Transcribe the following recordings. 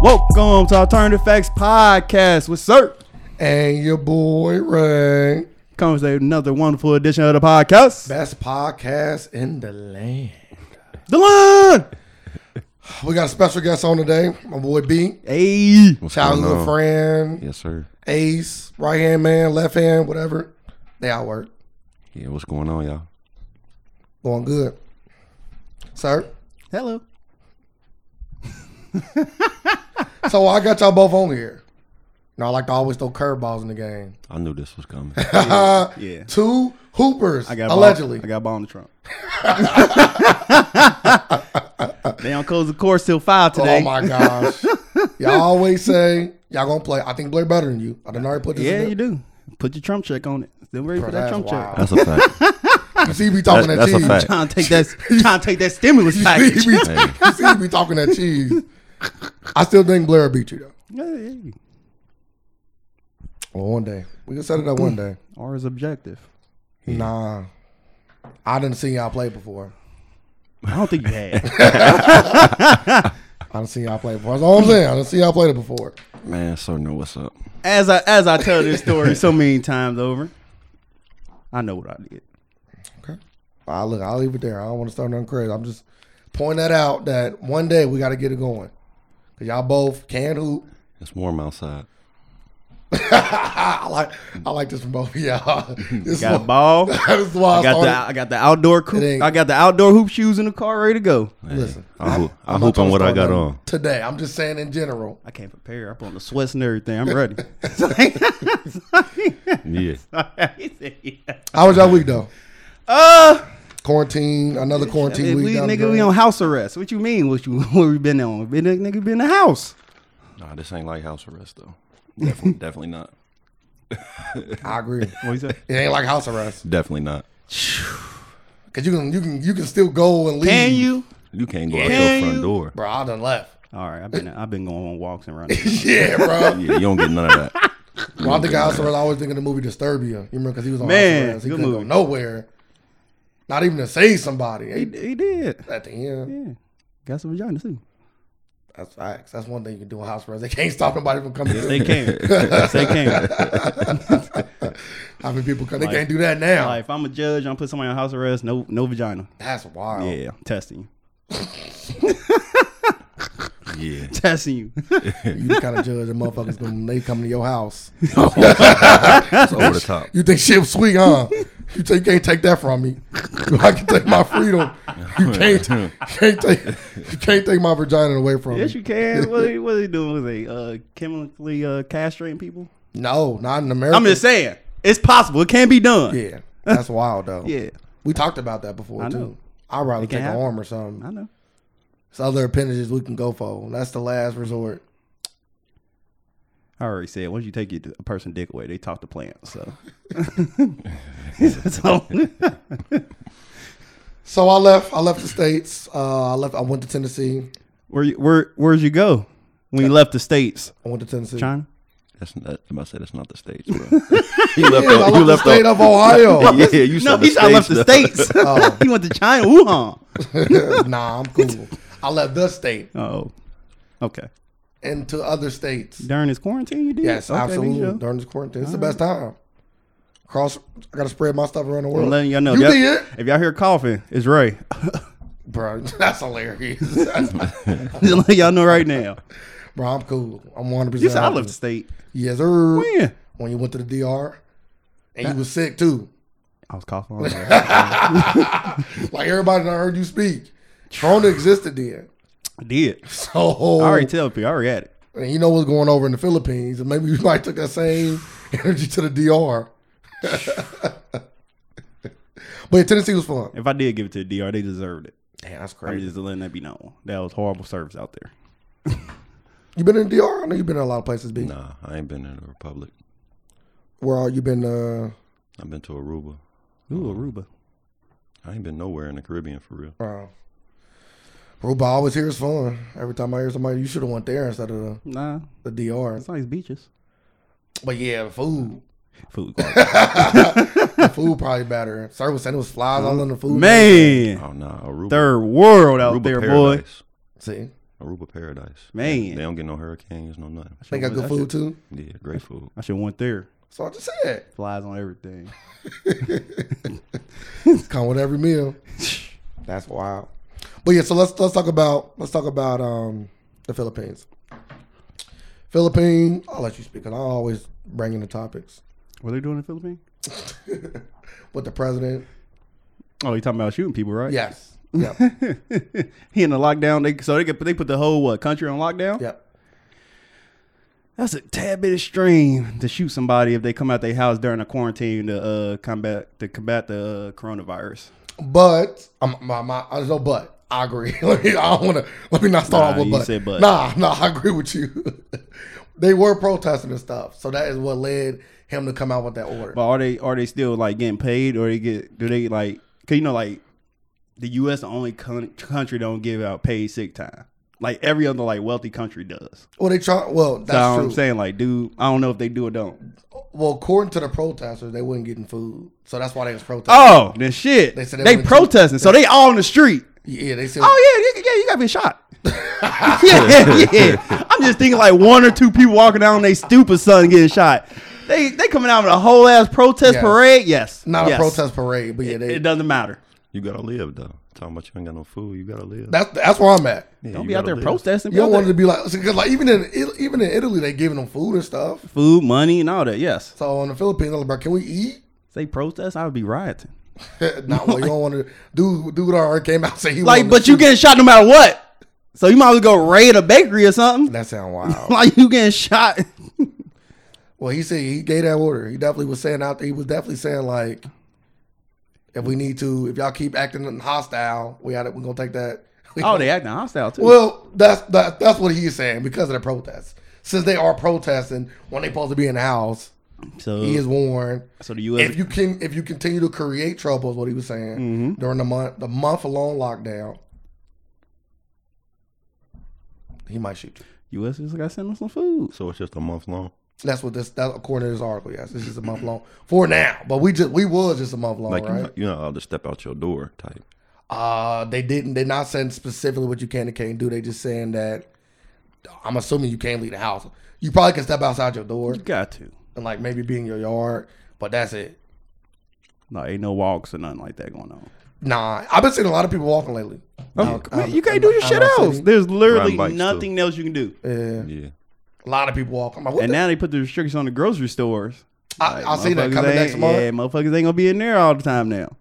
Welcome to Alternative Facts Podcast with Sir. And your boy Ray. Comes with another wonderful edition of the podcast. Best podcast in the land. Dylan! We got a special guest on today. My boy B, Hey! What's going childhood on? friend, Yes, sir. ace, right hand man, left hand, whatever. They all work. Yeah, what's going on, y'all? Going good. Sir. Hello. So I got y'all both on here. Now I like to always throw curveballs in the game. I knew this was coming. Yeah. Two hoopers, I got allegedly. Ball, I got ball in the trunk. they don't close the course till five today. Oh my gosh. y'all always say y'all gonna play. I think Blair better than you. I done already put this yeah, in you do. Put your Trump check on it. Still ready for Bro, that that's Trump check. wild. That's a fact. You see me talking That- that, that's a cheese. fact. Trying to take that, trying to take that stimulus You package. see me, you see me talking that cheese. I still think Blair will beat you though. Hey, Well, one day we can set it up. One day. R is objective. Nah, I didn't see y'all play before. I don't think you had. I didn't see y'all play before. That's all I'm saying. I didn't see y'all played it before. Man, sir, know what's up. as I as I tell this story so many times over, I know what I did. Okay. I look. I'll leave it there. I don't want to start nothing crazy. I'm just pointing that out. That one day we got to get it going. Cause y'all both can hoop. It's warm outside. I, I like. I like this from both of y'all. This Got a why- ball. That is why I, I got the started. I got the outdoor It hoop, ain't- I got the outdoor hoop shoes in the car ready to go. Hey, Listen, I'm, hoop- I'm, I'm not hooping trying to what I start got nothing on. today. I'm just saying in general. I can't prepare. I put on the sweats and everything. I'm ready. Yeah, How was y'all week though? uh, Quarantine, another quarantine we, week. down the nigga, we drain. on house arrest. What you mean? What you where we been on? Been nigga been in the house. nah, this ain't like house arrest though. Definitely, definitely not. I agree. What you say? It ain't like house arrest Definitely not. because you can you can you can still go and leave. Can you? You can't go out Can your you? front door. bro? I done left. All right, I've been I've been going on walks and running. yeah, bro. Yeah, you don't get none of that. Well, I think house arrest. I always think of the movie Disturbia. You remember because he was on Man, house arrest. He good couldn't go movie. nowhere. Not even to save somebody. he, Ain't he did. At the end, Yeah, got some vagina too. that's facts. That's one thing you can do on house arrest. They can't stop nobody from coming. They came. yes, they came. How many people come? They can't do that now. Like, if I'm a judge, I'm put somebody on house arrest. No, no vagina. That's wild. Yeah, I'm testing you. Yeah, Testing you. You the kind of judge the motherfuckers when they come to your house. it's over the top. You think shit was sweet, huh? You, think you can't take that from me. I can take my freedom. You can't, you can't take you can't take my vagina away from yes, me. you can. What are they, what are they doing? Was they uh, chemically uh, castrating people? No, not in America. I'm just saying, it's possible. It can be done. Yeah, Yeah, that's wild though. Yeah. we talked about that before I know. too. I'd rather can take an happen. arm or something. I know. It's other appendages we can go for. That's the last resort. I already said once you take your, a person dick away, they talk to plants. So, so So I left. I left the states. Uh, I left. I went to Tennessee. where you, where where'd you go when you left the states? I went to Tennessee. China. That's not, I said that's not the stage, bro. you left. Yeah, I off- left you the left. state of off- Ohio. Yeah, you No, said he said I left the though. states. he went to China, Wuhan. nah, I'm cool. I left the state Oh, okay. and to other states. During his quarantine, you did. Yes, Okay, there you absolutely. go. During this quarantine, it's the best time. Cross, I gotta spread my stuff around the world. I'm letting y'all know. You that- did, If y'all hear coughing, it's Ray. bro. That's hilarious, Just letting y'all know right now. bro. I'm cool. I'm 100. percent You said I left the state. Yes, sir. When? Uh, When you went to the DR, and you was sick too. I was coughing. all day. Like everybody done heard you speak. Corona existed then. I did. So I already tell people. I already had it. and you know what's going over in the Philippines, and maybe you might took that same energy to the DR. but Tennessee was fun. If I did give it to the DR, they deserved it. Damn, that's I'm crazy. just letting that be known. That was horrible service out there. You been in the DR? I know you've been in a lot of places. B. Nah, I ain't been in the Republic. Where are you been? Uh, I've been to Aruba. Ooh, Aruba. I ain't been nowhere in the Caribbean for real. Wow. Ruba I always hears fun. Every time I hear somebody, you should have went there instead of Nah, the, the DR. it's nice beaches. But yeah, the food. Food quality. The food probably better. Sir was saying it was flies all in the food. Man, Oh nah, Aruba. third world out Aruba there, boy. paradise. See? Aruba Paradise. Man. They don't get no hurricanes, no nothing. They got good food too. Yeah, great food. I should went there. So I just said, Flies on everything. come with every meal. That's wild. But yeah, so let's let's talk about let's talk about um the Philippines. Philippines, I'll let you speak, and I always bring in the topics. What they doing in the Philippines? With the president, Oh, you talking about shooting people, right? yes, yep, he in the lockdown. They so they could they put the whole what country on lockdown. yep. That's a tad bit extreme to shoot somebody if they come out their house during a quarantine to uh, combat to combat the uh, coronavirus. But um, my my I there's no but. I agree. Let me, I don't want to. Let me not Nah, start off with you but. said but. Nah, nah. I agree with you. they were protesting and stuff, so that is what led him to come out with that order. But are they are they still like getting paid or they get do they like cause you know like the U.S. the only con- country don't give out paid sick time. Like every other like wealthy country does. well, they try. Well, So that's I'm true. saying like, dude, I don't know if they do or don't. Well, according to the protesters, they wasn't getting food, so that's why they was protesting. Oh, then shit. They, They said they wouldn't- protesting, so they all in the street. Yeah, they said. Oh yeah, yeah, yeah, you gotta be shot. yeah, yeah. I'm just thinking like one or two people walking down, they stupid son getting shot. They they coming out with a whole ass protest Yes. parade. Yes, Not Yes. a protest parade, but yeah, they, It doesn't matter. You gotta live though. Talking about you ain't got no food, you gotta live. that's that's where I'm at. Yeah, Don't you be out gotta there live. protesting. You don't brother. want it to be like because like even in It- even in Italy, they giving them food and stuff. food, money, and all that. Yes, So in the Philippines, I'm like, bro, can we eat? say protest, I would be rioting. Not well. You don't want to. Dude, dude already came out saying he Like, wanted but to you shoot. getting shot no matter what. So you might as well go raid a bakery or something. that sound wild. Like you getting shot. well, he said he gave that order. He definitely was saying out. He was definitely saying like, if we need to, if y'all keep acting hostile, we got to We gonna take that. we oh, they acting hostile too. Well, that's that, that's what he's saying because of the protests. Since they are protesting when they supposed to be in the house, so, he is warned. so the U.S. If you can, if you continue to create trouble, is what he was saying Mm-hmm. during the month, the month long lockdown, he might shoot you. U.S. just got to send them some food. So it's just a month long. That's what this. That according to this article, yes, this is a month long for now. But we just we was just a month long, Like you're right? not, you're not allowed to step out your door type. Uh they didn't. They're not saying specifically what you can and can't do. They just saying that. I'm assuming you can't leave the house. You probably can step outside your door You got to. and like maybe be in your yard, but that's it. No, ain't no walks or nothing like that going on. Nah, I've been seeing a lot of people walking lately. Oh, Out- man, out- you can't do your out- shit out else. city. There's literally Riding bikes, too. nothing else you can do. Yeah, Yeah. a lot of people walking. I'm like, what And the- now they put the restrictions on the grocery stores. I, I see that Motherfuckers coming next ain't- month. Yeah, Yeah, motherfuckers ain't gonna be in there all the time now.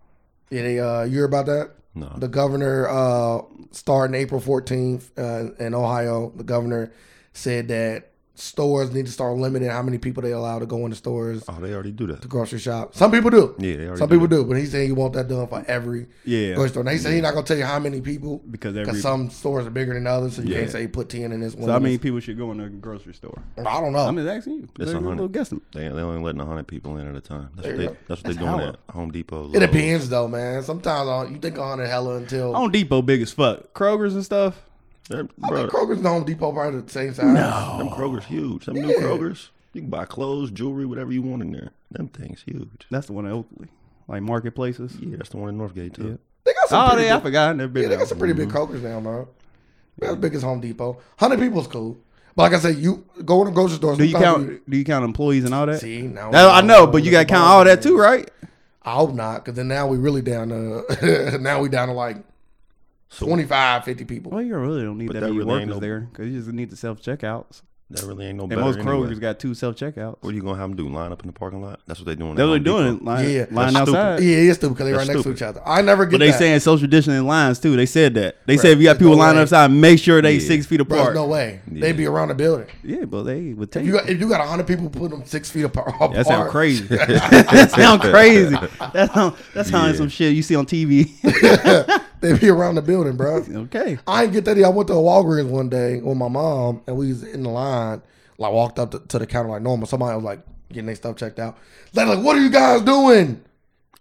they, uh, you hear about that? No. The governor uh, starting April 14th uh, in Ohio. The governor said that stores need to start limiting how many people they allow to go into stores. oh, they already do that. the grocery shop. Some people do. Yeah, they already some do people do. But he said he want that done for every Yeah. grocery store. Now he said he's not gonna tell you how many people Because every- some stores are bigger than others, so you Yeah. can't say put ten in this one. So how many people should go in the grocery store? I don't know. I'm just asking you. It's They're a a little hundred. guessing. They they only letting hundred people in at a time. That's what they you go. that's what they doing at Home Depot. it depends though, man. Sometimes I don't- you think on it hella until Home Depot big as fuck. Kroger's and stuff. Them, I bro, think Kroger's and Home Depot probably the same size. them Kroger's huge. Them new Kroger's. You can buy clothes, jewelry, whatever you want in there. Them things huge. That's the one in Oakley. Like marketplaces. Yeah, that's the one in Northgate too. They got some Oh, pretty they, I big, forgot. I never yeah, been they there. got some pretty big Kroger's now, bro. They're as big as Home Depot. Hundred people's cool. But like I said, you go in the grocery store. Do you sometimes count? Do you count employees and all that? See, now That- I know, but Look you at gotta the count bottom all that there. too, right? I hope not, because then now we really down to now we down to like 25, 50 people. Well, you really don't need But that, that many really workers ain't no- there because you just need the self checkouts. That really ain't no And better. most Kroger's anyway. got two self checkouts. What are you gonna have them do? Line up in the parking lot? That's what they doing. at That's what they're Home doing. Depot. Line, Yeah. line That's stupid. outside. Yeah, it's stupid because they're right That's next stupid. to each other. I never get But they that. saying social distancing lines too. They said that. They said if you got There's people no lining way. outside, make sure they six feet Bro, apart. there's no way. They be around the building. Yeah, but they would take. You got, if you got 100 people, put them six feet apart. that sound crazy. that sound crazy. That sound, that sound some shit you see on TV. They be around the building, bro. okay. I didn't get that. either. I went to a Walgreens one day with my mom, and we was in the line. Like walked up to, to the counter like normal. Somebody was like getting their stuff checked out. They're like, "What are you guys doing?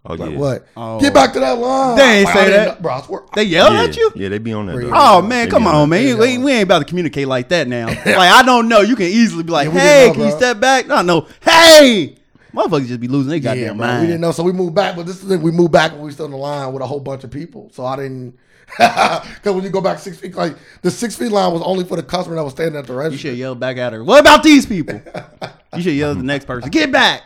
Oh Like yeah. what? Oh. Get back to that line." They ain't Like, say I didn't that. know- bro. I swear, They yell Yeah. at you. Yeah, they be on that. Bro, though. Oh They man, be come on, that. man. You- We, we ain't about to communicate like that now. like I don't know. You can easily be like, Yeah, we "Hey, didn't know, can you bro. step back?" No, no. Hey, Motherfuckers just be losing their goddamn yeah, bro. mind. We didn't know, so we moved back. But this is the thing, we moved back when we were still in the line with a whole bunch of people. So I didn't, because when you go back six feet, like the six feet line was only for the customer that was standing at the You register. should yell back at her. What about these people? you should yell at the next person. Get back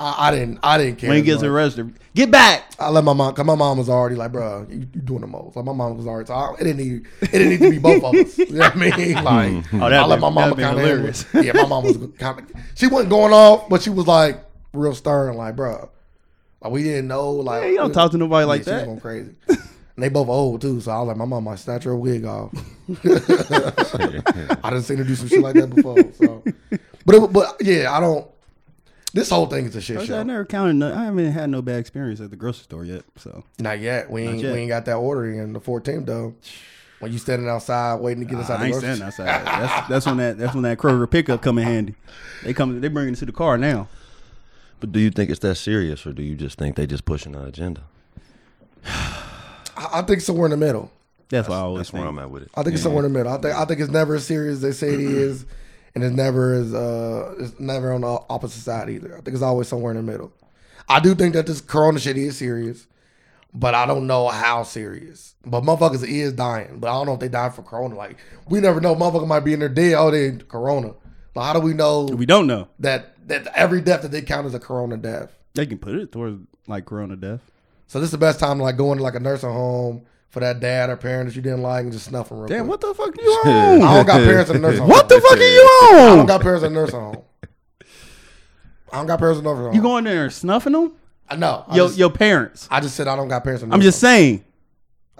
I, I didn't, I didn't care. when he as gets much. arrested. Get back. I let my mom, cause my mom was already like, bro, you, you doing the most. Like my mom was already, so I, it didn't need, it didn't need to be both of us. You know what I mean? Like, Oh, that'd I let be- my mom that'd be kind hilarious. of, yeah, my mom was kind of, she wasn't going off, but she was like real stern, like, bro, like we didn't know, like, Hey, you don't talk to nobody like yeah, she was that. going crazy. And they both old too, so I was like, my mom might snatch her wig off. I didn't seen her do some shit like that before. So, but it, but yeah, I don't. This whole thing is a shit I show. said, I never counted. No, I haven't had no bad experience at the grocery store yet. So Not yet. We ain't yet. we ain't got that order in the 14th though. When you standing outside waiting to get inside I the ain't grocery standing outside. That's, that's when that that's when that Kroger pickup come in handy. They come. They bring it to the car now. But do you think it's that serious, or do you just think they just pushing an agenda? I, I think somewhere in the middle. That's, why I always That's where think. I'm at with it. I think it's somewhere in the middle. I think I think it's never as serious as they say it is, and it's never as uh it's never on the opposite side either. I think it's always somewhere in the middle. I do think that this corona shit is serious, but I don't know how serious. But motherfuckers is dying. But I don't know if they died for corona. Like we never know. Motherfucker might be in there dead. Oh, they corona. But how do we know We don't know. that that every death that they count is a corona death? They can put it towards like Corona death. So this is the best time to like go into like a nursing home for that dad or parent that you didn't like and just snuff them real Damn, quick. what the fuck you on? I don't got parents in a nursing home. What the fuck are you I don't on? got parents in a nursing home. I don't got parents in a nursing home. You going there and snuffing them? I know. I, Yo, just, your parents. I just said I don't got parents in a I'm nursing just saying. home.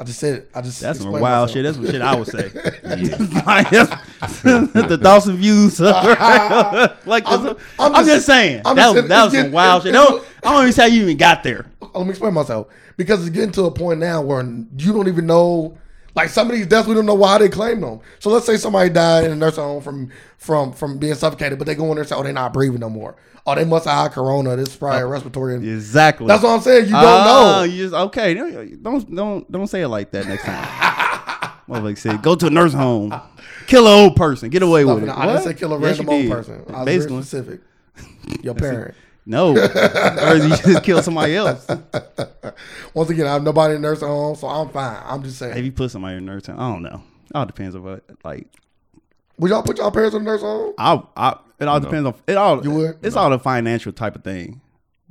I just said it. I just That's some explained wild myself. shit. That's some shit I would say. Like, that's- the Dawson views. like I'm- I'm, I'm just, just- saying I'm that was, just saying- that was it's some wild shit. just- Don't, I don't even say you even got there. let me explain myself because it's getting to a point now where you don't even know like some of these deaths we don't know why they claim them so let's say somebody died in a nursing home from from from being suffocated but they go in there and say oh they're not breathing no more oh they must have had corona this is probably a respiratory Exactly. that's what i'm saying you don't Oh, know You just okay. Don't- Don't don't don't say it like that next time. Motherfucker said, go to a nurse home, kill an old person, get away with it. i didn't Oh, What? say kill a Yes, random you old did. person i was Basically, very specific your parent no. or you just kill somebody else. once again i have nobody in the nursing home so i'm fine i'm just saying If you put somebody in a nurse home, I don't know. It all depends on what like would y'all put y'all parents in the nursing home I, I it all depends on it all. You would? It's all the financial type of thing.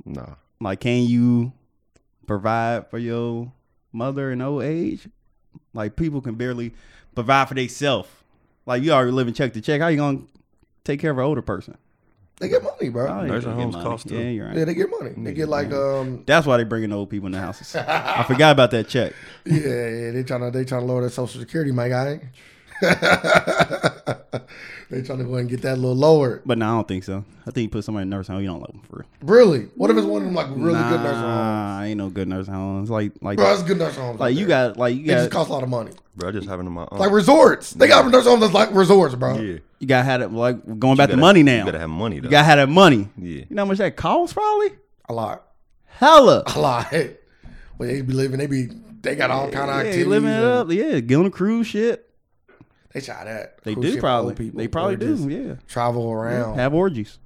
Nah. Like, can you provide for your mother in old age? Like, people can barely provide for themselves. Like, you already living check to check. How you gonna take care of an older person? they get money bro Oh, you Nursing get homes money. cost too. Yeah, you're right. yeah they get money they get like um That's why they bringing old people in the houses. I forgot about that check. Yeah, yeah, they trying to they trying to lower their social security, my guy. they trying to go ahead and get that a little lower. But no, I don't think so. I think you put somebody in a nursing home, you don't love them for real. Really? What if it's one of them like really good nursing homes? Nah, ain't no good nursing homes. Like like Bro, it's good nursing homes. like out you there. got like you They just got cost a lot of money. Bro, I just having my own. Like resorts. They got nursing homes that's like resorts, bro. yeah. you got had it like going back to gotta- money You now. gotta have money though. You gotta have that money. Yeah. You know how much that costs probably? A lot. Hella. A lot. But they be living, they be they got all kind of Yeah, activities. living it and up. Yeah, get on a cruise ship. They try that. They Cruise do ship probably. old people, they probably or just Oh. do. Yeah. Travel around. Have orgies.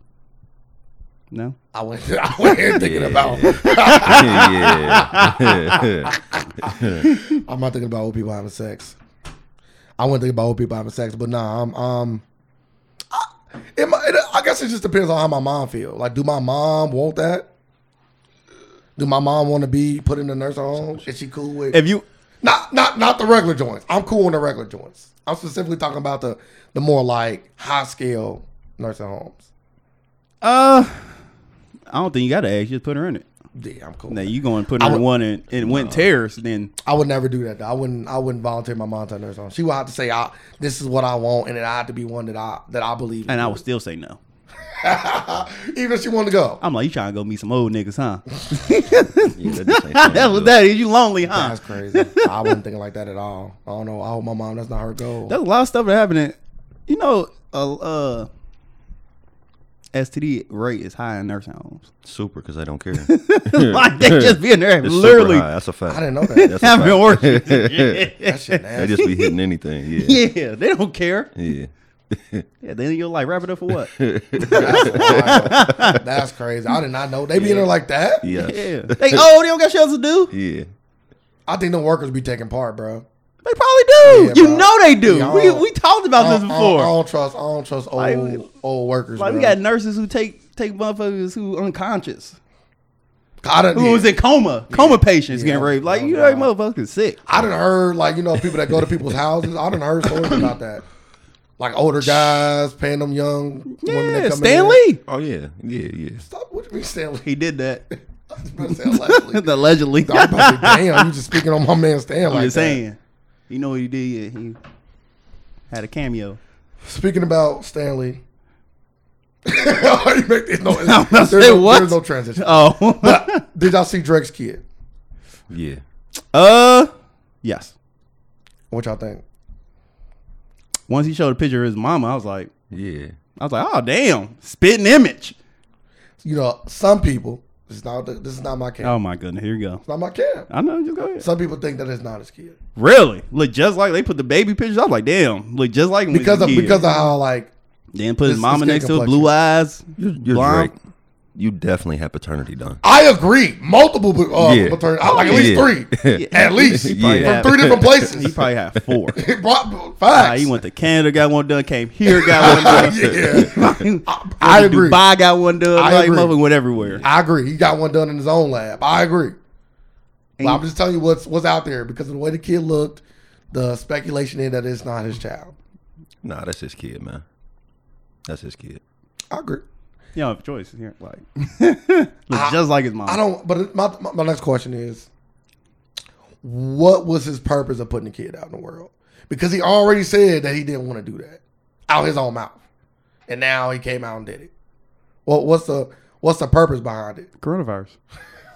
No. I went I went here thinking about yeah. I'm not thinking about old people having sex. I wouldn't think about old people having sex, but nah, I'm um. I, it, mi- it, I guess it just depends on how my mom feel. Like, do my mom want that? Do my mom want to be put in the nursing home? Is she cool with? If you not not not the regular joints. I'm cool on the regular joints. I'm specifically talking about the the more like high scale nursing homes. uh I don't think you gotta ask, just put her in it. Yeah, I'm cool. Now you go and put her I in would- one and, and went terrace, then I would never do that. Though. I wouldn't. I wouldn't volunteer my mom to a nursing home. She would have to say, I, "This is what I want," and it had to be one that I that I believe. in. and I would still say no. Even if she wanted to go. I'm like, you trying to go meet some old niggas, huh? yeah that just ain't that funny, was though. that. You lonely, huh? That's crazy. I wasn't thinking like that at all. I don't know. I hope my mom, that's not her goal. There's a lot of stuff that happening. You know, uh, uh STD rate is high in nursing homes. Super, because I don't care. like they just be in there It's super literally high, That's a fact. I didn't know that. That's a having fact. orgies. That shit They nasty. just be hitting anything. Yeah. yeah, they don't care. Yeah. Yeah, the end of your life. Wrap it up for what? That's, wild. That's crazy. I did not know they be in there like that. yeah. Yes. They oh, they don't got shit else to do. Yeah. I think the workers be taking part, bro. They probably do. Yeah, you bro. Oh, know they do. Yeah, I we don't- we talked about I this don't, I before. don't- I don't trust. I don't trust old Like, old workers. like we bro. got nurses who take take motherfuckers who unconscious, I done, who was in coma, coma patients getting Yeah. raped. Like Oh, you know, they God. motherfuckers sick. I done heard like you know people that go to people's houses. I done heard stories about that. Like older guys paying them young women that Yeah, come in. Stanley. Oh yeah. Yeah. Yeah. Stop. What you mean Stanley? He did that I was about to say Leslie. allegedly. I'm about to say, damn, you just speaking on my man Stan I'm like just that. saying. You know what he did? He had a cameo. Speaking about Stanley. you make this noise. I'm about to There's say, no, what? There's no transition. Oh, Did y'all see Drake's kid? Yeah. uh, yes. What y'all think? Once he showed a picture of his mama, I was like, Yeah. I was like, oh damn, spitting image. You know, some people. This is not. This is not my camp. Oh my goodness, here you go. It's not my camp. I know, just go ahead. Some people think that it's not his kid Really? Look just like they put the baby pictures. I was like, damn, look just like him because of when he was a because kid. of how like then put his this- mama this next to her, complexion. blue eyes. You're, you're Blonde. Drake. You definitely had paternity done. I agree. Multiple uh, Yeah. paternity, like at least Yeah. three, Yeah. at least He probably from had- three different He places. probably had four. He brought Ah, facts. he went to Canada, got one done. Came here, got one done. yeah, I, I agree. Dubai got one done. I like agree. motherfucker went everywhere. I agree. He got one done in his own lab. I agree. But And- I'm just telling you what's what's out there because of the way the kid looked. The speculation is that it's not his child. Nah, that's his kid, man. That's his kid. I agree. You don't have a choice here. Like, look just like his mom. I don't. But it- my, my my next question is, what was his purpose of putting the kid out in the world? Because he already said that he didn't want to do that out his own mouth, and now he came out and did it. Well, what's the what's the purpose behind it? Coronavirus.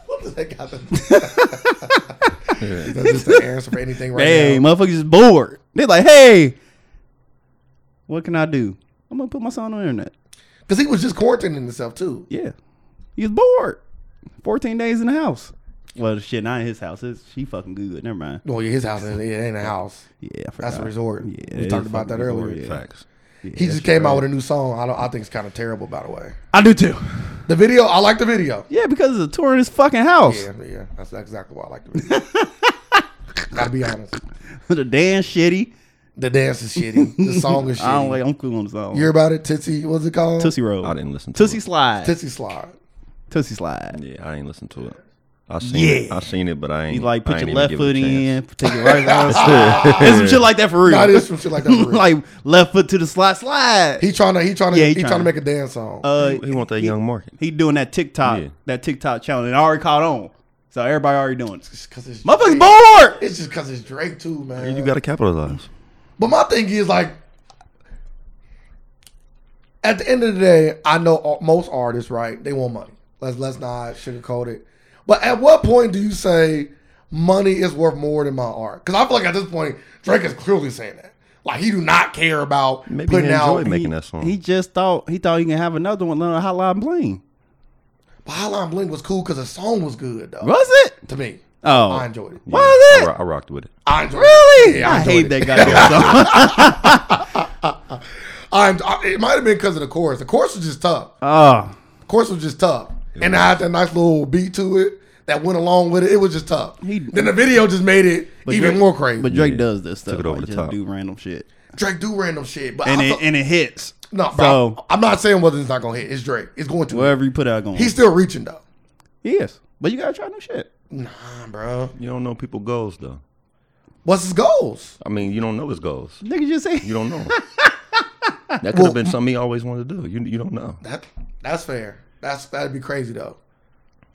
What does that got to? Is that just the answer for anything right hey, now? motherfuckers is bored. They're like, hey, what can I do? I'm gonna put my son on the internet. Because he was just quarantining himself too. Yeah, he's bored. 14 days in the house. Well, shit, not in his house. It's, she fucking good. Never mind. Well, yeah, his house is- it ain't a house. Yeah, I forgot. That's a resort. Yeah, we it talked is about that fucking earlier. resort, Oh, Yeah. Facts. He just came out with a new song. I don't. I think it's kind of terrible, by the way. I do too. The video. I like the video. Yeah, because it's a tour in his fucking house. Yeah, yeah, that's exactly why I like the video. Gotta be honest. the dance shitty. The dance is shitty. The song is shitty. I don't like. I'm cool on the song. you hear about it, Tootsie? What's it called? Tootsie Roll. I didn't listen to Tootsie it. Slide. Tootsie Slide. Tootsie Slide. Yeah, I ain't listen to it. I seen Yeah. I seen it, but I ain't. You like I put ain't your even left give it a foot in, chance. take your right foot. There's some shit like that for real. Nah, there's some shit like that. For real. like left foot to the slide, slide. he trying to, he trying to, Yeah, he he, trying tryna. to make a dance song. uh, He want that young market. he doing that TikTok, Yeah. that TikTok challenge. It already caught on, so everybody already doing it. It's 'cause it's Motherfuckers Drake. bored. It's just because it's Drake too, man. You got to capitalize. but my thing is like, at the end of the day, I know all- most artists, right? They want money. Let's let's not sugarcoat it. But at what point do you say money is worth more than my art? Because I feel like at this point, Drake is clearly saying that. Like he do not care about Maybe putting he enjoyed out. making that song. He just thought he thought he can have another one. Learn how to bling. Highline Bling was cool because the song was good though. Was it? To me, Oh, I enjoyed it. What is I, it? ro- I rocked with it. I enjoyed Really? It. Yeah, I, I, enjoyed hate it. that goddamn song. I, en- I- it might have been because of the chorus. The chorus was just tough. oh, The chorus was just tough, and I had that nice little beat to it that went along with it. It was just tough. He- then the video just made it even Drake- more crazy. but But Drake Yeah. does this stuff. Took it over like, the just top. do random shit, Drake do random shit, but and I it felt- and it hits. no, bro. so I'm not saying whether it's not gonna hit. It's Drake. It's going to. wherever you put out, going He's still reaching though. yes. But you gotta try new shit. Nah, bro. You don't know people goals though. What's his goals? I mean, you don't know his goals. Nigga just say You don't know. that could Well- have been something he always wanted to do. You you don't know. That that's fair. That's that'd be crazy though.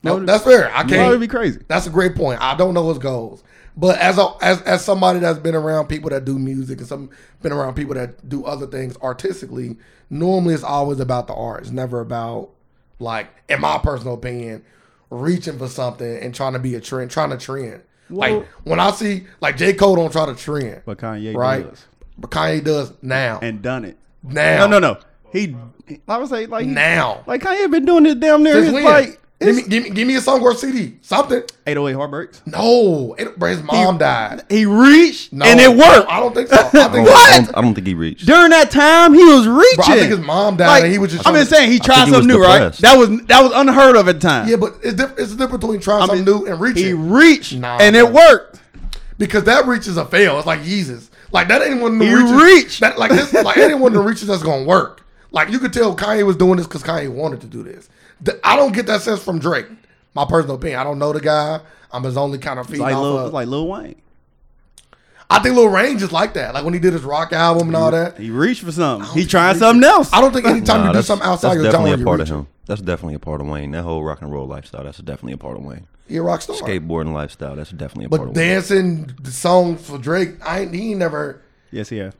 That No, would- that's fair. I that would be can't. crazy. That's a great point. I don't know his goals, but as a, as as somebody that's been around people that do music and some been around people that do other things artistically, normally it's always about the art. It's never about like, in my personal opinion, reaching for something and trying to be a trend, trying to trend. Well- like when I see like J Cole don't try to trend, But Kanye right? does. But Kanye does now. And done it. now, No, no, no. He Oh. I would say like he- now. like Kanye been doing this damn near Since his when? like Give me, give me, give me a song or CD, something. 808 heartbreaks. No, it, bro, his mom died. He reached No, and it worked. I don't think so. I I don't, think, I What? don't, I don't think he reached. During that time, he was reaching. bro, I think his mom died, Like, and he was just. I'm trying just to- saying he tried he was something new, right? depressed. That was that was unheard of at the time. Yeah, but it's diff- it's the difference between trying I mean, something new and He reaching reached Nah, and it bro. worked. because that reach is a fail. It's like Jesus, like that ain't one of the He reaches. reached. that like this, like that ain't one of the reaches that's gonna work. Like you could tell Kanye was doing this because Kanye wanted to do this. Th- I don't get that sense from Drake. My personal opinion. I don't know the guy. I'm his only kind of It's feeding like off Lil, of. it's like Lil Wayne. I think Lil Wayne just like that. Like when he did his rock album and all that. He reached for something. He think tried he something else. I don't think anytime Nah, you do that's- something outside that's your genre, definitely you a part reach. of him. That's definitely a part of Wayne. That whole rock and roll lifestyle. That's definitely a part of Wayne. You're a rock star. Skateboarding lifestyle. That's definitely a part But of Wayne. dancing the song for Drake, I ain't, he ain't never. yes, he has.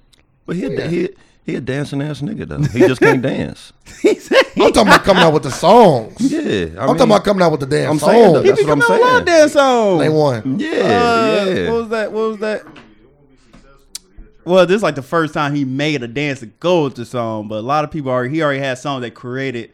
But he a, he a- he a dancing ass nigga though. He just can't dance. He said he, I'm talking about coming out with the songs. Yeah, I am I'm talking about coming out with the damn I'm songs. saying though, he that's be what I'm coming out with a lot of saying. dance songs. they won. Yeah, Uh, yeah. What was that? What was that? Well, this is like the first time he made a dance to go with the song, but a lot of people already he already had songs that created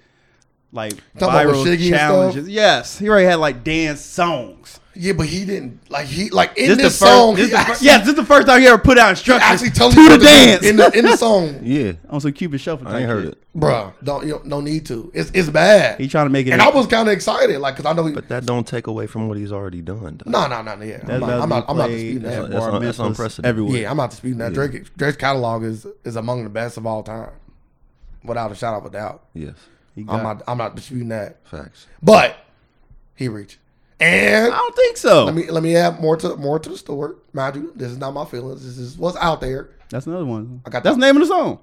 like about with viral Shiggy and stuff? challenges. Yes, he already had like dance songs. Yeah, but he didn't like he like in This this, the first, song. This he the fir- actually, yes, this is the first time he ever put out he instructions actually told to me the what do dance in the in the song, yeah. on some Cupid shuffle. I ain't type heard shit. it. bruh. Don't you don't need to. It's it's bad. He trying to make it. and I was kind of excited, like because I know he. But that don't take away from what he's already done. though. No, no, no, yeah. I'm not, I'm not, I'm not disputing that. That's- that's unprecedented. Everywhere. Yeah, I'm not disputing that. Drake Drake's catalog is is among the best of all time, without a shadow of a doubt. Yes, He got- I'm not I'm not disputing that. facts. But he reached. And I don't think so. let me let me add more to more to the story. Mind you, this is not my feelings. This is what's out there. That's another one. I got That's the name of the song.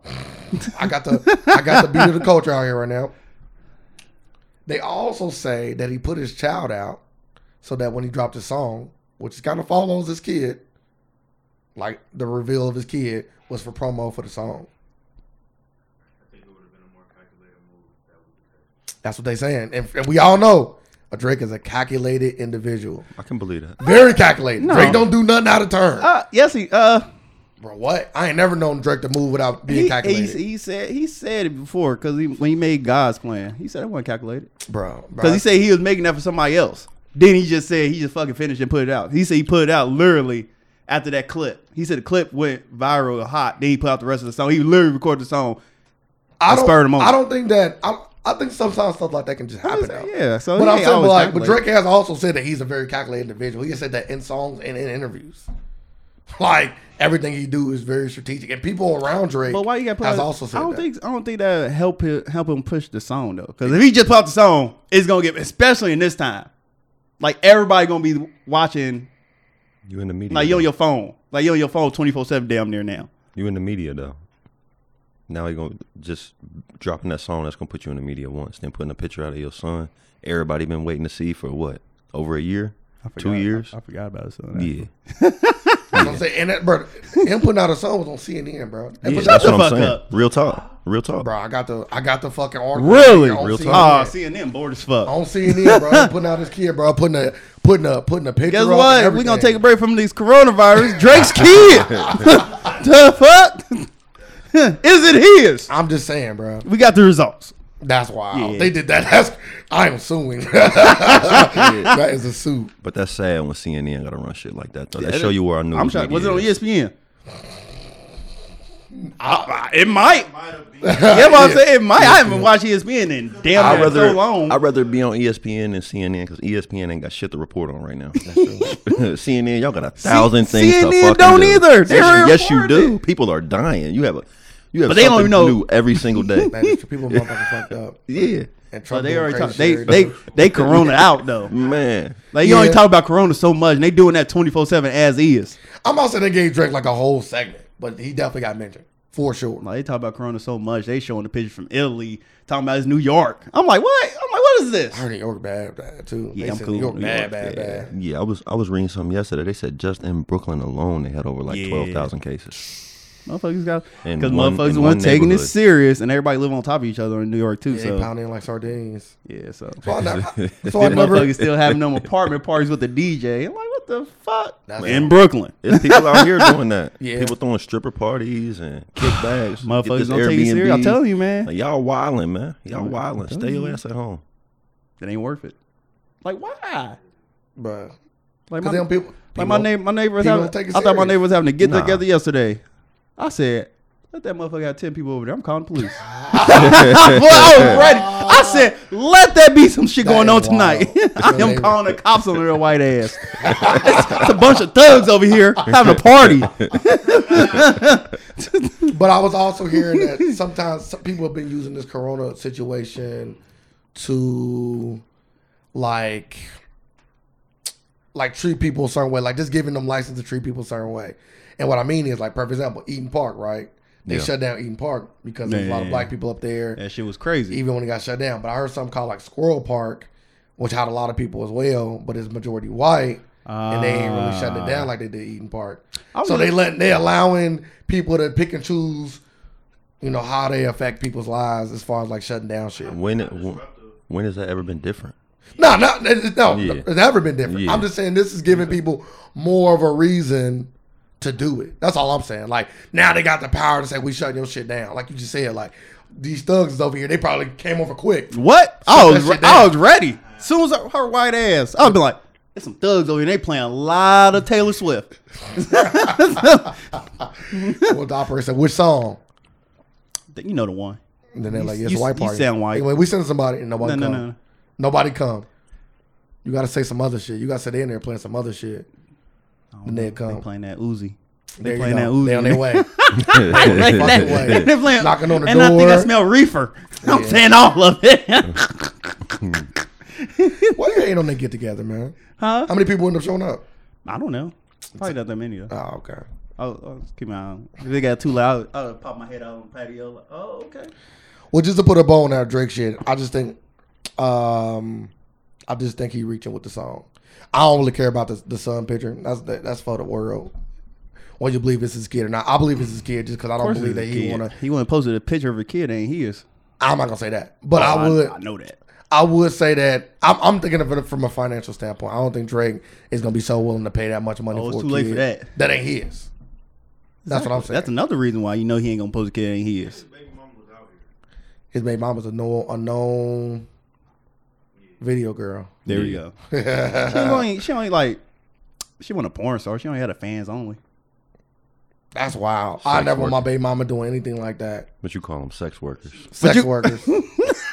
I got the I got the beat of the culture out here right now. They also say that he put his child out so that when he dropped his song, which kind of follows his kid, like the reveal of his kid was for promo for the song. That's what they saying, and, and we all know a Drake is a calculated individual, I can believe that. very calculated. Drake don't do nothing out of turn, Uh, yes, he. Uh, bro. What? I ain't never known Drake to move without being he, he, calculated, he said he said it before because he, when he made God's plan, he said it wasn't calculated bro. bro. because he said he was making that for somebody else. Then he just said he just fucking finished and put it out. He said he put it out literally after that clip. He said the clip went viral and hot. Then he put out the rest of the song. He literally recorded the song. I I don't, spurred him on. I don't think that. I, I think sometimes stuff like that can just happen. just saying, though. yeah, so but he I'm ain't saying, but always like, but calculated. Drake has also said that he's a very calculated individual. He has said that in songs and in interviews. Like everything he do is very strategic, and people around Drake. But why you got put? has out- also said I don't that. think I don't think that help him help him push the song though. Because if he just put out the song, it's gonna get especially in this time. Like everybody gonna be watching. You in the media? Like you on though. your phone. Like you on your phone twenty four seven damn near now. You in the media though. Now he gonna just dropping that song that's gonna put you in the media once, then putting a picture out of your son. Everybody been waiting to see for what over a year, two years. I, forgot about it. yeah, That's what I'm saying, and that, bro, him putting out a song was on CNN, bro. They yeah put that's out- the what I'm fuck saying. up. Real talk, real talk. bro, I got the, I got the fucking article. Really? on Real CNN. Oh, CNN bored as fuck. on CNN, bro, putting out his kid, bro, putting a, putting a, putting a picture. Guess up and what? We're gonna everything. take a break from these coronavirus. Drake's kid. the fuck? Is it his? I'm just saying, bro. We got the results. That's wild. Yeah. They did that. That's I am suing. that is a suit. But that's sad when CNN gotta run shit like that. Though. Yeah, they show it- you where our news. I'm trying. media Was it on E is. ESPN? I, It might. Yeah, but I'm saying it might. I haven't watched E ESPN in damn I'd near rather so long. I'd rather be on E ESPN than CNN because ESPN ain't got shit to report on right now. CNN, y'all got a thousand C- things. CNN to fucking don't do. either. They Yes, you, yes, you report do. People are dying. You have a you have But they don't something even know- new every single day. that is true. People motherfucking fucked up. yeah, And but Trump they doing already crazy talk, they shit. they they corona out though. man. Like you only Yeah. talk about corona so much, and they doing that 24 seven as is. I'm also they gave Drake like a whole segment, but he definitely got mentioned for sure. Like they talk about corona so much, they showing the picture from Italy, talking about it's New York. I'm like, what? I'm like, what is I this? heard New York bad, bad too. Yeah, They I'm said cool New York with New bad, York, bad, yeah. bad. Yeah, I was I was reading something yesterday. They said just in Brooklyn alone they had over like Yeah. twelve thousand cases. Motherfuckers got In because one- motherfuckers in one weren't taking it neighborhood. serious, and everybody live on top of each other in New York too. Yeah, they so pounding like sardines. yeah, so. So I, ne- so I Them never. motherfuckers still having them apartment parties with the DJ. I'm like, what the fuck? That's- in Brooklyn. There's people out here doing that. Yeah. People throwing stripper parties and kickbacks. Get Motherfuckers this don't take it serious. I'm telling you, man. Like, y'all wildin', man. Y'all wildin'. Stay your ass at home. It ain't worth it. Like why? But Like because my, them people, like my people- neighbor, my neighbor was people having. don't take I it thought my serious. neighbor was having to get Nah. together yesterday. I said, let that motherfucker have ten people over there. I'm calling the police. Boy, I was ready. I said, let that be some shit That going on is wild. tonight. I Your am neighbor- calling the cops on their white ass. it's, it's a bunch of thugs over here having a party. But I was also hearing that sometimes some people have been using this corona situation to like like treat people a certain way, like just giving them license to treat people a certain way. And what I mean is like, for example, Eaton Park, right? They Yeah. shut down Eaton Park because there's a lot Yeah. of black people up there, That shit was crazy. even when it got shut down. But I heard something called like Squirrel Park, which had a lot of people as well, but it's majority white and they ain't really shutting it Ah. down like they did Eaton Park. I So was- they let they allowing people to pick and choose, you know, how they affect people's lives as far as like shutting down shit. When it, when has that ever been different? No, no, it- no, Yeah. it's never been different. Yeah. I'm just saying this is giving people more of a reason to do it. That's all I'm saying. Like now they got the power to say we shutting your shit down. Like you just said, like these thugs is over here. They probably came over quick. What? I Shut was that shit I down. was ready. As soon as I, her white ass, I was be like, "There's some thugs over here. They playing a lot of Taylor Swift." well, the operator said, "Which song?" You know the one. And then they're You- like, "It's you- a white you party." sound white. Anyway, we send somebody and No, nobody no, come. no. Nobody come. You gotta say some other shit. You gotta sit in there playing some other shit. Then they They come. playing that Uzi. There They you playing that go. Uzi. They on their way. Like that. way. They playing- Knocking on the and I think I door. smell reefer. I'm saying all of it. Why you ain't on that get together, man? huh? How many people end up showing up? I don't know. Probably not that many though. Oh, okay. I'll, I'll just keep my eye on. If they got too loud, I'll pop my head out on the patio. Like, oh, okay. Well, just to put a bone out Drake shit, I just think, um, I just think he reaching with the song. I don't really care about the the sun picture. That's that, that's for the world. Whether you believe it's his kid or not, I believe it's his kid just because I don't believe that he wanna. He wanna post a picture of a kid that ain't his. I'm not gonna say that, but Oh, I would. I know that. I would say that I'm, I'm thinking of it from a financial standpoint. I don't think Drake is going to be so willing to pay that much money Oh, it's for a too late kid for that. That ain't his. That's what I'm saying. That's another reason why you know he ain't gonna post a kid that ain't his. his baby mama's a known, a known video girl. There we go. she only, she only like she want a porn star. She only had a fans only. That's wild. I Sex never want my worker. baby mama doing anything like that. What you call them? Sex workers. Sex workers.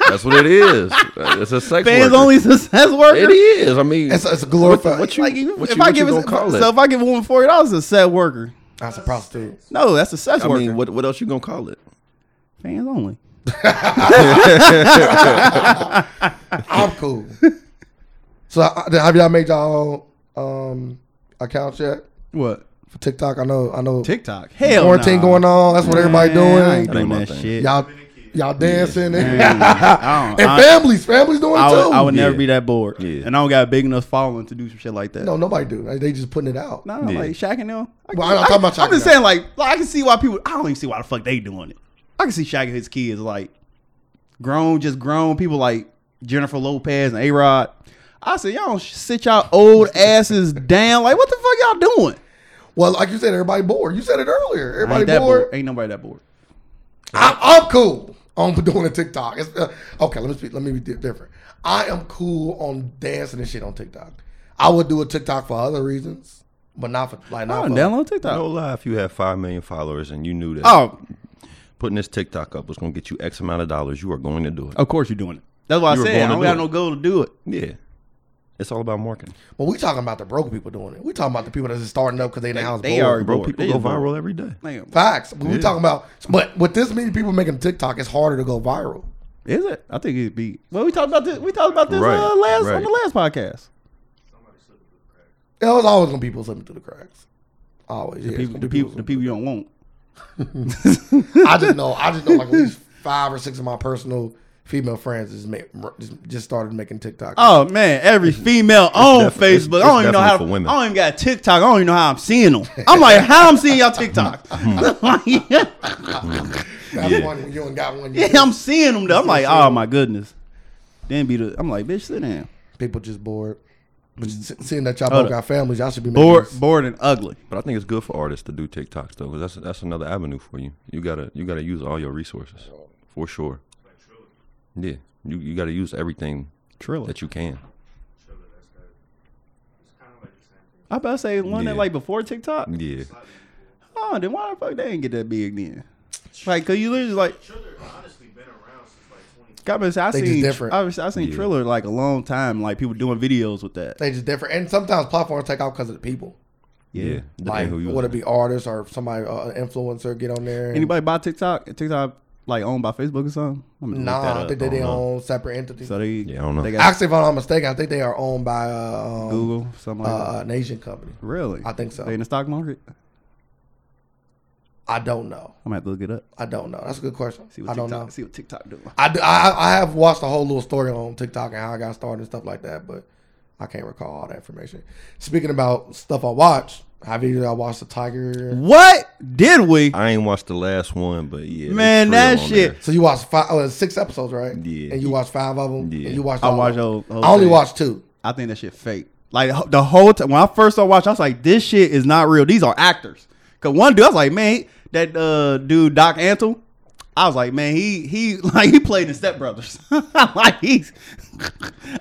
That's what it is. It's a sex Fans worker. only success worker. It is. I mean, It's, it's a glorified. what you- Like if, What if you- I what give you a, gonna call it? so if I give a woman forty dollars, a set worker. that's a prostitute. No, that's a sex I worker. mean, what what else you gonna call it? Fans only. I'm cool. So I- I- have y'all made y'all um, accounts yet What for TikTok? I know. I know. TikTok? Hell, Quarantine Oh, nah. going on. That's what everybody Man, doing. I ain't That doing ain't my that thing. shit. Y'all, y'all dancing and, I don't- and I- families, families doing I it too. would, I would never Yeah. be that bored. Yeah. And I don't got a big enough following to do some shit like that. no, nobody do. Like, They just putting it out. No, no, Yeah. like Shaq and them. I Well, can- I'm talking about I'm Shaq just now. saying, like, like, I can see why people. I don't even see why the fuck they doing it. I can see Shaq and his kids, like, grown, just grown people like Jennifer Lopez and A Rod. I said, y'all don't sh- sit y'all old asses down. Like, what the fuck y'all doing? Well, like you said, everybody bored. You said it I earlier. ain't Everybody that bored. bored. Ain't nobody that bored. I'm, I'm cool on doing a TikTok. It's, uh, okay, let me speak, let me be di- different. I am cool on dancing and shit on TikTok. I would do a TikTok for other reasons, but not for like I not don't for, download No TikTok. lie, if you had five million followers and you knew that Oh, putting this TikTok up was gonna get you X amount of dollars, you are going to do it. of course you're doing it. That's why I You were said I born don't to do got it. no goal to do it. Yeah, it's all about marketing. But we talking about the broke people doing it. We talking about the people that's starting up because they in the house. they bored. are Bro, bored. people They go just bored. viral every day. Man, facts. We talking about, but with this many people making TikTok, it's harder to go viral. Is it? I think it'd be. Well, we talked about this. We talked about this Right, uh, last on right. the last podcast. It was always gonna be people slipping through the cracks. Always. Yeah, it's People, gonna the be people, the people you don't want. I just know. I just know like at least five or six of my personal female friends just make, just, just started making TikTok. Oh man, every female on def- it's- Facebook. it's I don't even know definitely how. for women. I don't even got TikTok. I don't even know how I'm seeing them. I'm like, how I'm seeing y'all TikTok? Hmm. That's one when you ain't got one. yeah, I'm seeing them. Though. I'm like, oh my goodness. Then be the. I'm like, bitch, sit down. people just bored. But just se- seeing that y'all Hold both got families, y'all should be making Bored, this. bored and ugly. But I think it's good for artists to do TikToks though, because that's that's another avenue for you. You gotta you gotta use all your resources for sure. Yeah, you you gotta use everything Triller. that you can. I about to say one that Yeah. like before TikTok. Yeah. Oh, then why the fuck they ain't get that big then? Like, cause you literally like Triller honestly been around since like 20. God bless. I They just seen different. I, was- I seen Yeah. Triller like a long time. Like people doing videos with that. They just different, and sometimes platforms take out because of the people. Yeah. Yeah. Depending Like, who you would was it be artists or somebody uh, influencer get on there? and- Anybody buy TikTok? TikTok like owned by Facebook or something? I'm gonna look that Nah, I up. think they I don't they know. own separate entities. So they Yeah, I don't know. They got Actually, if I'm not mistaken, I think they are owned by uh, um, Google something like uh, that. an Asian company. Really? I think so. They in the stock market? I'm I don't know. gonna have to look it up. I don't know. That's a good question. See what I TikTok, don't know. See what TikTok doing. I, do- I I have watched a whole little story on TikTok and how I got started and stuff like that, but I can't recall all that information. Speaking about stuff I watched, have either I watched the Tiger? What did we? I ain't watched the last one, but yeah. they Man, trill that on shit- So you watched five, oh, it's six episodes, right? Yeah. And you watched five of them. Yeah. And you watched. I all of watched them? the whole- I only whole watched two. I think that shit fake. Like h- the whole time when I first started watching, I was like, this shit is not real. These are actors. Cause one dude, I was like, man, he- that uh, dude Doc Antle, I was like, man, he he like he played in Step Brothers. like he's,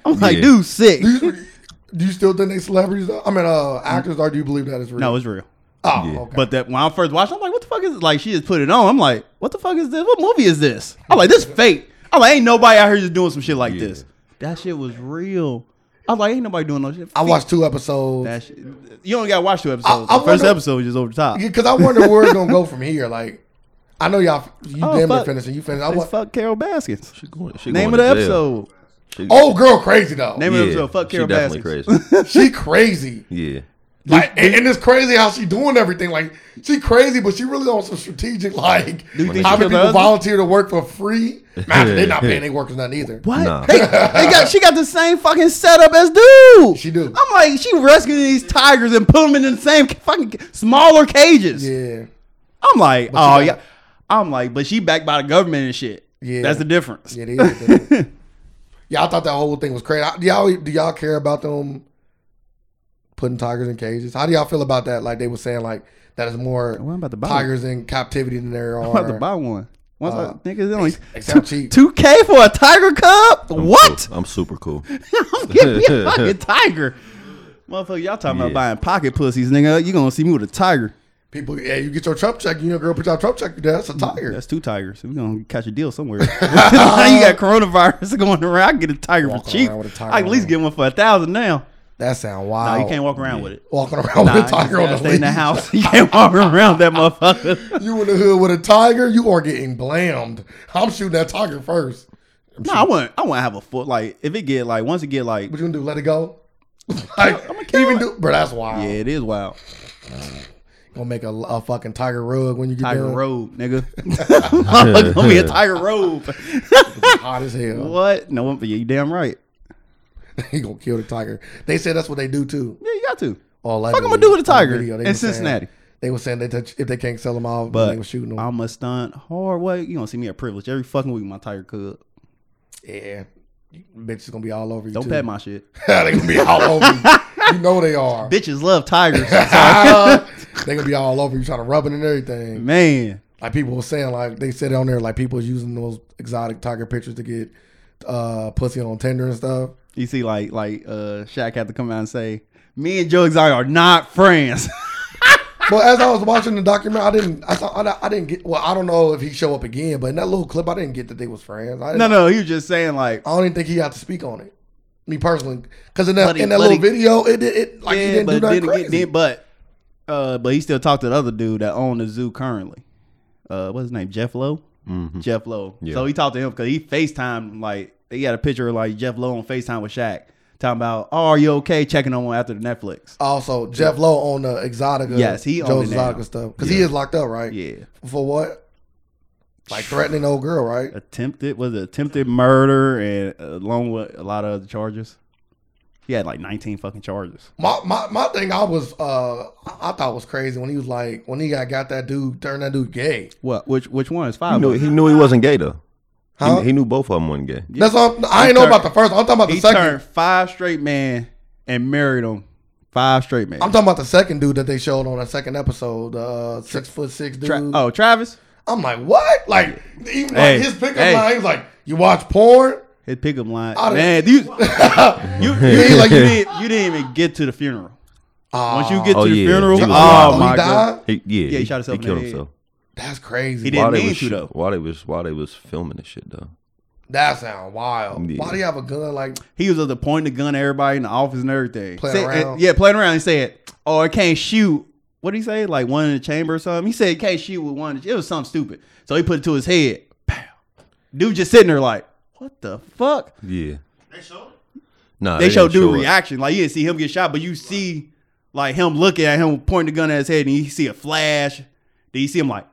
I'm like, Yeah. dude, sick. Do you still think they celebrities? Though? I mean, uh, actors, or do you believe that is real? No, it's real. Oh, Yeah. okay. But that when I first watched, it, I'm like, what the fuck is this? like? She just put it on. I'm like, what the fuck is this? What movie is this? I'm like, this fake. I'm like, ain't nobody out here just doing some shit like Yeah. this. That shit was real. I was like, ain't nobody doing no shit. I watched two episodes. That shit. You only got to watch two episodes. I the first wonder- episode was just over the top. Yeah, because I wonder where it's gonna go from here. Like, I know y'all, you Oh, damn near fuck. finished and you finished. I It's want, fuck Carol Baskins. She going, she Name of going the to jail. episode. She- oh, girl, crazy though. Name of the episode. Fuck she Carol Baskins. definitely crazy. she crazy. yeah. Like, and, and it's crazy how she doing everything. Like, she crazy, but she really on some strategic. Like, Do you think how she killed many her people husband? volunteer to work for free? Man, they're not paying their workers nothing either. What? Nah. They, they got she got the same fucking setup as dude. She do. I'm like, she rescuing these tigers and putting them in the same fucking smaller cages. Yeah, I'm like, But oh she yeah. got- I'm like, but she backed by the government and shit. Yeah. that's the difference. yeah, they is. they is. yeah, I thought that whole thing was crazy. I- Do y'all do y'all care about them putting tigers in cages? How do y'all feel about that? Like they were saying, like that is more Well, I'm about to buy. One. tigers in captivity than there are. I'm about to buy one. Once Uh, I niggas only except cheap. two k for a tiger cub. I'm what? cool. I'm super cool. Give me a fucking tiger. Motherfucker, y'all talking about Yeah. buying pocket pussies, nigga. You gonna see me with a tiger. People, yeah, you get your Trump check, you know, girl, put your Trump check. That's a tiger. Mm, That's two tigers. We're gonna catch a deal somewhere. you got coronavirus going around. I can get a tiger Walk for cheap. around with a tiger I can at least on. get one for a thousand now. That sound Nah, wild. you can't walk around with it. walking around Nah, with a tiger tiger you on gotta the, stay in the leash. house. You can't walk around that motherfucker. You in the hood with a tiger, you are getting blamed. I'm shooting that tiger first. No, I wouldn't. I wouldn't have a foot. Like if it get like once it get like What you gonna do? Let it go? like, I'ma kill even it. do, bro. That's yeah, wild. it is wild. Gonna make a, a fucking tiger rug when you get Tiger done. robe, nigga. Motherfucker gonna be a tiger robe. Hot as hell. what? No, yeah, you damn right. he gonna kill the tiger. They said that's what they do too. Yeah, you got to. All Fuck I'ma do with a tiger in Cincinnati. they were saying they touch, if they can't sell them off, But they were shooting them. I'm a stunt hard way. You gonna see me at privilege every fucking week. with My tiger cub. yeah, bitch is gonna be all over you. Don't too. pet my shit. they gonna be all over you. You know they are. Bitches love tigers, they gonna be all over you trying to rub it and everything. man. Like people were saying, like they said on there, like people was using those exotic tiger pictures to get uh pussy on Tinder and stuff. You see, like like uh, Shaq had to come out and say, "Me and Joe Exotic are not friends." But as I was watching the documentary, I didn't, I, saw, I, I didn't get. Well, I don't know if he show up again, but in that little clip, I didn't get that they was friends. I didn't, no, no, he was just saying like, I don't even think he had to speak on it. Me personally, because in that But he- in that but little he- video, it it, it like he yeah, didn't do but nothing didn't crazy. get did, but uh, but he still talked to the other dude that owned the zoo currently. Uh, what's his name? Jeff Lowe. Jeff Lowe. Yeah. So he talked to him because he Facetime like he had a picture of like Jeff Lowe on Facetime with Shaq talking about, "Oh, are you okay?" Checking on one after the Netflix. also, Jeff Lowe on the Exotica, Yes, he Joe's on it now. Exotica stuff because he is locked up, right? Yeah. For what? Like threatening old girl, right? attempted was it attempted murder and uh, along with a lot of other charges. He had like 19 fucking charges. My my, my thing I was uh I I thought was crazy when he was like when he got, got that dude turned that dude gay. What? Which which one is He five? knew, was it? he knew he wasn't gay though. He- Huh? He, knew both of them wasn't gay. That's all. I He ain't know turned- about the first. I'm talking about the He second. turned five straight men and married them. Five straight men. I'm talking about the second dude that they showed on that second episode. Uh, six foot six dude. Tra- oh, Travis. I'm like, what? Like even Hey, like his pickup hey. line. He's like, you watch porn? His pickup line. I don't- Man, you, you, you, ain't like, you, didn't, you didn't even get to the funeral. Once you get Oh, to the yeah. funeral, He oh was wild. my Ah. He god, died? He, yeah, he shot himself in He killed the head. himself. That's crazy. He didn't they mean was to, shoot- though. While they was while they was filming this shit though. That sound wild. Yeah. Why do you have a gun like he was at the point of the gun at everybody in the office and everything. Playing Said- around. yeah, playing around. He said, "Oh, I can't shoot." What did he say? Like one in the chamber or something. He said, he "Can't shoot with one." in the- It was something stupid. So he put it to his head. Pow. Dude just sitting there like, "What the fuck?" Yeah. They showed it. Nah, they showed showed dude reaction. Like you didn't see him get shot, but you see like him looking at him pointing the gun at his head, and you see a flash. Then you see him like,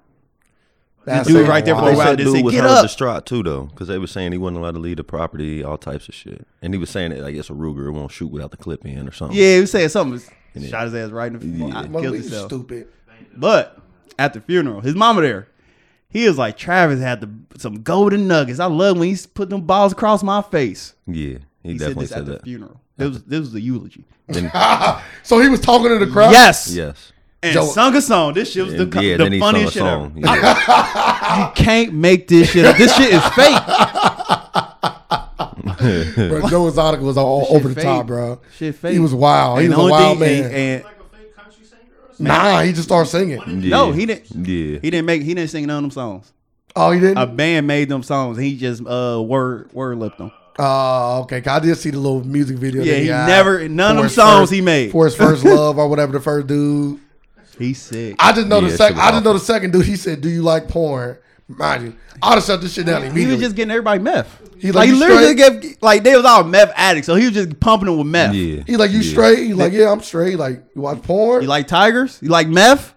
that? dude sound right there for a wild. They while. said They dude said, was "Get hella up." distraught too though, because they were saying he wasn't allowed to leave the property, all types of shit, and he was saying that like it's a Ruger, it won't shoot without the clip in or something. "Yeah," he was saying something. Yeah. Shot his ass right in the Yeah. I Mother, killed you himself. stupid. But at the funeral, his mama there, he was like, Travis had the, some golden nuggets. I love when he s- put them balls across my face. yeah, he, He, said definitely this said, at the that. funeral. This was, this was the eulogy. so he was talking to the crowd. Yes. Yes, And Joe- sung a song. This shit was the, And co- yeah, the then he sung a funniest shit song. ever. Yeah. You can't make this shit up. This shit is fake. Bro, Joe Exotic was all shit over the top, fake. bro. Shit fake. He was wild. He And was the a only wild thing- man. And, and- Like a fake country singer or something. nah, he just started singing. Yeah. No, he didn't- Yeah, he didn't make he didn't sing none of them songs. Oh, he A didn't. band made them songs. He just uh word word lipped them. Oh, okay. 'Cause I did see the little music video. Yeah, that he had never- none of for them his songs first- he made. for his first love or whatever. The first dude. He's sick. I just know Yeah, the it second. should've I just know been the second dude. He said, "Do you like porn?" Mind you, I'd have shut this shit down He immediately. was just getting everybody meth. He He like, like, he "You literally gave like they was all meth addicts, so he was just pumping them with meth. yeah. He like you yeah. straight? He like yeah, I'm straight. He Like you watch porn? You like tigers? You like meth?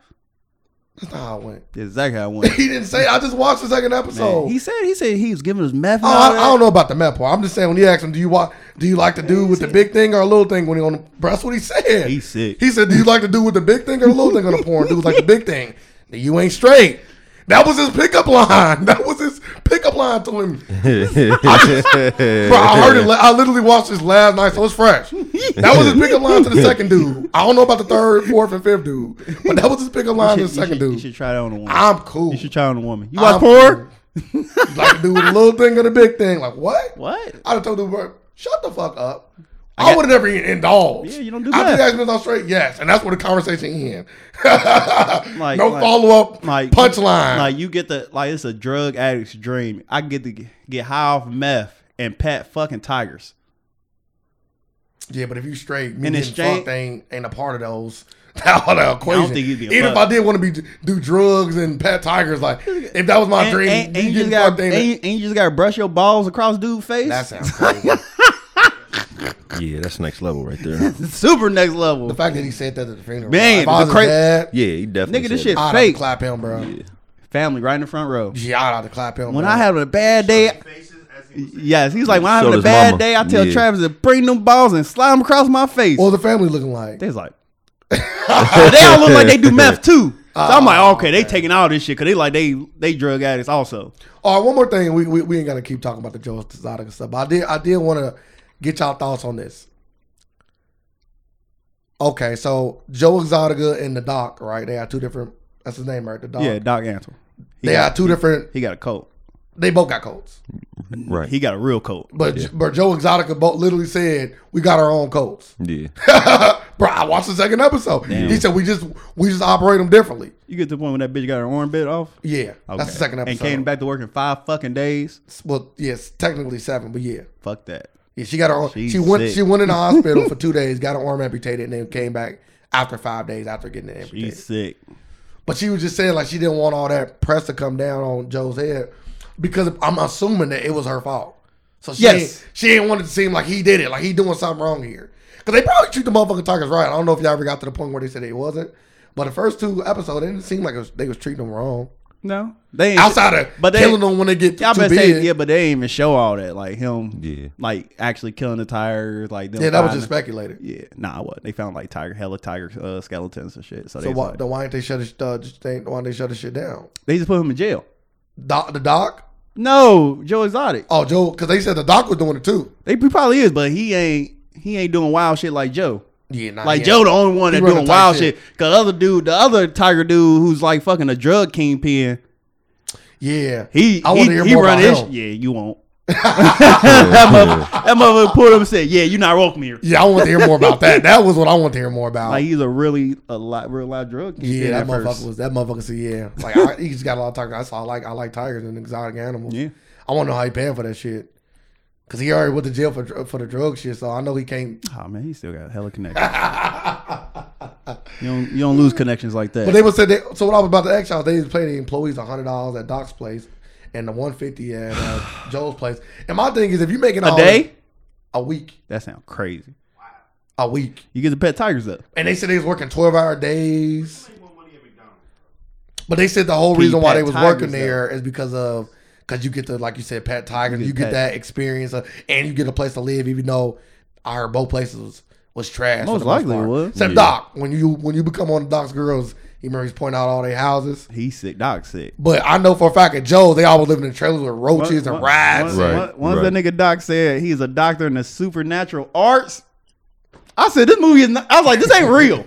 That's not how it went. That's exactly how I went. He didn't say. I just watched the second episode. he said he said he was giving us meth. And oh, all I, that. I don't know about the meth part. I'm just saying when he asked him, do you watch? Do you like the dude with the big thing or a little thing when he on? The, that's what he said. He's sick. He said, do you like the dude with the big thing or the little thing on the porn? Dude was like the big thing. "Then You ain't straight. That was his pickup line. That was his pickup line to him. Bro, I heard it. la- I literally watched this last night, so it's fresh. That was his pickup line to the second dude. I don't know about the third, fourth, and fifth dude, but that was his pickup line You to should- the you second should, dude. You should try that on a woman. I'm cool. you should try it on a woman. You I'm watch porn? cool. like the dude with the little thing or the big thing. Like what? What? I'd have told the bro, shut the fuck up. I, would have never even indulged. Yeah, you don't do After that. you asked me if I was straight, yes, and that's where the conversation ends. Like- no like- follow up Like punchline. Like you get the like it's a drug addict's dream. I get to get high off meth and pet fucking tigers. yeah, but if you straight, me In and exchange- fucked ain't ain't a part of those. All that equation. think you'd be a Even if fuck. I did want to be do drugs and pet tigers, like if that was my And, dream, and, you and you just getting got fucked and, ain't it? you- and you just got to brush your balls across dude's face. That sounds crazy. yeah, that's next level right there. super next level. the fact that he said that at the funeral, Man, if I was the his cra- dad, Yeah, he definitely. Nigga, this said shit- I'd have Fake. to clap him, bro. Yeah, Family right in the front row. I'd have to clap him. When bro. I have a bad day, Faces as he was Yes, he's like, when I'm So having a does bad mama. day, I tell Yeah. Travis to bring them balls and slide them across my face. what was the family looking like? they was like, But they all look like they do meth too. So I'm like, Ah, okay, they taking all this shit because they like they they drug addicts also. All right, Oh, one more thing. We, we, we ain't gonna keep talking about the Joe Exotic stuff. But I did I did want to get y'all thoughts on this. Okay, so Joe Exotica and the Doc, right? They had two different. That's his name, right? The Ah. Doc. Yeah, Doc Antle. He they got, had two different. he got a coat. They both got codes, right. He got a real coat. but but Joe Exotica both literally said we got our own codes. yeah, Bro, I watched the second episode. He said we just we just operate them differently. You get to the point when that bitch got her arm bit off. Yeah, Okay. that's the second episode. And came back to work in five fucking days. Well, yes, technically seven, but yeah. Fuck that. Yeah, she got her. arm. She's she went. sick. She went in the hospital for two days, got her arm amputated, and then came back after five days after getting it amputated. He's sick. But she was just saying like she didn't want all that press to come down on Joe's head because I'm assuming that it was her fault. So she Yes. ain't, she ain't wanted to seem like he did it, like he doing something wrong here. Because they probably treat the motherfucking Tigers right. I don't know if y'all ever got to the point where they said it wasn't. But the first two episodes, it didn't seem like it was, they was treating them wrong. No, they ain't Outside of But they- killing them when they get Y'all too been big. saying yeah, but they ain't even show all that like him. Yeah. like actually killing the tiger. Like them yeah, that was finding- just speculated. Yeah, nah, what they found like tiger, hella tiger uh, skeletons and shit. So, they, So just, why, like- then why ain't they shut it? Uh, just ain't- why ain't they shut the shit down? they just put him in jail. Doc, the doc. No, Joe Exotic. Oh, Joe, because they said the doc was doing it too. They he probably is, but he ain't he ain't doing wild shit like Joe. Yeah, nah, Like Ah, yeah. Joe, the only one He that running doing tight wild shit. shit. Cause other dude, the other tiger dude who's like fucking a drug kingpin, Yeah, he I he, want to hear he more run about his him. yeah. You won't. that mother, that mother pulled up and said, "Yeah, you're not welcome here." Yeah, I want to hear more about that. That was what I want to hear more about. Like he's a really a lot, real loud drug. kingpin yeah, that at motherfucker first. was that motherfucker said yeah. Like I, he just got a lot of tiger. That's why I like I like tigers and exotic animals. Yeah. I want to know how he paying for that shit. Cause he already went to jail for dr- for the drug shit, so I know he can't. Oh man, he still got hella connections. you don't you don't lose connections like that. But they would say they. So what I was about to ask y'all, they just pay the employees hundred dollars at Doc's place and the one fifty at uh, Joe's place. And my thing is, if you making a all- day? a week, That sounds crazy. a week, You get the pet tigers up. and they said they was working twelve hour days. Make more money at McDonald's. But they said the whole Can you reason why pet they was tigers, working there is because of because you get to like you said pet tigers, You you get get, pet- that experience, of, and you get a place to live. Even though I heard both places was, was trash. for Most the likely it part. was. Except Yeah. Doc, when you when you become one of Doc's girls, he Murray's pointing out all their houses. He's sick. Doc's sick. But I know for a fact at Joe's, they always living in trailers with roaches and rats. Once, Right, once- once right. that nigga Doc said he's a doctor in the supernatural arts, I said this movie is. Not, I was like, this ain't real.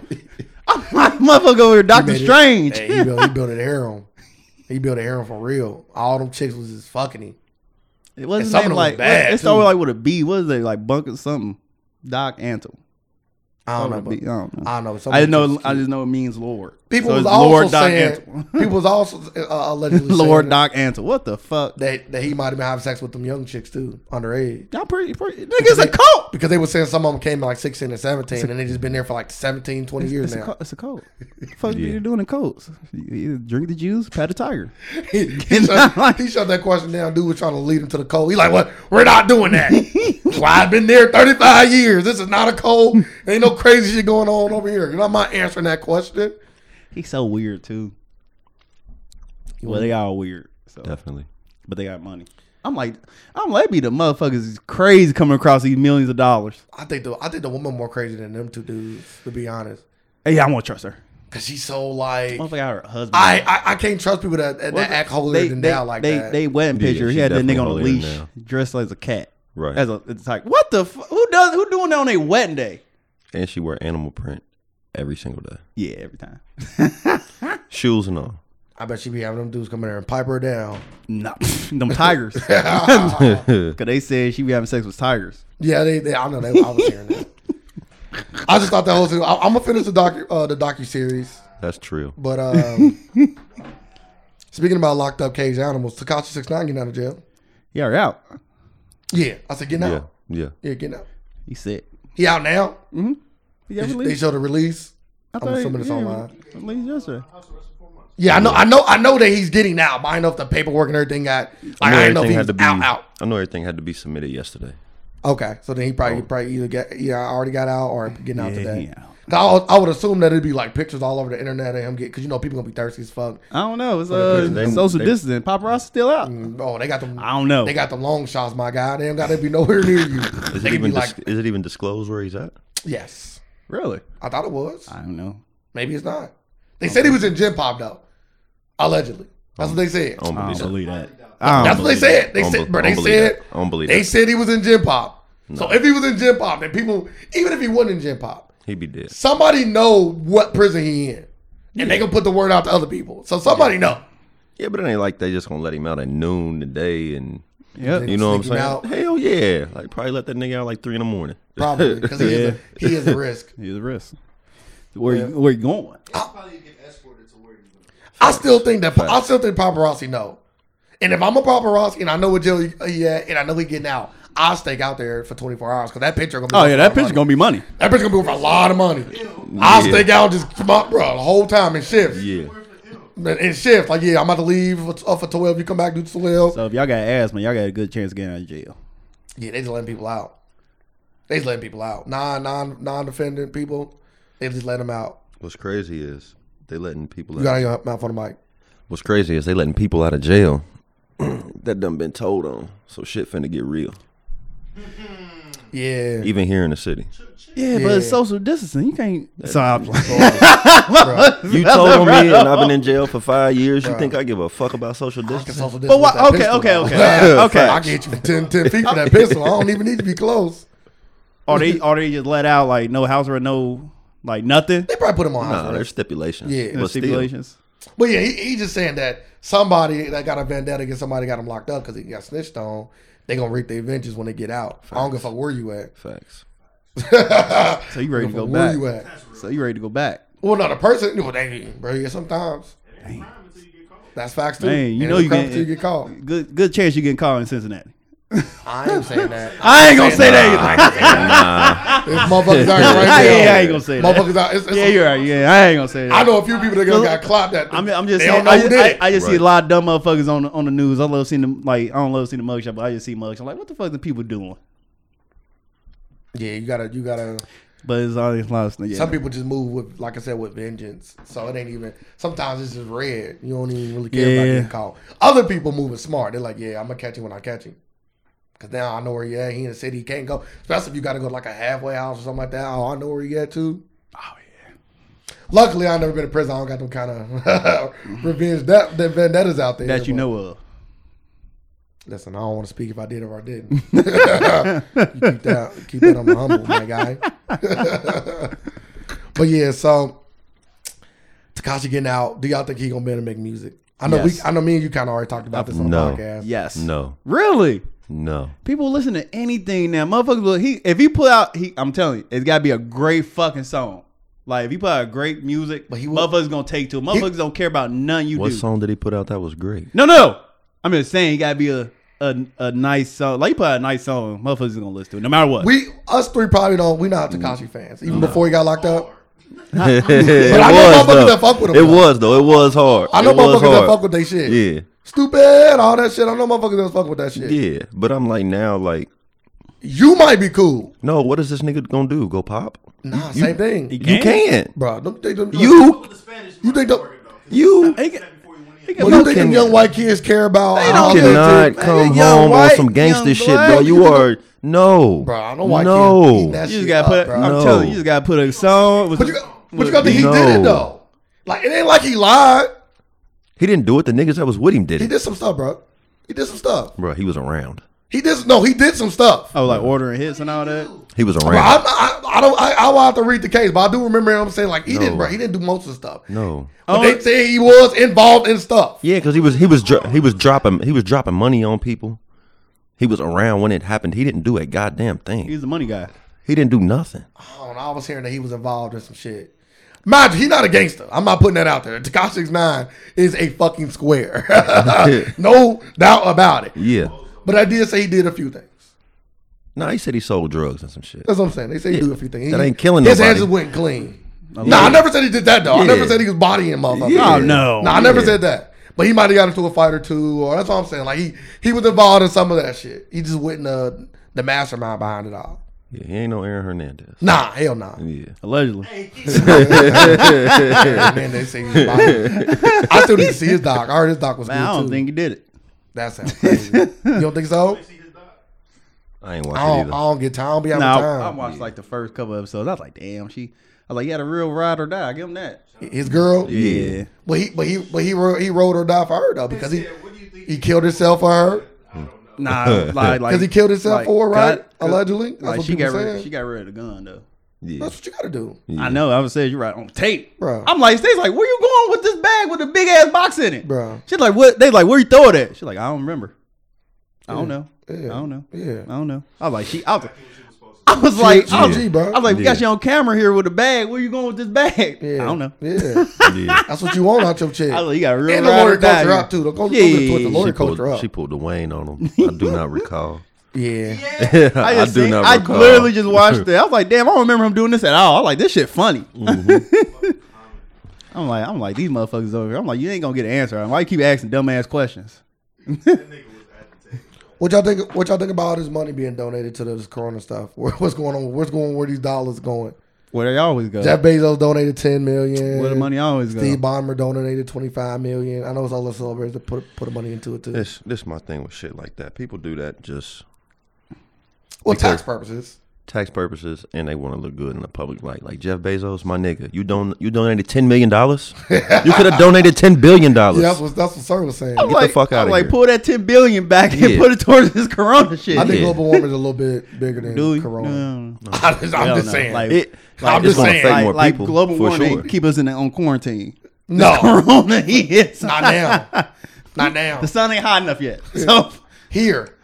I'm like, motherfucker over here, Doctor made it. Strange. Hey, he, built, he built an harem. He built a harem for real. All them chicks was just fucking him. It wasn't some of name them like was bad, it's always too. like with a B. What is it like? Bunker something. Doc Antle. I don't know. Something with a B. But, I don't know. I don't know. but some I of didn't them chicks know. was I cute. just know it means Lord. People So was it's also Lord Doc saying. Antle. people was also uh, allegedly Lord saying Doc Antle. What the fuck? that that he might have been having sex with them young chicks too, underage. Y'all pretty, pretty. Nigga's a They- cult. Because they were saying some of them came at like 16 and 17, and they just been there for like 17, 20 years It's a, now. cult. it's a cult. Fuck, Yeah. you're doing in cults. You either drink the juice, pat a tiger. he, shut, he shut that question down. Dude was trying to lead him to the cold. He like, what? We're not doing that. Why I've been there 35 years. This is not a cold. Ain't no crazy shit going on over here. You know, I'm not answering that question. He's so weird too. Well, they all weird. So, Definitely. but they got money. I'm like, I'm like, be the motherfuckers is crazy coming across these millions of dollars. I think the I think the woman more crazy than them two dudes, to be honest. Hey, I won't trust her. Cause she's so like Motherfucker, got her husband. I, I I can't trust people that that What the- act holier than they, thou like they, that. They wedding Yeah, picture. he she's had that nigga definitely on a holier than leash, thou. dressed as a cat. Right. As a, it's like, what the? Fu- who does? Who doing that on a wedding day? And she wear animal print every single day. Yeah, every time. Shoes and all. I bet she be having them dudes come in there and pipe her down. No, them tigers. Cause they said she be having sex with tigers. Yeah, they, they I know they I was hearing that. I just thought that whole thing. I, I'm gonna finish the docu uh, the docu series, That's true. but um, speaking about locked up caged animals, Takashi Six Nine getting out of jail. Yeah, they out. Yeah, I said getting Yeah. out. Yeah. Yeah, getting out. He said. He out now. He got They- They released? showed the release. I I'm thought he- assuming it's yeah, online. Released yesterday. House arrest for four months. Yeah, I know, I know, I know that he's getting out. But I know if the paperwork and everything got. Like, I, didn't know if he was to be out out. I know everything had to be submitted yesterday. Okay, so then he probably probably either get yeah already got out or getting Oh. out Yeah, today. he out. I would, I would assume that it'd be like pictures all over the internet of him get because you know people gonna be thirsty as fuck. I don't know. It's Well, uh, they- they- social they- distancing. Paparazzi still out. Oh, they got them. I don't know. They got the long shots, my guy. They don't gotta be nowhere near you. they Is it could be even like, dis- is it even disclosed where he's at? yes, really? I thought it was. I Oh, don't know. Maybe it's not. They said he was in gym pop though, allegedly. That's Oh, what they said. I don't I believe don't that. believe that. I don't That's what they believe said. They I don't said, be- bro. I don't They believe said that. I don't believe they that. said he was in gym pop. So if he was in gym pop, then people, even if he wasn't in gym pop, He'd be dead. somebody know what prison he in, and they can put the word out to other people. So somebody know. Yeah, but it ain't like they just gonna let him out at noon today and Yep. you know what I'm Sneak saying? him out. Hell yeah! Like probably let that nigga out like three in the morning. Probably because he, is a- he is a risk. Here's the risk. Where you, where you going? He'll probably get escorted to where he's going. I still think that I still think paparazzi know. And if I'm a paparazzi and I know what jail he he at and I know he getting out, I'll stake out there for 24 hours because that picture gonna be. Oh worth yeah, a that lot of picture money. gonna be money. that picture gonna be worth a lot of money. I'll Yeah. stake out just bro the whole time in shifts. Yeah, Man, in shifts like yeah, I'm about to leave for, uh, for 12. You come back do 12. So if y'all got asthma, y'all got a good chance of getting out of jail. yeah, they just letting people out. They just letting people out. Non non non defendant people, they just let them out. what's crazy is they letting people. You Out. gotta get your mouth on the mic. What's crazy is they letting people out of jail that done been told on. So shit finna get real. Yeah. Even here in the city, Yeah, Yeah. but it's social distancing. You can't. So I'm like, you told on me, and I've been in jail for five years. You think I give a fuck about social distancing? But why- okay, okay, okay. Okay. I get you for 10, 10 feet for that pistol. I don't even need to be close. are they are they just let out like no house or no like nothing? They probably put him on house Nah, there's arrest. stipulations. Yeah. but No still, stipulations. But yeah, he, he just saying that somebody that got a vendetta against somebody got him locked up because he got snitched on. They gonna reap their vengeance when they get out. I don't give a fuck where you at. Facts. So you ready to go where back? you at? So you ready to go back? Well, not a person. Well, dang, bro. Yeah, sometimes. That's facts too. Man, you And know it's you crap get- till you get called. Good good chance you getting called in Cincinnati. I ain't saying that. I ain't gonna say that. either. It's motherfuckers out here right I, ain't, I now. ain't gonna say that. Motherfuckers out. It's, it's Yeah, you're right. Yeah, I ain't gonna say that. I know a few people that Look, got clapped at. I'm, I'm just they saying, don't know I, who just- did I, it. I just see a Right. lot of dumb motherfuckers on the, on the news. I love seeing them like I don't love seeing the mugshot, but I just see mugs. I'm like, what the fuck are people doing? yeah, you gotta, you gotta. But it's all these lost. Yeah. Some people just move with, like I said, with vengeance. So it ain't even. Sometimes it's just red. You don't even really care about Yeah. getting caught. Other people moving smart. They're like, yeah, I'm gonna catch him when I catch him. Cause now I know where he at. He in the city. He can't go. Especially if you gotta go to like a halfway house or something like that. Oh, I know where he at too. Oh, Luckily, I never been to prison. I don't got them kind of revenge that, that vendettas out there that you but- know of. Listen, I don't want to speak if I did or I didn't. you keep that, keep that on my humble, my guy. but yeah, so Takashi getting out. Do y'all think he gonna be able to make music? I know Yes. we, I know me and you kind of already talked about this on No. the podcast. Yes. No. Really? No. People listen to anything now. Motherfuckers will he if he put out he I'm telling you, it's gotta be a great fucking song. Like if you put out great music, But but he he will- motherfuckers gonna take to it. Motherfuckers don't care about none you What do. song did he put out that was great? No, no. I'm just saying, it gotta be a a, a nice song. Like you put out a nice song, motherfuckers is gonna listen to it no matter what. We us three probably don't. We not Takashi fans even before he got locked up. it I know was motherfuckers though. that fuck with him, It though. was though. It was hard. I know It was motherfuckers that hard. fuck with their shit. Yeah. Stupid, all that shit. I know motherfuckers that fuck with that shit. Yeah. But I'm like now, like, You might be cool. no. What is this nigga gonna do? Go pop? Nah, same thing, He You can't. bro. Don't think them, You. The Spanish You think the- market, though, 'cause He You. can- that before you went in. he can What do you fuck- think them can- young white kids care about? They all don't care. that shit? Cannot Man, come young home white, on some gangster young shit, black. bro. You are no, Bro, I know why no. kids eating that you shit just gotta up, put bro. I'm No. telling you, you just gotta put a song with But you, but you with- gotta think he did it No. though. Like it ain't like he lied. He didn't do it. The niggas that was with him did He it, did some stuff, bro. He did some stuff. bro. He was around. He did no. He did some stuff. Oh, like ordering hits and all that. He was Bro, I, around. I, I don't. I, I will have to read the case, but I do remember him saying like he didn't, bro. He didn't do most of the stuff. No, But Oh. they say he was involved in stuff. yeah, because he was he was dro- he was dropping he was dropping money on people. He was around when it happened. He didn't do a goddamn thing. He's the money guy. He didn't do nothing. I don't know. I was hearing that he was involved in some shit. Mind you, he's not a gangster. I'm not putting that out there. Takashi Nine is a fucking square. no doubt about it. Yeah. But I did say he did a few things. No, he said he sold drugs and some shit. That's what I'm saying. They say he Yeah. do a few things. That He- ain't killing His nobody. hands just went clean. Nah, I yeah. never said he did that though. I never Yeah. said he was bodying motherfuckers. Yeah. Oh no. Nah, I never Yeah. said that. But he might have got into a fight or two, or that's what I'm saying. Like he he was involved in some of that shit. He just wasn't the the mastermind behind it all. Yeah, he ain't no Aaron Hernandez. Nah, hell nah. Yeah. Allegedly. And then they say he was bodying. I still need to see his doc. I heard his doc was Man, I good don't too. think he did it. that sounds crazy. you don't think so? I ain't I watching don't, I either. don't get time. I don't be having No, I, I time. watched like the first couple episodes. I was like, damn, she. I was like, you had a real ride or die. Give him that. His girl. Yeah. But he but he but he ro- he rode or died for her though because he Yeah, what do you think? he killed himself for her. Nah, like, like Because he killed himself like, for her, right? cut- Allegedly. That's Like what she people got rid. saying. She got rid of the gun though. Yeah. That's what you gotta do. I know. I was saying you're right on tape, Bro. I'm like, Stace, like, where you going with this bag with the big ass box in it, Bro. She's like, what? They like, where you throw it at? She's like, I don't remember. I don't know. Yeah. I don't know. Yeah. I don't know. I was like, she. I was, I was like, I was, Yeah. Bro. I was like, we got Yeah. you on camera here with a bag. Where you going with this bag? Yeah. I don't know. Yeah. Yeah. That's what you want out your chick. I was like, you got a real and the ride or lawyer die. culture here. up too. Don't go, Yeah, don't go put the yeah, lawyer She culture pulled, up. she pulled the Wayne on him. I do not recall. yeah. I, I, just do seen- not I recall. literally just watched it. I was like, damn, I don't remember him doing this at all. I was like, this shit funny. Mm-hmm. I'm like, I'm like, these motherfuckers over here. I'm like, you ain't gonna get an answer. I'm like, you keep asking dumbass questions. What y'all think? What y'all think about all this money being donated to this Corona stuff? Where, what's going on? Where's going? Where these dollars going? Where they always go. Jeff Bezos donated ten million. Where the money always go. Steve Ballmer donated twenty five million. I know it's all the celebrities that put put the money into it too. This this my thing with shit like that. People do that just well, tax purposes. tax purposes, and they want to look good in the public light. Like Jeff Bezos, my nigga, you don you donated ten million dollars. you could have donated ten billion dollars. Yeah, that's what that's what Sir was saying. I'm the like, fuck I'm outta like, here. pull that ten billion back and Yeah. put it towards this Corona shit. I think Yeah. global warming is a little bit bigger than Do you? Corona. No. I'm just, I'm Hell just no. saying. Like, It- like, I'm just it's gonna saying. affect more like people, global for warming sure. keep us in the, on quarantine. No. Corona, he is not now. Not now. The sun ain't hot enough yet. So Here,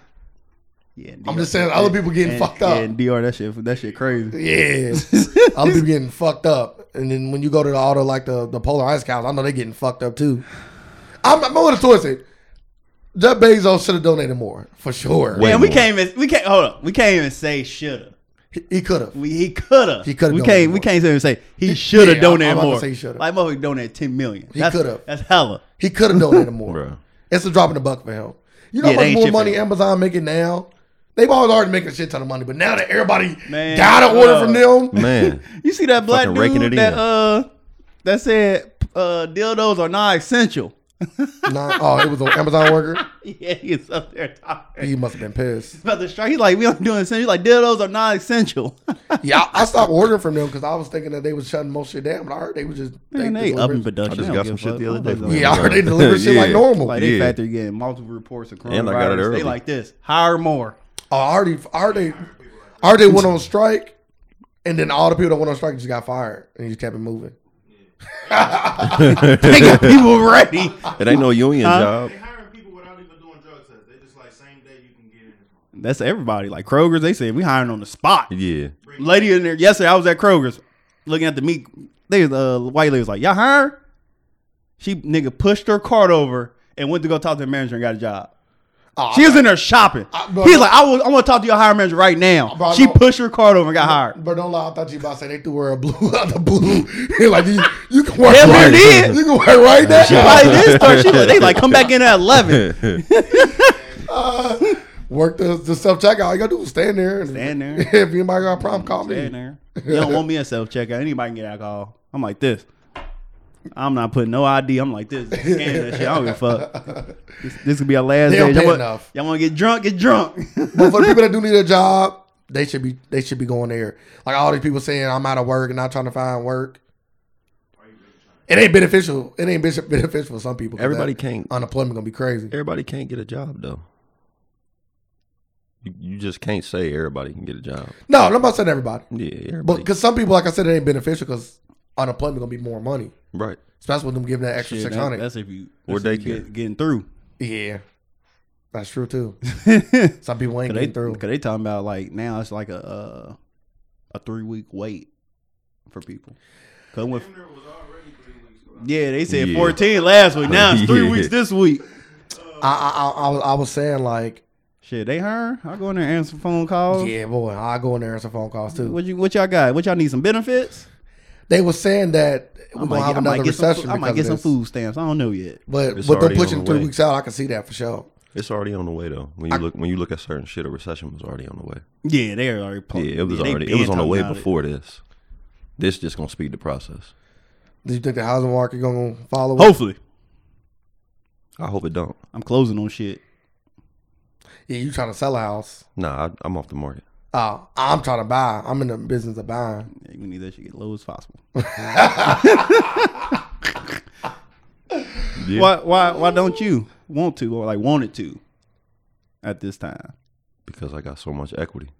Yeah, DR I'm just saying other people getting and- fucked up. Yeah, and DR, that shit, that shit crazy. Yeah, other people getting fucked up, and then when you go to the auto like the, the polar ice cows, I know they getting fucked up too. I'm, I'm going to towards it. Jeff Bezos should have donated more for sure. Wait. Damn, we more. can't even. We can't hold up. We can't even say shoulda. He, he could have. We he coulda. He coulda We donated can't. more. We can't even say he shoulda yeah, I'm- I'm donated about to more. say he shoulda. Like motherfucker donated ten million. He That's- coulda. That's hella. He could have donated more. Bruh. It's a drop in the buck for him. You know Yeah, how they much ain't more shit money for him. Amazon making now? They've always already making a shit ton of money, but now that everybody Man, got an order from them, Man, You see that black Fucking raking dude it that in. uh that said uh dildos are not essential. nah, oh, it was an Amazon worker. yeah, he's up there talking. He must have been pissed. about the strike. He's like, we don't do essential. Like dildos are not essential. Yeah, I, I stopped ordering from them because I was thinking that they was shutting most shit down, but I heard they was just Man, they deliver- up in production. I just They got don't some give a shit the fuck. other Motherfuckers day. from don't Yeah, I Amazon. heard they deliver shit like Yeah. normal. Like they Yeah. factory getting multiple reports of coronavirus. And I got it They early. like this. Hire more. Oh, I already, I already, I already went on strike, and then all the people that went on strike just got fired, and you just kept it moving. They got people ready. It ain't no union Huh? job. They hiring people without even doing drug tests. They just like same day you can get in. That's everybody. Like Kroger's, they said we hiring on the spot. Yeah. Lady in there yesterday, I was at Kroger's looking at the meat. They uh white lady was like, Y'all hire? She nigga pushed her cart over and went to go talk to the manager and got a job. Oh, She was in there shopping. I- bro, He's like, I was, I want to talk to your hiring manager right now. Bro, I she know- pushed her card over and got hired. But don't lie, I thought you about to say they threw her a blue out the blue. like you, you can work Damn near right, did. you can work right now. She probably did start. She was, they like, come back in at eleven. work the, the self checkout. All you gotta do is stand there. And Stand there. if anybody got a problem, call Stay in me. there. You don't want me a self checkout. Anybody can get alcohol. I'm like this. I'm not putting no ID. I'm like this. Scan that shit. I don't give a fuck. This, this could be our last They day. don't Y'all pay want, enough. y'all want to get drunk? Get drunk. But for the people that do need a job, they should be they should be going there. Like all these people saying, I'm out of work and not trying to find work. It ain't beneficial. It ain't bene- beneficial for some people. 'cause Everybody that can't. unemployment gonna be crazy. Everybody can't get a job though. You, you just can't say everybody can get a job. No, I'm not saying everybody, Yeah, but everybody. because some people, like I said, it ain't beneficial because unemployment gonna be more money, right. especially with them giving that extra Shit, six that- hundred. that's if you. Or that's if you daycare. get, getting through. Yeah, that's true too. Cause Some people ain't they, getting through. Cause they talking about like now it's like a uh, a three week wait for people. Cause when, There was already three weeks. ago. yeah, they said Yeah. 14 last week. Now it's three Yeah. weeks this week. I, I, I, I, was, I was saying like, Shit, they hiring? I go in there and answer phone calls. yeah, boy, I go in there and answer phone calls too. What you what y'all got? What y'all need some benefits? They were saying that we're I might gonna have get- I might another get some recession. fo- I might because get of some this. food stamps. I don't know yet. But It's but they're already on pushing the three way. weeks out. I can see that for sure. It's already on the way though. When you look when you look at certain shit, a recession was already on the way. Yeah, they are already. Pumped. Yeah, it was they already it been was on the talking way about it. before this. This just gonna speed the process. Do you think the housing market gonna follow? it? Hopefully, I hope it don't. I'm closing on shit. Yeah, you trying to sell a house? Nah, I, I'm off the market. Uh, I'm trying to buy. I'm in the business of buying. Yeah, we need that shit get low as possible. Yeah. Why why why don't you want to or like wanted to at this time? Because I got so much equity.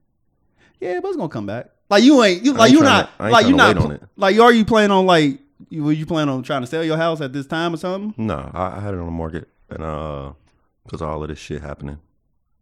Yeah, but it's gonna come back. Like you ain't you like ain't you tryna- not I ain't like you tryna not wait pl- on it. like are you planning on like you, were you planning on trying to sell your house at this time or something? Nah, I, I had it on the market and uh because all of this shit happening,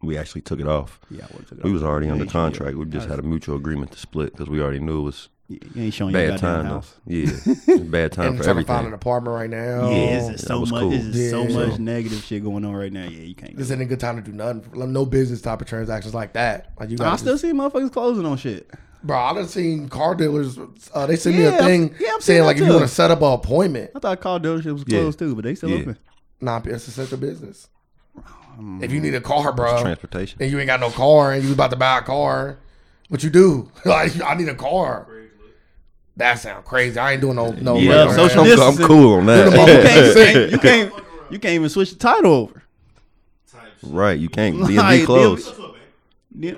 we actually took it off. Yeah, I would've took it We off. was already You under ain't showing your- contract. We just had a mutual agreement to split because we already knew it was Yeah, you ain't showing your bad goddamn time. though. house. Yeah, it's bad time And for trying to find everything. an apartment right now. Yeah, it's just that so was much. cool. It's just so Yeah. much negative shit going on right now. Yeah, you can't. do this ain't a good time to do nothing. Like, No business type of transactions like that. Like you I got, still see motherfuckers closing on shit. bro. I done seen car dealers. Uh, they send me Yeah, a thing yeah, I'm seeing saying that like if too. you want to set up an appointment, I thought car dealerships was Yeah. closed too, but they still Yeah. open. nah, it's essential business. If you need a car, bro, Transportation. and you ain't got no car and you about to buy a car, what you do? like I need a car. That sound crazy. I ain't doing no no. Yeah, regular- social I'm, I'm distancing. cool Do on You the most- can't, you that. can't, you can't, you can't even switch the title over. right, you can't. D and Like, B closed. DMV Yeah,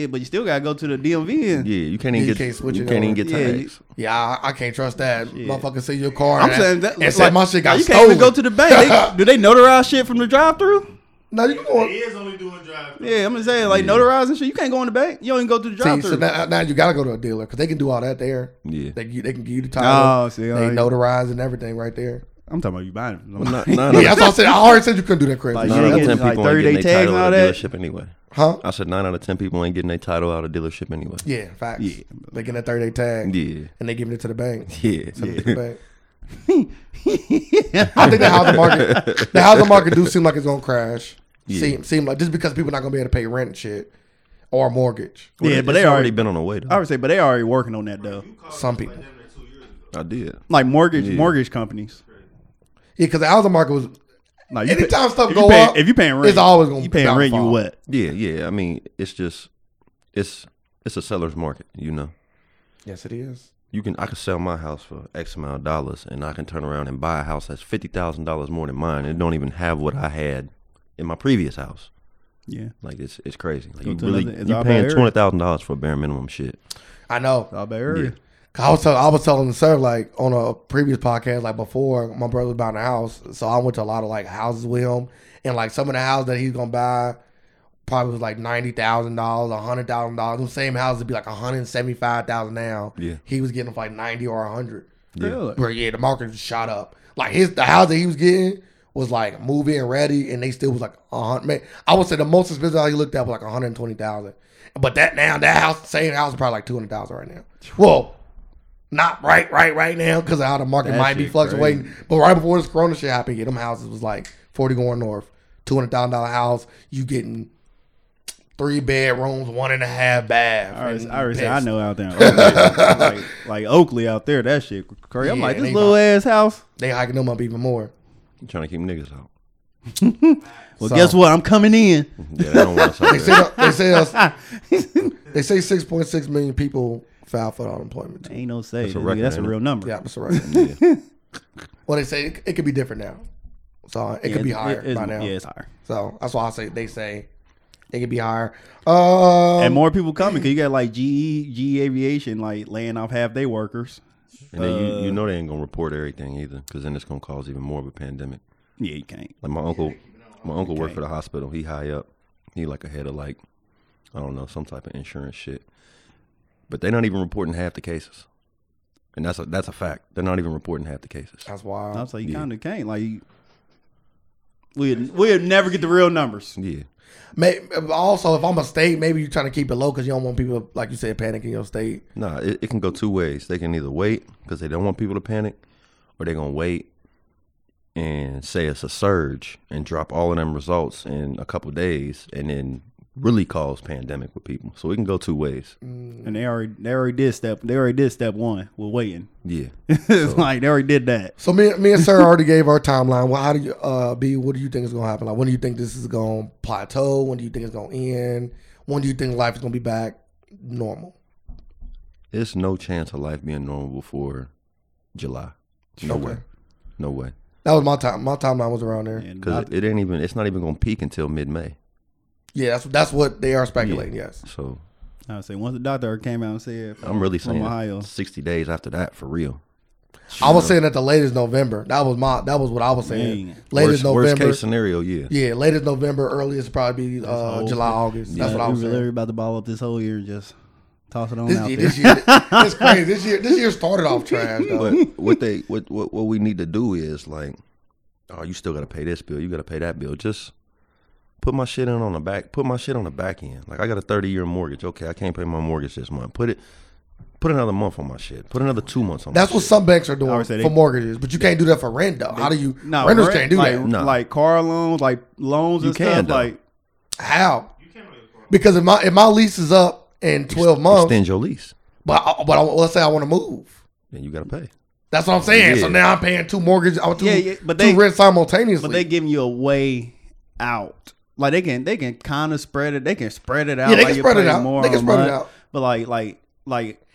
yeah, but you still gotta go to the DMV. And, Yeah, you can't Yeah, even you get. can't switch you it can't over. even get Yeah, taxed. Yeah, I, I can't trust that. Motherfucker, see your car. I'm and- saying that. and say my shit got you stolen. can't even go to the bank. They, do they notarize shit from the drive-through? no, you He going. is only doing drive. Yeah, I'm gonna say like notarizing shit. You can't go in the bank. You don't even go to the See, so drive-through. now, now you gotta go to a dealer because they can do all that there. Yeah. They, they can give you the title. Oh, see, they all right. notarize and everything right there. I'm talking about you buying it. Not, not, Yeah, that's what I said. I already said you couldn't do that, Chris. Like, Not you all get, Oh. them like, people ain't 30-day getting their tags title and all at a that. dealership anyway. Huh? I said nine out of ten people ain't getting their title out of dealership anyway. Yeah, facts. Yeah. They get a 30 day tag Yeah, and they giving it to the bank. yeah, To yeah. the bank. I think the housing market, the housing market do seem like it's gonna crash. Seem seem like just because people not gonna be able to pay rent and shit or a mortgage. Yeah, but It's they already already. been on the way. I Though. would say, but they already working on that though. Some people, yeah, Damn near two years ago. I did. Like mortgage, mortgage companies. because the housing market was Like you anytime stuff if you go pay- up, if you paying rent, it's always gonna you paying rent, you downfall. what? Yeah, yeah. I mean, it's just, it's, it's a seller's market. You know, Yes, it is. you can. I could sell my house for X amount of dollars, and I can turn around and buy a house that's fifty thousand dollars more than mine, and don't even have what I had in my previous house. Yeah, Like it's it's crazy. Like Go you to really another- it's you all paying about twenty thousand dollars for bare minimum shit. I know. all Bay Area. I was tell, I was telling the sir like on a previous podcast like before my brother was buying a house, so I went to a lot of like houses with him, and like some of the houses that he's gonna buy probably was like ninety thousand dollars, hundred thousand dollars. The same houses would be like one hundred seventy five thousand now. Yeah. he was getting for like ninety or hundred. Really? But yeah, the market just shot up. Like his the house that he was getting was like move in ready, and they still was like a hundred. Man, I would say the most expensive house he looked at was like one hundred twenty thousand. But that now that house, same house, is probably like two hundred thousand right now. Well, not right, right, right now because how the market That might be shit fluctuating. But right before this Corona shit happened, yeah, them houses was like forty going north, two hundred thousand dollar house. You getting three bedrooms, one and a half bath. I already, and I already said I pets. know out there, in Oakland, like, like Oakley out there, that shit crazy. I'm Yeah, like it this ain't little hot. ass house. They hiking them up even more. I'm trying to keep niggas out. Well, So- guess what? I'm coming in. Yeah, they don't want us out They there. say they say us They say 6.6 million people file for unemployment. Too. Ain't no say. That's a a, record, that's a ain't it? real number. Yeah, that's right. Well, they say it, it could be different now. So it could be higher it's- by now. Yeah, it's higher. So that's why I say they say it could be higher. Um, and more people coming because you got like GE, GE E Aviation like laying off half their workers. And then you, you know they ain't gonna report everything either, because then it's gonna cause even more of a pandemic. Yeah, you can't. Like my uncle, my uncle worked for the hospital. He high up. He like a head of like, I don't know, some type of insurance shit. But they're not even reporting half the cases, and that's a that's a fact. They're not even reporting half the cases. that's wild. I was like, you kind of can't. Like, we we'll never get the real numbers. Yeah, May also, if I'm a state, maybe you're trying to keep it low because you don't want people, like you said, panic in your state. nah, it, it can go two ways. They can either wait because they don't want people to panic, or they're gonna wait and say it's a surge and drop all of them results in a couple days, and then really cause pandemic with people. So it can go two ways. And they already they already did step they already did step one. We're waiting. Yeah. it's like they already did that. So me, me and Sarah already gave our timeline. Well, how do you, uh, B? What do you think is gonna happen? Like, when do you think this is gonna plateau? When do you think it's gonna end? When do you think life is gonna be back normal? There's no chance of life being normal before July. No Okay. way. No way. That was my time. My timeline was around there. Yeah, And Because not- it ain't even. It's not even gonna peak until mid May. that's that's what they are speculating. Yes, So I would say once the doctor came out and said, I'm really From saying Ohio. sixty days after that for real. I was saying at the latest November. That was my. That was what I was saying. Dang. Latest worst, worst November. case scenario, yeah. yeah, latest November. Earliest probably be uh, whole- July, August. That's Yeah, what I was we were saying. literally about to ball up this whole year and just toss it on This out year, there. this year, it's crazy. This year, this year started off trash. Though. But what they what, what what we need to do is like, oh, you still gotta pay this bill. You gotta pay that bill. Just put my shit in on the back. Put my shit on the back end. Like I got a thirty year mortgage. Okay, I can't pay my mortgage this month. Put it. Put another month on my shit. Put another two months on. That's my what shit. some banks are I doing would say they- for mortgages, but you can't do that for rent though. How do you? No, renters rent- can't do like, that. No. Like car loans, like loans You and can, stuff. though. Like How? Because if my if my lease is up in twelve months, extend your lease. but I, but I, let's say I want to move. Then you gotta pay. That's what I'm saying. So Yeah. now I'm paying two mortgages, or two, Yeah, yeah, but but they, they- two rent simultaneously. but they giving you a way out. Like they can they can kind of spread it. They can spread it out. Yeah, they like can you're spread it paying out. They can a spread it month. out. But like like like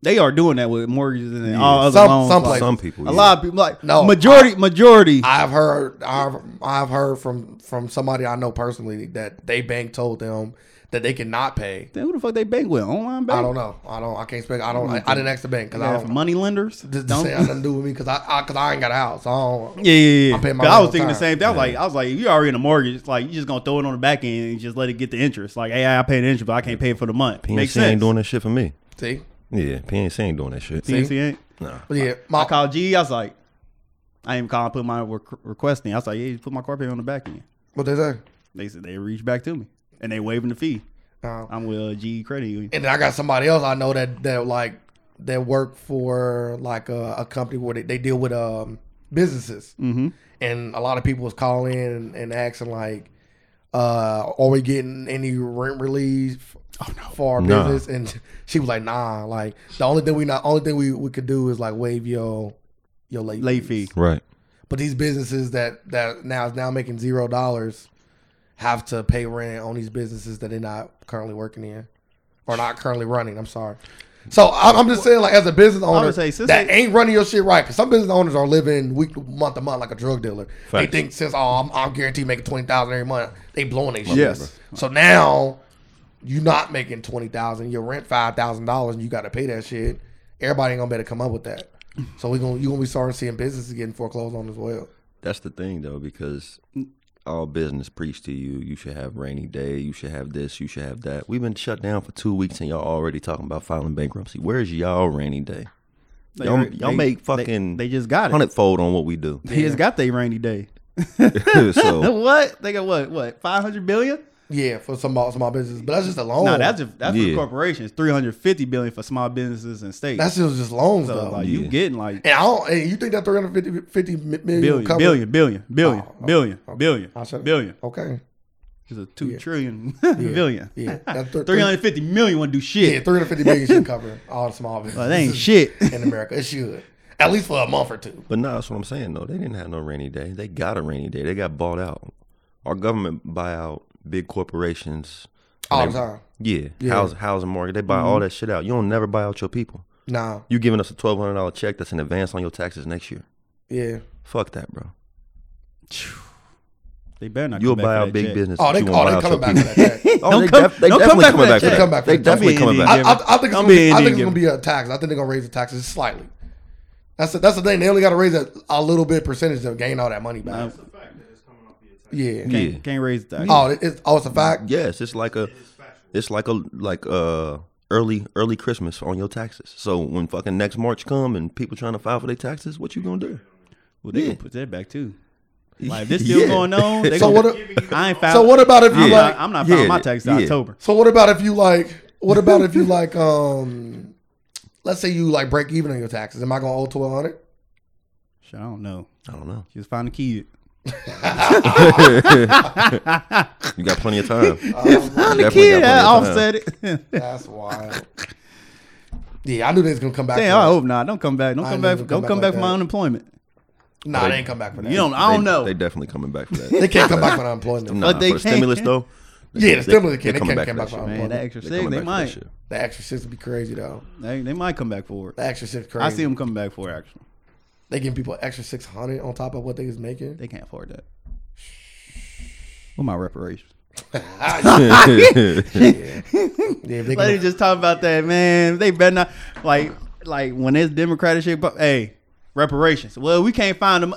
they are doing that with mortgages and all other Some- loans. some like, places. Some people. a yeah. lot of people like No, no majority majority. I've heard I've I've heard from from somebody I know personally that they bank told them that they cannot pay. Then who the fuck they bank with? Online bank? I don't know. I don't. I can't speak. I don't. I, I didn't ask the bank because I They don't. have money lenders. This this Don't- ain't got nothing to do with me because I because I, ain't got a house. I don't. Yeah, yeah, yeah. I'm paying my 'Cause I rent was on thinking the time. same thing. I was like, I was like, if you're already in a mortgage, it's like you just gonna throw it on the back end and just let it get the interest. Like, hey, I pay the interest, but I can't pay it for the month. PNC Makes sense. ain't doing that shit for me. See, Yeah, PNC ain't doing that shit. PNC ain't. Nah. but yeah, I my, called G. I was like, I ain't calling. Put my requ request in. I was like, yeah, you put my car payment on the back end. what they say? They said they reached back to me. and they waiving the fee. Um, I'm with uh, GE Credit Union. and then I got somebody else I know that that like that work for like a, a company where they, they deal with um businesses, Mm-hmm. and a lot of people was calling in and, and asking like, uh, are we getting any rent relief? Oh, For our Nah. business, and she was like, "Nah, like the only thing we not only thing we, we could do is like waive your your late Late fees. fee. Right. But these businesses that that now is now making zero dollars have to pay rent on these businesses that they're not currently working in or not currently running. I'm sorry. So I'm, I'm just saying, like as a business owner, say, since that they- ain't running your shit right. Because some business owners are living week, to month to month like a drug dealer. They Facts. think since oh I'm, I'm guaranteed making twenty thousand every month, they blowing their shit. Yes. So now you're not making twenty thousand. Your rent five thousand dollars, and you got to pay that shit. Everybody ain't gonna be able to come up with that. So we gonna you gonna be starting seeing businesses getting foreclosed on as well. That's the thing though, because all business preach to you. You should have rainy day. You should have this. You should have that. We've been shut down for two weeks, and y'all already talking about filing bankruptcy. Where's y'all rainy day? They- y'all they- y'all make fucking They just got it. hundredfold on what we do. He has got their rainy day. so what? They got what? What? Five hundred billion? Yeah, for some small- small businesses, but that's just a loan. No, that's if that's Yeah. for corporations. Three hundred fifty billion for small businesses and states. that's just, just loans so though. like Yeah. you getting like and I don't. And you think that 350 50 mi- million billion, cover- billion, billion, billion, Oh, okay. billion, Okay. billion, I'll shut it. billion. Okay. It's a two Yeah. trillion Yeah. billion. Yeah. That's thir- Three hundred fifty million won't do shit. Yeah, 350 million should cover all the small businesses. Well, that ain't shit. in America. It should. At least for a month or two. But no, that's what I'm saying. though. they didn't have no rainy day. They got a rainy day. They got bought out. Our government buy out big corporations. All They- the time. Yeah, Yeah. House, housing market. They buy Mm-hmm. all that shit out. You don't never buy out your people. Nah. You giving us a twelve hundred dollar check that's in advance on your taxes next year. Yeah. Fuck that, bro. They better not. You'll come back buy for out that big check. business. Oh, but they, you won't buy oh, they out coming your back people. to that check. Oh, Don't they, come- def- they don't come definitely back for coming that back for check. Come that. back for They that. Don't definitely be coming an back. I, for idiot. that. Yeah, I, but- I think it's Don't gonna be be, an I think idiot, it's gonna Gary. be a tax. I think they're gonna raise the taxes slightly. That's the, that's the thing. They only got to raise a, a little bit percentage to gain all that money back. It's the fact that it's coming off your tax. Yeah. Yeah. Can't, can't raise that. Oh, it, it's, oh, it's a fact. Yes, it's like a, It's factual. it's like a like uh early early Christmas on your taxes. So when fucking next March come and people trying to file for their taxes, what you gonna do? well, they yeah. gonna put that back too. Like if this still Yeah. going on. They So gonna, what what? I ain't filed. So what about if you I'm, Yeah. like? not, I'm not filing Yeah, my tax to yeah. October. So what about if you like? What about if you like? Um, let's say you like break even on your taxes. Am I gonna owe twelve hundred? Shit, I don't know. I don't know. Just find a kid. You got plenty of time. Find a Definitely kid. got I offset plenty it. That's wild. Yeah, I knew they was gonna come back. Damn, for I that. hope not. Don't come back. Don't I come know back. they Don't come come back, back like for my that. unemployment. Nah, they ain't come back for that. You don't. I don't They- know. They definitely coming back for They that. can't come back for unemployment. Nah, But they for the stimulus can't. though. Yeah, the stimulus they can't. They coming can't back come for back for that shit. man, unemployment. that extra They six. coming They back for that might. shit. The extra six would be crazy though. They, they might come back for it. The extra six crazy. I see them coming back for it. Actually, They giving people an extra six hundred on top of what they was making. they can't afford that. What my reparations? Yeah, if they Let me can, just talk about that, man. They better not like like when it's Democratic shit. But hey, reparations. Well, we can't find them.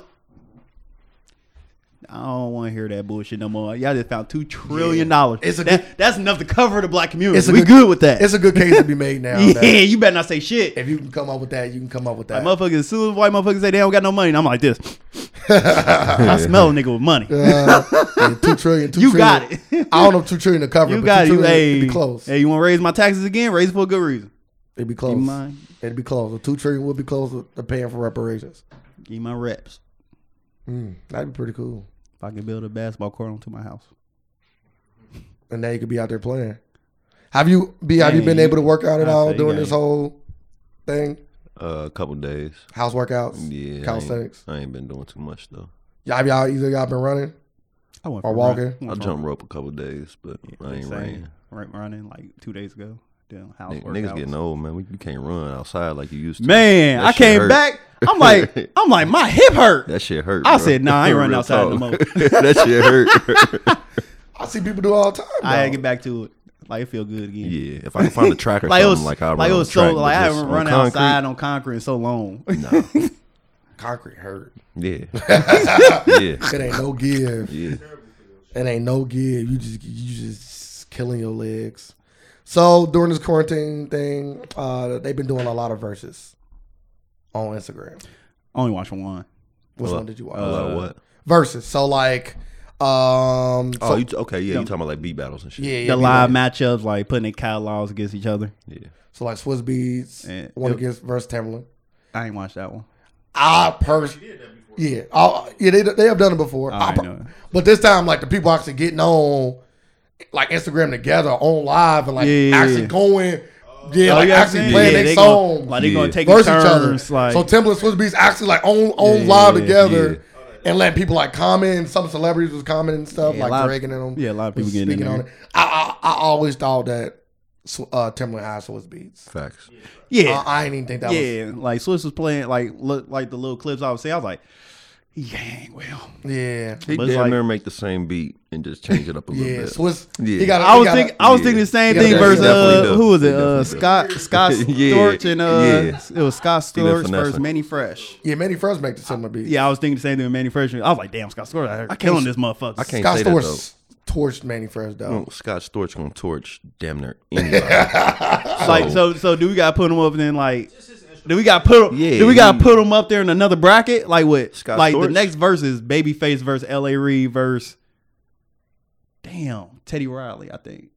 I don't want to hear that bullshit no more. Y'all just found two trillion dollars. It's a That- good- that's enough to cover the black community. It's a we good- good, with that. it's a good case to be made now. that yeah, you better not say shit. if you can come up with that, you can come up with that. Like motherfuckers, as soon as white motherfuckers say they don't got no money, I'm like this. I smell a nigga with money. Uh, yeah, two trillion. Two You trillion. got it. I don't know if two trillion to cover. You but got it. two You, trillion, hey, it'd be close. hey, you want to raise my taxes again? Raise it for a good reason. it'd be Give close. me my, It'd be close. The two trillion would be close to paying for reparations. give me my reps. Mm, that'd be pretty cool. If I can build a basketball court onto my house. And now you could be out there playing. Have you be? Have you Man, been you- able to work out at I all say you during got this it. whole thing? Uh, a couple days. House workouts, Yeah, I ain't- calisthenics. I ain't, been doing too much though. Y'all, have y'all either y'all been running? I went for a Or run- walking. went I for a jumped rope a couple days, but I ain't Same. running. Right running like two days ago. Damn, house Nigg- workouts. Niggas getting old, man. We, you can't run outside like you used to. Man, That I shit came hurt. back. I'm like, I'm like, my hip hurt. That shit hurt. I bro. said, nah, I ain't Real running outside no talk. more. that shit hurt. I see people do it all the time. I had to though. get back to it. Like it feel good again. yeah, if I can find a track or Like it something, was like like, I run it on was track, so but like I just haven't on run concrete, outside on concrete in so long. Concrete hurt. Yeah, yeah, It ain't no give. yeah. It ain't no give. You just you just killing your legs. So during this quarantine thing, uh, they've been doing a lot of verses on Instagram. I only watched one. Which Well, Uh, one did you watch? Well, what? verses. So like, Um, Oh, you t- okay, yeah, you talking about like beat battles and shit. yeah, yeah, the be live like- matchups, like putting in catalogs against each other. Yeah. So like Swiss Beats, Yeah. one Yep. against versus Timberland. I ain't watched that one. I personally, yeah, I, yeah, they they have done it before. I I per- know. but this time, like the people actually getting on, like Instagram together on live and like Yeah, yeah, actually yeah. going, yeah, Oh, like yeah, I'm actually saying? playing Yeah, their they song Gonna, like they gonna Yeah. take versus turns. each other. Like so Timberland Swiss Beats actually like on on Yeah, live yeah, together. And letting people like comment, some celebrities was commenting and stuff, Yeah, a like lot- Drake and them. yeah, a lot of people was getting in speaking on there. it. I, I I always thought that Sw- uh, Timberland had Swiss Beats. Facts. yeah, I, I didn't even think Ah, that yeah. like Swiss was playing like look like the little clips I would say. I was like, he ain't well. was yeah. He But damn it's like- near make the same beat and just change it up a little Yeah, bit. Swiss. He Yeah. got. I was got thinking, I was thinking the same Yeah, thing he versus definitely uh, does. who was it? He Uh, definitely Scott Scott Yeah, Storch and uh, yeah. it was Scott He been Storch versus finessing. Manny Fresh. Yeah, many friends make the summer beat. Yeah, I was thinking the same thing with Manny Fresh. I was like, damn, Scott Storch, I killing this motherfucker. I can't Scott say that, Storch torched Manny Fresh though. Oh, Scott Storch gonna torch damn near anybody. Like so, so do we gotta put him up then? Like, do we gotta put him? Yeah, do we gotta he- put him up there in another bracket? Like what? Scott like the Storch? next verse is Babyface versus L.A. Reid versus damn Teddy Riley. I think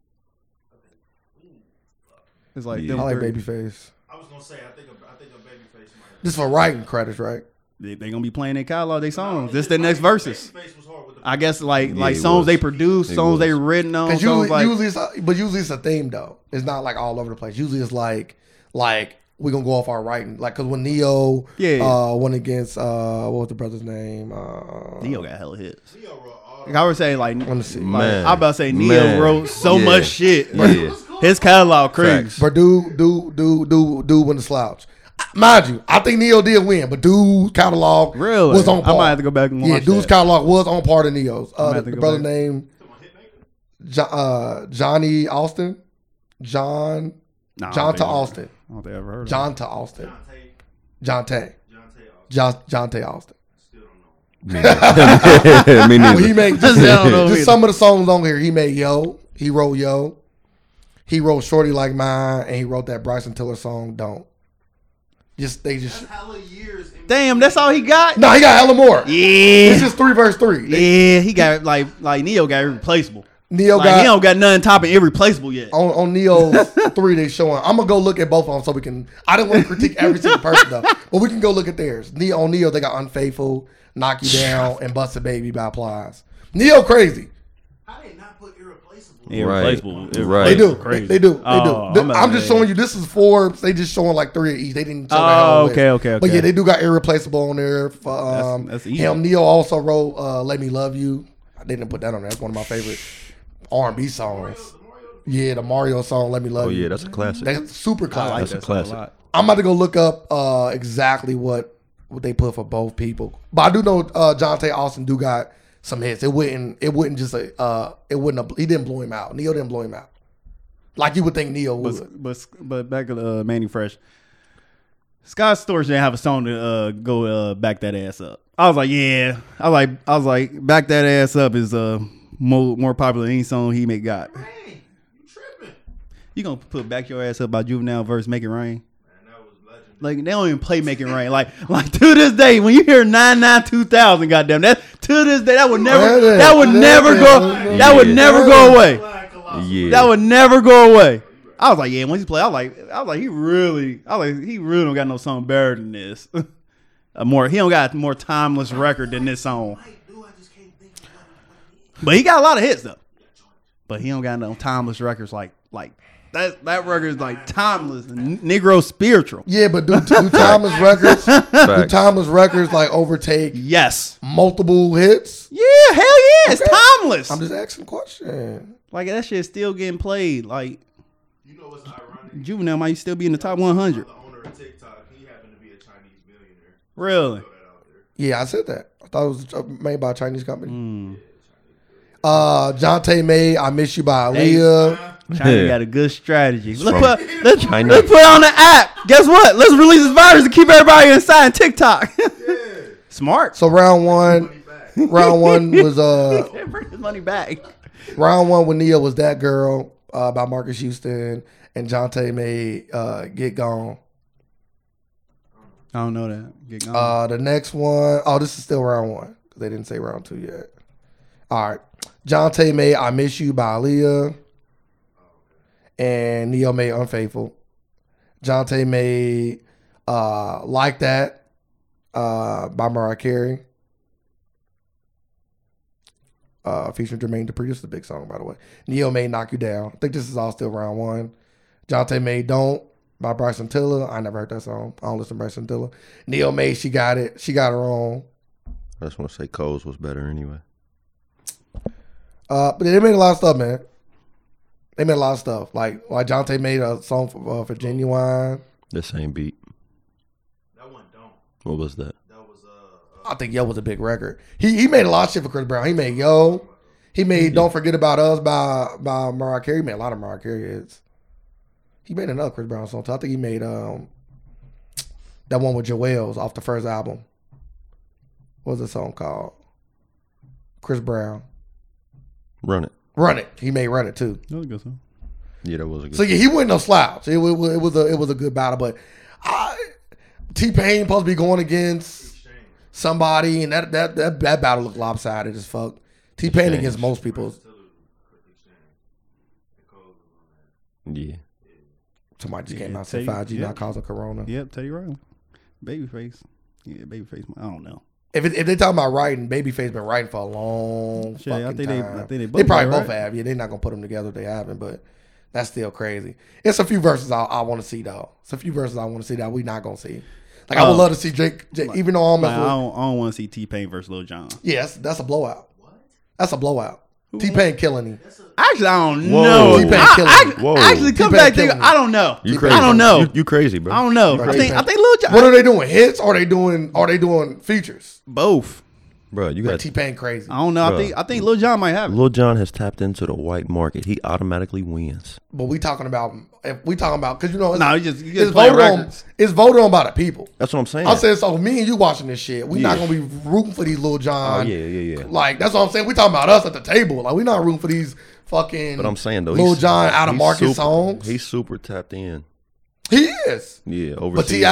it's like Yeah. them I like three. Babyface. I was gonna say I think a, I think a babyface might. This for writing credits, right? They, they gonna be playing their catalog. They songs. This their next verses. Babyface was hard with the I guess like Yeah, like it songs was. they produced, It songs they was. written on. Because Songs usually, like usually, it's, uh, but usually it's a theme though. It's not like all over the place. Usually it's like, like we gonna go off our writing. Like because when Neo, Yeah. uh, went against uh, what was the brother's name? Uh, Neo got hella hits. Neo wrote all Like I would say like, like Let me see. Man. I about to say Neo Man. wrote so Yeah. much shit. bro. Yeah. His catalog crazy. Facts. But dude, dude, dude, dude, dude, win the slouch. Mind you, I think Neo did win, but dude catalog Really? was on I par. might have to go back and Yeah, watch dude's that. catalog was on par to Neo's. might Uh, the, have to the go brother back. named jo- uh, Johnny Austin, John Nah, I don't John think to I- Austin, I don't think I ever heard of him. John to Austin, Tay, John Tay, John Tay. I John Jonte Austin. still don't know. Me neither. Me Well, he neither. made Just- just, I don't know either. just some of the songs on here. He made Yo, he wrote Yo, he wrote Shorty Like Mine, and he wrote that Bryson Tiller song Don't. Just they just That's hella years. in Damn, that's all he got. No, he got hella more. It's Yeah, just three verse three. They- yeah, he got like like Neo got irreplaceable. Neo Like got Oh. he don't got nothing topping irreplaceable yet. on, on Neo's three they showing. I'm gonna go look at both of them so we can I don't want to critique every single person though. But we can go look at theirs. Neo on Neo, they got Unfaithful, Knock You Down, and Bust a Baby by Plies. Neo crazy. How they not put irreplaceable? Yeah, Irreplaceable. Right. Irreplaceable. They Right. do. Crazy. They do. They Oh, I'm do. I'm, not just mad. showing you this is Forbes. They just showing like three of each. They didn't show that Oh, whole okay, list. okay, But okay. yeah, they do got irreplaceable on there. For, That's- um, that's easy. him Neo also wrote uh, "Let Me Love You." I didn't put that on there. That's one of my favorite R and B songs. Yeah, the Mario song "Let Me Love Oh You." yeah, that's a classic. That's super I like classic. That's a that song classic. lot. I'm about to go look up uh, exactly what what they put for both people. But I do know uh, Jonte Austin do got some hits. It wouldn't it wouldn't just uh, uh it wouldn't have- he didn't blow him out. Neo didn't blow him out. Like you would think Neo would. But but but back to uh, Manny Fresh. Scott Storch didn't have a song to uh, go uh, back that ass up. I was like, yeah. I like I was like, back that ass up is uh more more popular than any song he may got. Hey, you tripping? You gonna put back your ass up by Juvenile verse Make It Rain? Man, that was legendary. Like they don't even play Make It Rain. Like like to this day, when you hear nine nine two thousand, goddamn that to this day that would never That is- that would that never is- go that would Yeah. never go away. Flying Colossus. Yeah. That would never go away. I was like, yeah. Once he played, I was like, I was like, he really, I was like, he really don't got no song better than this. A more, he don't got a more timeless record than this song. Like, dude, I just can't think of what it is. But he got a lot of hits though. But he don't got no timeless records like like that. That record is like timeless, n- Negro spiritual. yeah, but do, do Thomas records do Facts. Thomas records like overtake Yes. multiple hits? Yeah. Hell yeah. It's Okay. timeless. I'm just asking a question. like that shit's still getting played. Like You know what's ironic? juvenile might still be in the top 100. The owner of TikTok, he happened to be a Chinese billionaire. Really. Throw that out there. Yeah, I said that. I thought it was uh, made by a Chinese company. Uh, Jonte made "I Miss You" by Hey. Aaliyah. China Yeah. got a good strategy. Let's from put, let's, China. let's put on the app. Guess what? Let's release this virus to keep everybody inside and TikTok. Smart. So round one, round one was uh Yeah, Bring his money back. round one with Neo was that girl uh, by Marcus Houston and Jonte made uh, get gone. I don't know that. Get gone. Uh, the next one, oh, this is still round one. They didn't say round two yet. All right. Jonte made I Miss You by Aaliyah. And Neo made Unfaithful. Jonte made uh, Like That uh, by Mariah Carey. Uh, featuring Jermaine Dupri. This is a big song, by the way. Neo made Knock You Down. I think this is all still round one. Jonte made Don't by Bryson Tiller. I never heard that song. I don't listen to Bryson Tiller. Neo made She Got It. She Got Her Own. I just want to say Coles was better anyway. Uh, but they made a lot of stuff, man. They made a lot of stuff. Like like Jonte made a song for, uh, for Genuine. The same beat. That one don't. What was that? That was uh, I think Yo was a big record. He he made a lot of shit for Chris Brown. He made Yo. He made Don't Forget About Us by by Mariah Carey. He made a lot of Mariah Carey hits. He made another Chris Brown song. too. I think he made um that one with Joel's off the first album. What was the song called? Chris Brown. Run it. Run it. He made Run it too. That was a good song. Yeah, that was a good. So yeah, he wasn't no slouch. It was, it was a it was a good battle, but I, T Pain supposed to be going against shame. somebody, and that that that, that battle looked lopsided as fuck. T Pain against most people. Tiller quickly changed. The Coles was on that. yeah. Somebody just Yeah, came out and said Tay- five G yeah. not causing corona. Yep, Teddy Riley. Babyface. Yeah, Babyface. I don't know. If, it, if they talking about writing, Babyface been writing for a long Shit, I fucking think they- I time. think they both probably right, both right? have. Yeah, they're not gonna put them together. if They haven't, but that's still crazy. It's a few verses I, I want to see though. It's a few verses I want to see that we not gonna see. Like I would Oh. love to see Jake, Jake even though I'm Like, I with- don't, I don't want to see T Pain versus Lil Jon. Yeah, that's, that's a blowout. That's a blowout. T Pain killing him. Actually, I don't Whoa. know. T-Pain I- killing I- him. Whoa. Actually, come T-Pain back to killing him. I don't know. You I don't know. You, you crazy, bro. I don't know. Right. I think I think Lil Jon What are they doing? Hits? Or are they doing? Are they doing features? both. Bro, you got T Pain crazy. I don't know. I Bruh. think I think Lil Jon might have it. Lil John has tapped into the white market. He automatically wins. But we talking about if we talking about because you know it's, Nah, you just- you just it's playing voted on. records. It's voted on by the people. That's what I'm saying. I'm saying so. Me and you watching this shit, we not Yeah. gonna be rooting for these little John. Oh, yeah, yeah, yeah. Like that's what I'm saying. We talking about us at the table. Like we not rooting for these fucking. But I'm saying though, Lil he's- John out of he's market super- songs. He's super tapped in. he is. Yeah, But overseas.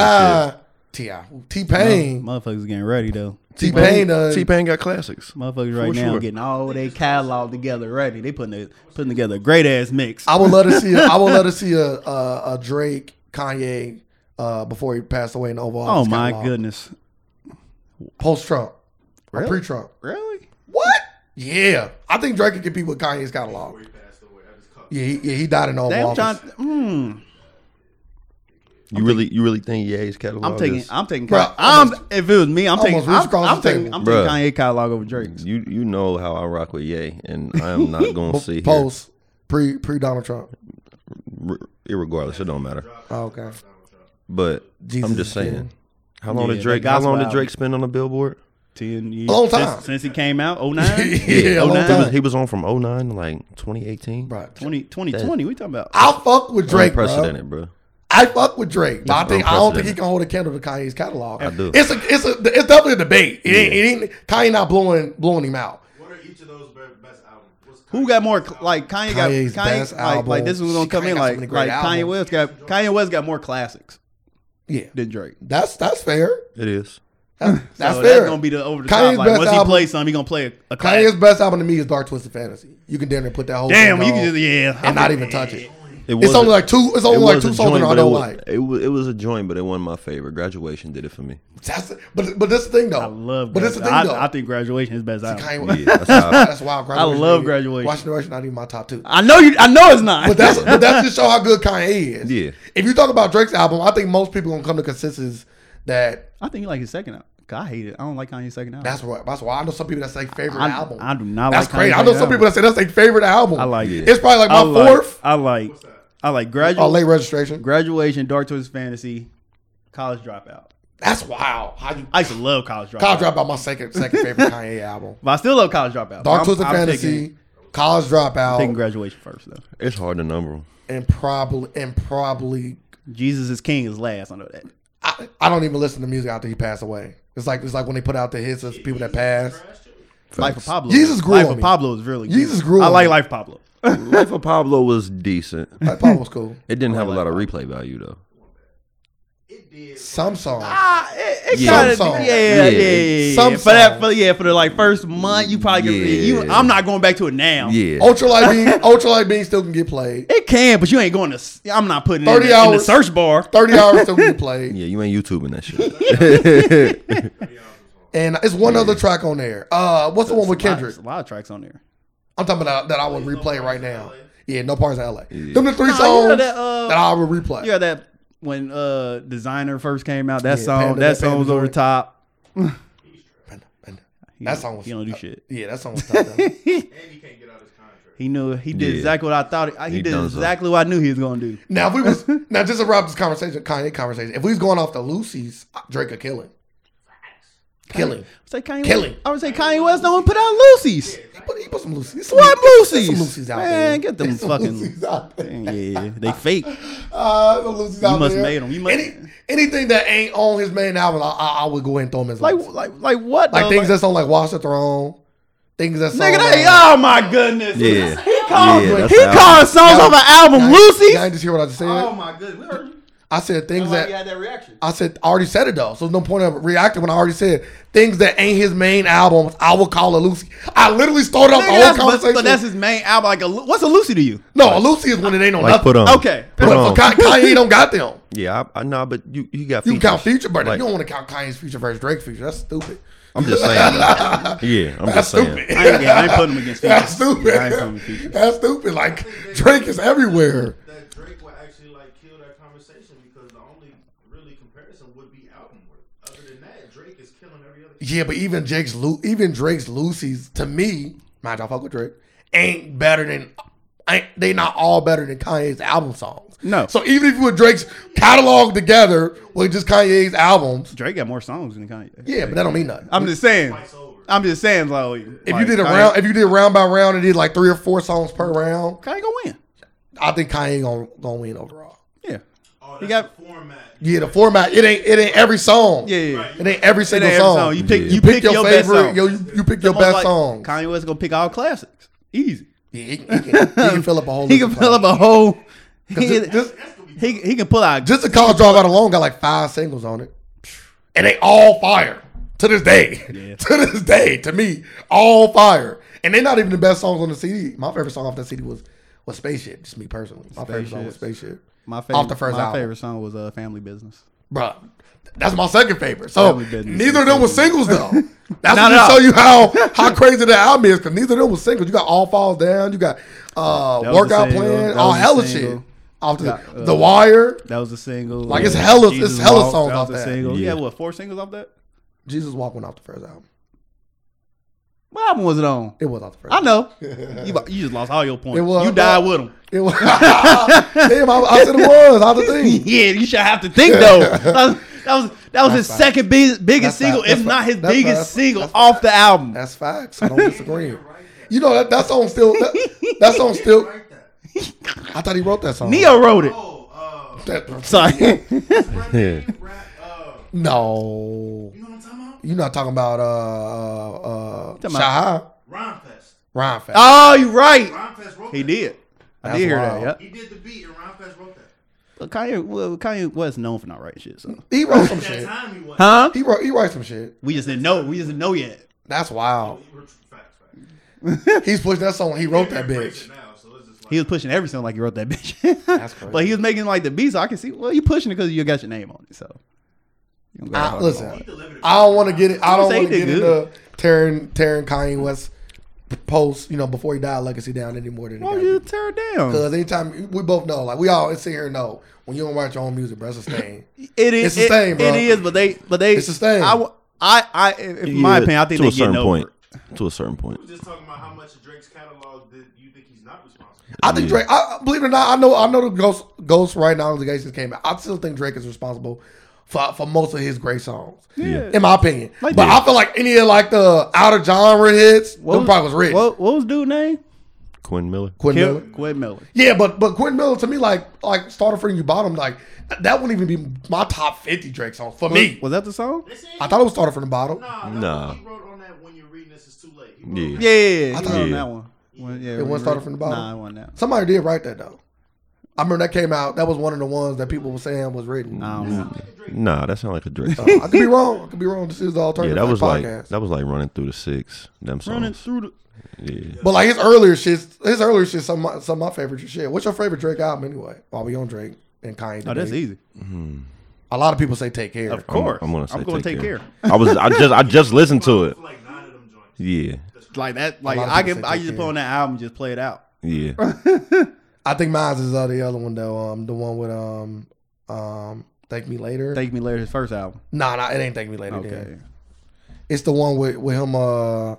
Ti, Ti, T Pain, Motherfuckers getting ready though. T Pain, done. T Pain got classics. Motherfuckers right For now sure. getting all their catalog together ready. They putting a, putting together a great ass mix. I would love to see. A, I would love to see a a, a Drake Kanye uh, before he passed away in the Oval oh Office. my goodness. Post Trump or Really? pre Trump? Really? What? Yeah, I think Drake could compete with Kanye's catalog. He passed away. That was cut. Yeah, he, yeah, he died in the Oval Damn, Office. John. Mm, You really, you really think Ye's catalog? I'm taking. is- I'm taking. Bro, Kanye- I'm, if it was me, I'm taking. almost reached I'm, across I'm the taking. table. Mm. I'm taking Bruh. Kanye catalog over Drake. you you know how I rock with Ye, and I am not going to see here. Post pre pre Donald Trump. R- irregardless, it don't matter. Oh, okay, But Jesus I'm just is saying, king. how long Yeah, did Drake? that How gospel long did album. Drake spend on the Billboard? Ten years. Long Since- time. since, he came out. 09? Yeah, oh a long 09? He was, time. he was on from 09 to like 2018. bro. 20, 2020, We talking about? I fuck with Drake, bro. Unprecedented, bro. I fuck with Drake, but I think I don't think he Unprecedented. can hold a candle to Kanye's catalog. I do. It's a it's a it's definitely a debate. It ain't, it ain't Kanye not blowing blowing him out. What are each of those be- best albums? What's Who Kanye's got more best like Kanye got Kanye's Kanye best like, album. like this was gonna Shit, come Kanye in got so like many great like Kanye albums. West got Kanye West got more classics Yeah, than Drake. that's that's fair. It is. That's, that's so fair. that's gonna be the over the top. Kanye's Like best once he album- plays something, he gonna play a, a Kanye's classic. best album to me is Dark Twisted Fantasy. You can damn near put that whole Damn, thing you on can just yeah, and not even touch it. It It's was only like two. It's only like two songs that I but it don't was, like. It was, it was a joint, but it wasn't my favorite. Graduation did it for me. That's but but that's the thing though. I love. But that's Gradu- the thing though. I, I think graduation is best album. Kanye, Yeah, that's how I- that's wild. love Graduation. Washington Graduation not even my top two. I know you. I know it's not. But that's but that's to show how good Kanye is. Yeah. If you talk about Drake's album, I think most people gonna come to consensus that I think you like his second album. 'Cause I hate it. I don't like Kanye's second album. that's what that's why I know some people that's their favorite I, album. I do not that's like. crazy. Kanye's I know second some album. people that say that's their favorite album. I like it. It's probably like my I like- fourth I like. I like or graduation. late registration. graduation. Dark Twisted Fantasy. College Dropout. That's wild. How you I used to love College Dropout. College Dropout my second second favorite Kanye album. But I still love College Dropout. Dark I'm- Twisted I'm Fantasy, Oh. Taking, College I'm taking Dropout, graduation first though. It's hard to number 'em. and probably and probably Jesus is King is last. I know that. I, I don't even listen to music after he passed away. It's like it's like when they put out the hits of people that passed. Life of Pablo. Jesus grew Life on of me. Pablo is really. good. Jesus grew I on like me. Life of Pablo. Life of Pablo was decent. That part was cool. It didn't have a lot of replay value though. It did. Some songs. Ah, it, it Yeah. kind of Some songs. yeah, yeah, yeah, Yeah. yeah. Some for that, songs. for, yeah, for the like first month, you probably could Yeah. you. I'm not going back to it now. Yeah. Ultralight beam, ultralight beam still can get played. It can, but you ain't going to. s- I'm not putting it in, 30 the, in the hours. search bar. Thirty hours still can get played. Yeah, you ain't YouTubing that shit. And it's one other track on there. Uh, what's the one with Kendrick? There's a lot of tracks on there. I'm talking about that I would replay right now. Yeah, no parts in LA. Yeah. Them the three Nah, you songs know that, that, uh, I would replay. You had that when uh designer first came out. That Yeah, song, Panda- that Panda song was over Joint. the top. And- and- He That don't- song was- he don't do shit. yeah, that song was top. though. And he can't get out of his contract. He knew he did Yeah. exactly what I thought. He, I- he He did done so. exactly what I knew he was gonna do. now if we was now just to wrap this conversation, Kanye conversation. If we was going off the Lucy's, uh, Drake would kill him. Kill him. Say Kanye Kill West, him. I would say Kanye West don't put out Lucy's. He put, he put some Lucy's. What There's some Lucy's? Lucy's out Man, there. get them There's some fucking- Lucy's out there. Yeah, they fake. Uh, the Lucy's You out must there. made 'em. You must- Any, anything that ain't on his main album, I, I, I would go ahead and throw him as Like, like like, like what? like though? things that's on like Watch the Throne, things that's nigga, on, that uh, oh my goodness. Yeah. he called, Yeah, that's he the album. called songs off an album Lucy's. Y'all just hear what I just said. Oh my goodness, we heard you. I said things Nobody that had that reaction. I said I already said it though, so there's no point of reacting when I already said things that ain't his main album. I would call it Lucy. I literally started off Nigga, the whole that's, but- conversation. but, that's his main album. Like, a, Lu- what's a Lucy to you? no, a Lucy is when it ain't on Like nothing. put on. Okay. Put But on. for Ka- Kanye don't got them. Yeah, I, I know, but you you got You can count features. future, but Like- you don't want to count Kanye's future versus Drake's future. That's stupid. I'm just saying. though. yeah, I'm That's just saying. stupid. I ain't, yeah, I ain't putting him against features. That's stupid. Yeah, I ain't putting him against features. That's stupid. Like Drake is everywhere. That Drake would actually like kill that conversation because the only really comparison would be album work. Other than that, Drake is killing every other. Yeah, but even Drake's Lu- even Drake's Lucy's to me, mind you, I fuck with Drake, ain't better than ain't they not all better than Kanye's album songs. No. So even if you put Drake's catalog together with just Kanye's albums, Drake got more songs than Kanye. yeah, but that don't mean nothing. I'm just saying. It's over. I'm just saying, like, if you did a round, if you did round by round and did like three or four songs per round, Kanye gonna win. I think Kanye gonna gonna win overall. Yeah, Oh, You that's got- the format. Yeah, the format it ain't it ain't every song. yeah, yeah. it ain't every It single ain't every song. song. You pick, Yeah. you You pick, your, best song. Yo, you, you pick your Almost best like song. Kanye West gonna pick all classics. Easy. Yeah, he, can, he, can, he can fill up a whole. He can list of fill up a whole. He, songs. just, he, he can pull out. Just the college dropout alone got like five singles on it, and they all fire to this day. to this day, to me, all fire, and they're not even the best songs on the CD. My favorite song off that CD was was Spaceship. Just me personally, my favorite song was Spaceship. my favorite, off the first my album. favorite song was uh, Family Business. Bruh, that's my second favorite. So Family Business. neither of them was singles though. That's Not what at all. to show you how how crazy that album is because neither of them was singles. You got All Falls Down, you got uh, That was a Workout single. Plan, That all was a hella shit. single. Off the, Got, uh, the Wire, That was a single. Like, it's hella- it's Jesus hella Walk, songs that off was a that. single. Yeah. Yeah. what four singles off that? Jesus Walk went off the first album. What album was it on? It was off the first. I know. you, you just lost all your points. It was- uh, you died with him. It was. Damn, I, I said it was. Out the thing. yeah, you should have to think though. That was that was, that was his second big, biggest That's single, fact. That's if not fact. his That's biggest fact. single off the album. That's facts. I don't disagree. You know that that song still. That, that song still. Like that. I thought he wrote that song. Neo wrote it. Oh, That- Sorry, uh, Brandy rap, uh, no, you know what I'm talking about? you're not talking about uh uh, uh Talking about- Shaha Rhyme Fest. Ryan Fest. oh, you right. Rhyme Fest wrote He that. did. I That's did hear wild. that. Yeah. He did the beat, and Rhyme Fest wrote that. Well, Kanye, well, Kanye was known for not writing shit. So, He wrote some At that shit. time, he was. huh? He wrote he writes some shit. We just didn't know. We just didn't know yet. That's wild. He wrote facts, facts. He's pushing that song. He wrote that They're bitch. crazy Now, so it's just like, He was pushing every song like he wrote that bitch. That's crazy. but he was making like the beats. So I can see. Well, you pushing it because you got your name on it. So, you don't go I, hard. listen, I don't want to get it. I don't Say want to he get did into tearing tearing Kanye West post. You know before he died, legacy down any more than. it why would gotta be. Oh, you tear it down? Because anytime we both know, like we all sit here and know when you don't write your own music, bro, that's a stain. It is. It's the it- same, bro. It is. But they. But they. It's the same. I. w- I. I in in my Yeah, opinion, I think to they a certain getting over. point. it. To a certain point. We were just talking about how much of Drake's catalog did you think he's not responsible. I think Drake. I, I- believe it or not, I know. I know the Ghost Ghost right now allegations came out. I still think Drake is responsible for for most of his great songs, Yeah. in my opinion. Like but that. I feel like any of like the out of genre hits, What them probably was rich. What, what was dude name? Quinn Miller. Quentin Kim, Miller. Quinn Miller. Yeah, but but Quentin Miller to me like like started from you bottom like that wouldn't even be my top fifty Drake song for me. Was that the song? They said I thought it was started from the bottom. nah, Nah. He wrote on that when you're reading this is too late. He wrote Yeah. Yeah, I I thought thought- on that one. When- yeah, It when wasn't you started read- from the bottom? Nah, it wasn't that. Somebody did write that though. I remember that came out. That was one of the ones that people were saying was written. I don't know. Nah, that sounded like a Drake. I could be wrong. I could be wrong. This is the yeah, alternative that was like podcast. that was like running through the six. Them songs. Running through the Yeah. but like his earlier shit, his earlier shit, some of my, some of my favorite shit. What's your favorite Drake album anyway? While we on Drake and Kanye, Oh, that's debate. easy. A lot of people say take care. Of course. I'm, gonna say I'm gonna take, care. I was I just I just listened to it. Like nine of them joints. Yeah, Like that like lot of I people can say I Take just put Care. on that album, just play it out. yeah. I think mine's is uh, the other one though. Um, the one with um, um, thank me later. Thank Me Later, his first album. nah, nah, it ain't thank me later. Okay. then. It's the one with with him. Uh,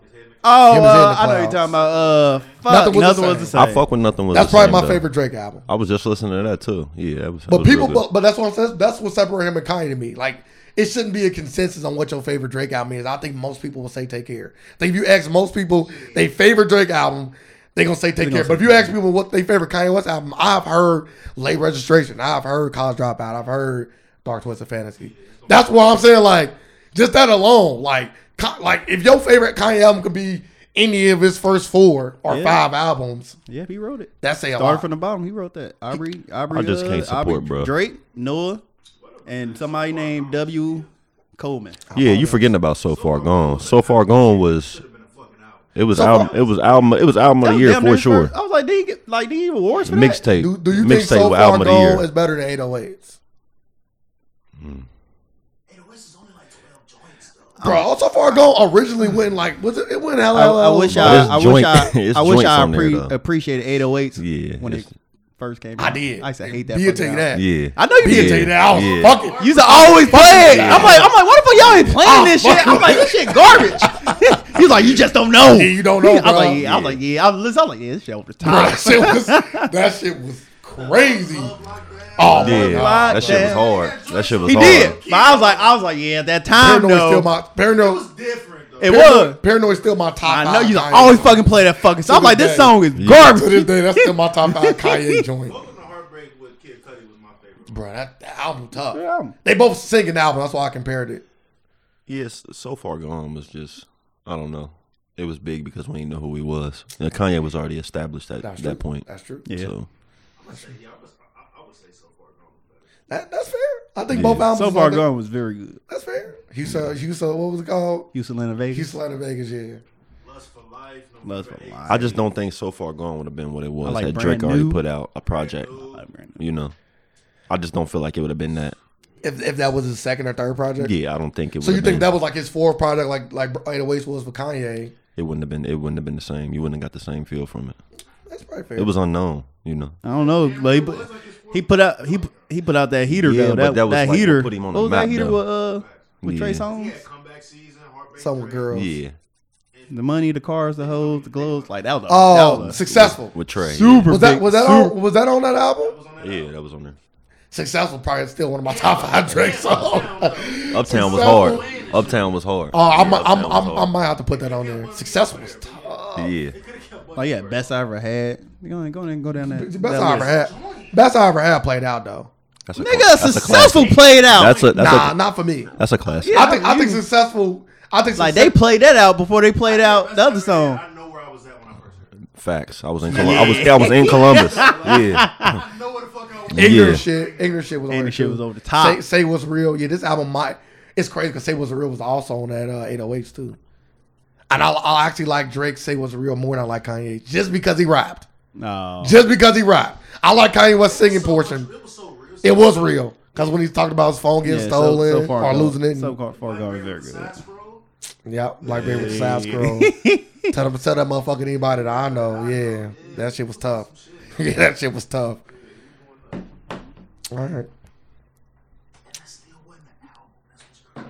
Oh, Him and Zay in uh, the I know you're Clouds. talking about uh fuck nothing, Nothing was the was the same. same. I fuck with nothing was. that's the same, probably my though. favorite Drake album. I was just listening to that too. Yeah, that was. that But was people, real good. but, but that's what I'm saying. That's what separates him and Kanye to me. Like it shouldn't be a consensus on what your favorite Drake album is. I think most people will say Take Care. I think if you ask most people their favorite Drake album, they gonna say Take Care. But if you ask people what their favorite Kanye West album, I've heard Late Registration, I've heard College Dropout, I've heard Dark Twisted Fantasy. That's what I'm saying. Like just that alone, like Ka- like if your favorite Kanye album could be any of his first four or Yeah. five albums, Yeah, he wrote it. that's a Started lot. from the bottom. He wrote that. Aubrey, Aubrey, I just uh, can't support, Aubrey, bro. Drake, Noah, and somebody named W. Coleman. yeah, you forgetting about so far gone. So far gone was. It was So album. Far- It was album. It was album of the That was year damn near for his sure. first- I was like, did he get like did he get awards for that? Mixtape. Do, do you think mixtape so with far album of the year. gone is better than 808s? Bro, Oh. all so far gone originally went like was it? It went hell. I, I wish I, It's I wish joint- I, it's I wish joints I on there, appre- though. appreciated 808s Yeah, when it it's- first came out. I did. I used to hate that. Be fucking tell you album. that. Yeah. I know you Be did. a tell you that. I was Yeah. fucking. You used to always play it. I'm like, I'm like, what the fuck y'all ain't playing Oh, this fuck. shit? I'm like, this shit garbage. He's like, you just don't know. Yeah, you don't know, I'm bro. like, yeah. I'm like, yeah. I'm, I'm like, yeah, this shit over the Bro, that top. shit was that shit was crazy. Oh my Yeah, Like god. that shit was that. hard. That shit was He hard. did. But I was like, I was like, yeah, at that time Paranoid though, still my It paranoid. was different though. it was. Paranoid, Paranoid's still my top. I know five you like, Kanye always songs. fucking play that fucking. So I'm this like, this day. song is To garbage. this day, that's still my top five Kanye joint. Welcome to Heartbreak with Kid Cudi was my favorite. Bro, that, that album tough. Good album. They both sing an album. That's why I compared it. Yes, so far gone was just I don't know. It was big because we didn't know who he was. And Kanye was already established at That's true. that point. That's true. Yeah. So Yeah, I, was, I, I would say so far gone. was better. That, that's fair. I think both albums. So are far good. gone was very good. That's fair. Houston, Houston, what was it called? Houston Atlanta Vegas. Houston, Atlanta, Vegas. Yeah. Lust for Life. November Lust for 8th. Life. I just don't think so far gone would have been what it was like had Brand Drake already New. put out a project. You know, I just don't feel like it would have been that. If, if that was his second or third project. Yeah, I don't think it. So you would've think been- that was like his fourth project, like like 808s was for Kanye? it wouldn't have been? It wouldn't have been the same. You wouldn't have got the same feel from it. That's probably fair. It was unknown. You know. I don't know. But he, put, he put out he put- he put out that heater Yeah, though. but That, that was, that like, what heater. put him on what the was map, that heater though. with uh with Trey Yeah. Songz? Yeah, comeback season. Heartbreak. some with Drake. girls. Yeah, The money, the cars, the hoes, the clothes. Like that was a, that Oh, was a successful. with Trey. super. Was that big- was that super- on was that on that album? Yeah, that was on there. Successful probably still one of my top five Oh, Drake songs. Uptown was Successful. hard. Uptown was hard. Oh, I'm, Yeah, I'm, Uptown was I'm, I hard. might have to put that on there. Successful was tough. Yeah, Like Oh, yeah, best I ever had. Go ahead, go ahead and go down that. Best that I list. ever had. Best I ever had played out though. that's a, Nigga, that's a successful classic. played out. That's a that's nah, a not for me. that's a classic. Yeah, I think I you- think successful. I think like they success- played that out before they played out the other Best I ever song. had. I know where I was at when I first heard it. Facts. I was in Columbus. I was I was in Columbus. Yeah. I know where the fuck I was. Yeah. ignorant shit. Ignorant shit was on And the there, shit too. was over the top. Say, say what's real. Yeah, this album might. It's crazy because say what's real was also on that uh, 808s too. And I, I actually like Drake say what's real more than I like Kanye just because he rapped. No, Just because he rapped. I like Kanye West singing portion. It was so real. It was real because when he talked about his phone getting Yeah, so- stolen so far or gone- losing it. So far, far gone was very Side good. scroll. yeah, like being with the side scroll. tell them, tell that motherfucker to anybody that I know. Yeah, that shit was tough. yeah, that shit was tough. All right. That still wasn't an album. That's what's crazy.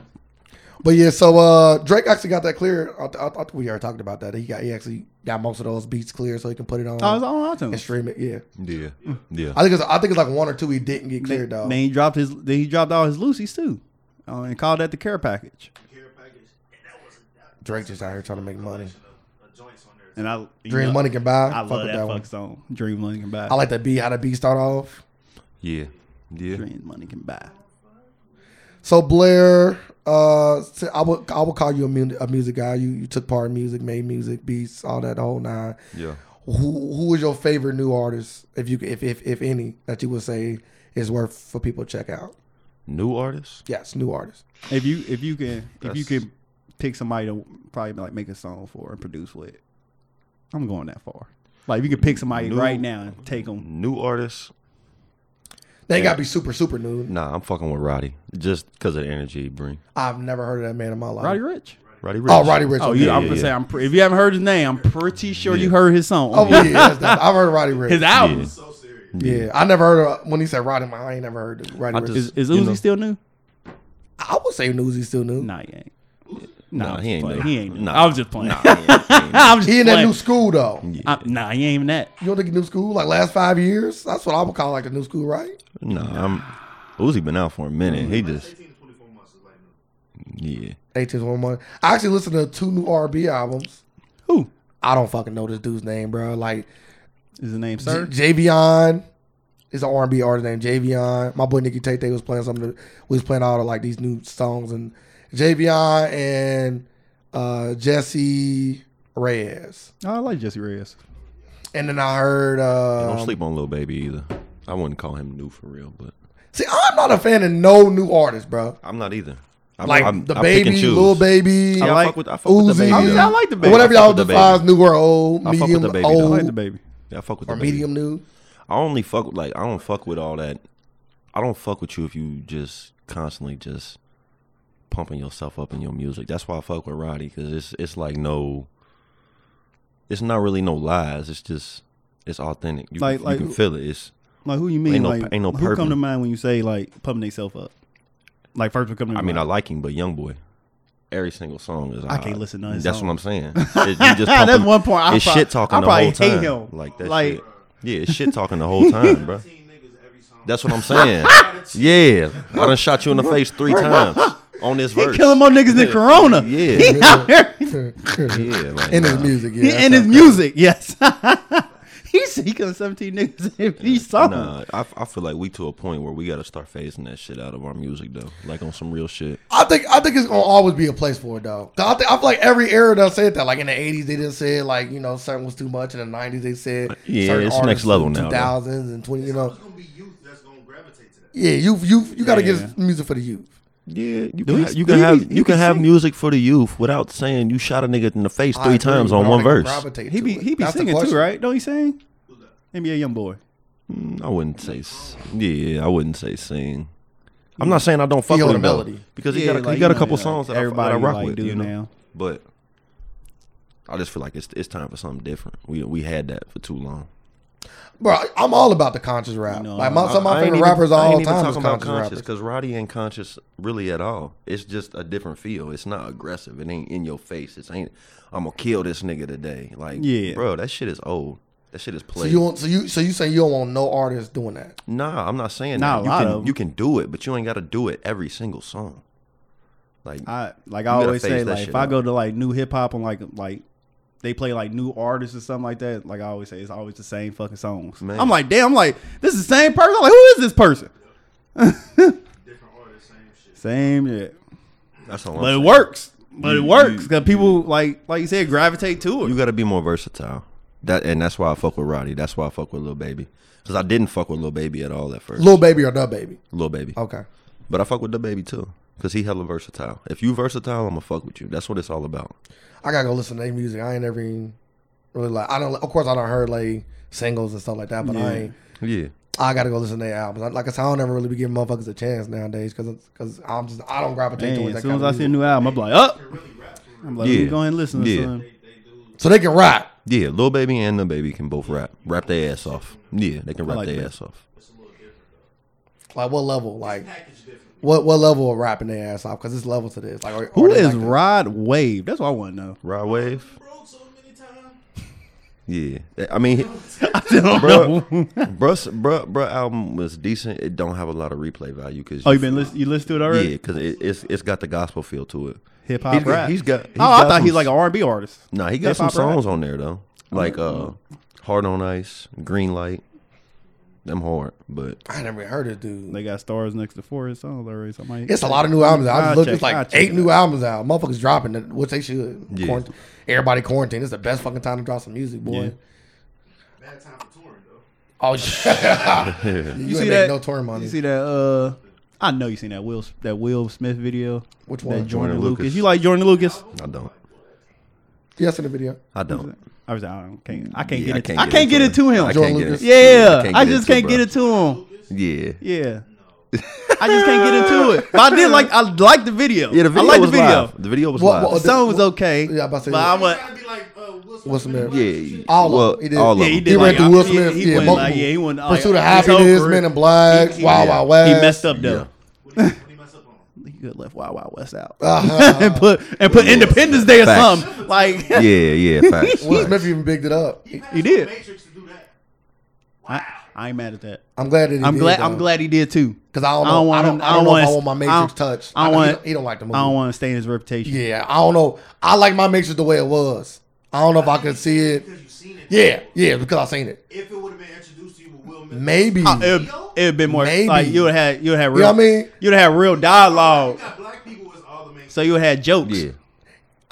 But yeah, so uh, Drake actually got that clear. I, I, I think we already talked about that. He got he actually got most of those beats clear, so he can put it on I was on and iTunes. stream it. Yeah, Yeah. Yeah. I think it's I think it's like one or two he didn't Then, get cleared though. then he dropped his. Then he dropped all his Lucy's too, uh, and called that the care package. Care package. And that was a, that Drake just out here trying to make money. was a, a joints on there. And I you Dream know, money can buy. I Fuck love with that one. fuck song. Dream money can buy. I like that beat. How the beat start off. Yeah. Yeah. Dream money can buy. So Blair, uh, so I would I would call you a, mu- a music guy. You you took part in music, made music, beats, all that the whole nine. Yeah. who who is your favorite new artist, if you if if, if any, that you would say is worth for people to check out? New artists? Yes, new artist. If you if you can if you That's- could pick somebody to probably like make a song for and produce with, I'm going that far. Like if you could pick somebody New- right now and take them. New artists? They gotta be super super new. Nah, I'm fucking with Roddy just because of the energy he bring. I've never heard of that man in my life. Roddy Rich. Roddy Rich. Oh, Roddy Rich. Oh, okay. yeah, I'm yeah, gonna yeah. say I'm. Pre- if you haven't heard his name, I'm pretty sure you heard his song. Oh yeah, that's, that's, I've heard of Roddy Rich. his album Yeah. So serious. Yeah, I never heard of when he said Roddy. My, I ain't never heard of Roddy I Rich. just- is, is You Uzi know. still new? I would say Newsy still new. Nah, he ain't. Nah, Nah, he ain't playing. new. He ain't. new. Nah. I was just playing. Nah, I'm just He in that playing. new school though. I'm- nah, he ain't even that. You don't think he new school like last five years? That's what I would call like the new school, right? nah, I'm. Uzi been out for a minute. He just 18 to 24 months is like no. yeah. 18 to 21. I actually listened to two new R&B albums. Who I don't fucking know this dude's name, bro. Like is the name, J- sir? Javion is an R&B artist named Javion. My boy Nicky Tate was playing some of the, we was playing all of like these new songs and Javion and uh, Jesse Reyes. Oh, I like Jesse Reyes. And then I heard uh Don't sleep on little baby either. I wouldn't call him new for real, but See, I'm not a fan of no new artists, bro. I'm not either. I'm, Like I'm- the I pick and baby, choose. little baby. Yeah, I, like fuck with I fuck with the Uzi. baby. I'm- though. I like the baby. Whatever I fuck y'all with the defines baby. new or old, I fuck with medium, the baby, I old, like the baby. Yeah, I fuck with or the baby. medium new. I only fuck with like I don't fuck with all that. I don't fuck with you if you just constantly just pumping yourself up in your music. That's why I fuck with Roddy because it's it's like no, it's not really no lies. It's just it's authentic. You, Like- can, like- you can feel it. It's Like who you mean? Ain't no- like ain't no who come pervin. to mind when you say like pumping themselves up? Like first one come to I mean I mind. like him, but Young Boy. Every single song is. I can't hot. listen to his That's song. what I'm saying. It, you just that's pumping- one point. I it's prob- shit talking I the probably whole time. hate him. Like that Like- shit. Yeah, it's shit talking the whole time, bro. 18 niggas every song. That's what I'm saying. yeah, I done shot you in the face three times on this verse. he killing more niggas than Corona. Yeah. he out here yeah, like, in his nah. music, yeah. he- that's in his how- music. Yes, he's he killing seventeen niggas in each song. Nah, I, I feel like we to a point where we got to start phasing that shit out of our music though, like on some real shit. I think I think it's gonna always be a place for it though. 'Cause I, think, I feel like every era done said that. Like in the eighties, they done said like you know something was too much. In the nineties, they said Yeah, certain it's next artists level in now, though. Two thousands and twenty, you know, It's gonna be youth that's gonna gravitate to that. yeah, you you you got to Yeah. get music for the youth. Yeah, you he- can, ha- do you can he- have he you can can have sing? music for the youth without saying you shot a nigga in the face I three agree, times but I on don't one think you verse. gravitate He to be it. he be That's the singing too, question. right? Don't he sing? Who's that? NBA young boy. Mm, I wouldn't say. s- Yeah, I wouldn't say sing. I'm not saying I don't fuck He on with the him though, melody. because he Yeah, got a, like, he got a you couple know, songs that everybody I, that I rock like with, do you know. now. But I just feel like it's it's time for something different. We we had that for too long. bro. I'm all about the conscious rap. No, like my, I- some of my I ain't favorite even- rappers I ain't all even time is talking about conscious rappers. because Roddy ain't conscious really at all. It's just a different feel. It's not aggressive. It ain't in your face. It ain't. I'm gonna kill this nigga today. Like, Yeah. bro, that shit is old. That shit is So played. you want so you so you saying you don't want no artist doing that? nah, I'm not saying Nah, a that. You lot can of 'em. you can do it, but you ain't got to do it every single song. Like, I like I gotta always phase say that like if shit I out. go to like new hip hop and like like they play like new artists or something like that. Like I always say, it's always the same fucking songs. Man. I'm like, damn, I'm like this is the same person. I'm like, who is this person? Different artists, same shit. Same shit, that's all. I'm but it saying. works. But it You- works you- because people like like you said gravitate to it. You got to be more versatile. That and that's why I fuck with Roddy. That's why I fuck with Lil Baby. Cause I didn't fuck with Lil Baby at all at first. Lil, Little baby or the baby? Baby. Oh. Okay, But I fuck with the baby too, cause he hella versatile. If you versatile, I'ma fuck with you. That's what it's all about. I gotta go listen to their music. I ain't never even really like. I don't. Of course, I don't heard like singles and stuff like that. But Yeah. I ain't. Yeah, I gotta go listen to their albums. I, like I said, I don't ever really be giving motherfuckers a chance nowadays because because I'm just I don't gravitate Man, towards as that soon as kind I of see a music. new album, I'm like, up. They really rap for real. I'm like, let me Yeah. go ahead and listen to Yeah. something. They do. So they can rap. yeah. Lil Baby and the baby can both rap, rap their ass off. Yeah, they can rap like their that. ass off. It's a little different though. Like what level? Like Package different. what what level of rapping their ass off? Because it's level to this. Like are, Who are they is like Rod Wave? That's what I want to know. Rod Wave. Broke so many times. Yeah, I mean, I still don't bro, know. bruh, bruh, bruh album was decent. It don't have a lot of replay value because oh, you been listen, you listen to it already? Yeah, cause it, it's it's got the gospel feel to it. Hip He's hop got, rap. he's got. he's oh, I got thought some he's like an R&B artist. Nah, he got some Hip-hop rap? Mm-hmm. songs on there though, like uh, "Hard on Ice," "Green Light." Them hard, but I never even heard of dude. They got stars next to four his songs already. So I might, It's a lot of new albums. out. I I'll just looked. check- It's like I'll check eight it new out. albums out. Motherfuckers dropping it, which they should. Yeah. Quarant- Everybody quarantine. It's the best fucking time to drop some music, boy. Yeah. bad time for touring though. Oh, shit. Yeah. you, You see ain't that? make no touring money. You see that? Uh, I know you seen that Will that Will Smith video. Which That Jordan, one? Jordan Lucas. Lucas. You like Jordan Lucas? I don't. Yes, in the video. I don't. I was like, I don't, can't. I can't Yeah, get it. I can't get it to him. I Jordan can't get Lucas. it. yeah, can't I, get just to can't bro. get it to him. Yeah. Yeah. I just can't get into it. But I did like I liked the video. Yeah, the video I liked was the video. live. The video was What- live. The what- song was okay. Yeah, I'm about to say but that. I'm a, Trying to be like uh, Will Smith. Will Smith. yeah, Wait, what you- yeah. All of well, them. He did. All Yeah, of he them. did He like, went to I- Will he- Smith, He, yeah, went like, multiple. yeah, he went like, Pursuit of his whole Happiness, career. Men in Black, He- he- Wild yeah. Wild West. He messed up though. What do you mess up on? He could left Wild Wild West out Uh-huh. and put and put Independence Day or Facts. something. Like Yeah, yeah, facts. Will facts. Smith even bigged it up. He, passed he the did. Matrix to do that. I, I ain't mad at that. I'm glad that he I'm did, glad. though. I'm glad he did too. Because I don't know. I I don't want don't, I don't, him- I don't know want if I his- want my I Matrix don't- touched. I don't Like, he want- He don't like the movie. I don't want to stain his reputation. yeah, I don't know. I like my Matrix the way it was. I don't know if I could see it. Because you've seen it. Yeah, yeah, because I seen it. If it would have been introduced to you with Will Smith, Maybe. Uh, it it'd been more Maybe. like you would have you would have You real. know what I mean? You'd have real You oh. dialogue. got black people as all the main. So you would have jokes. Yeah.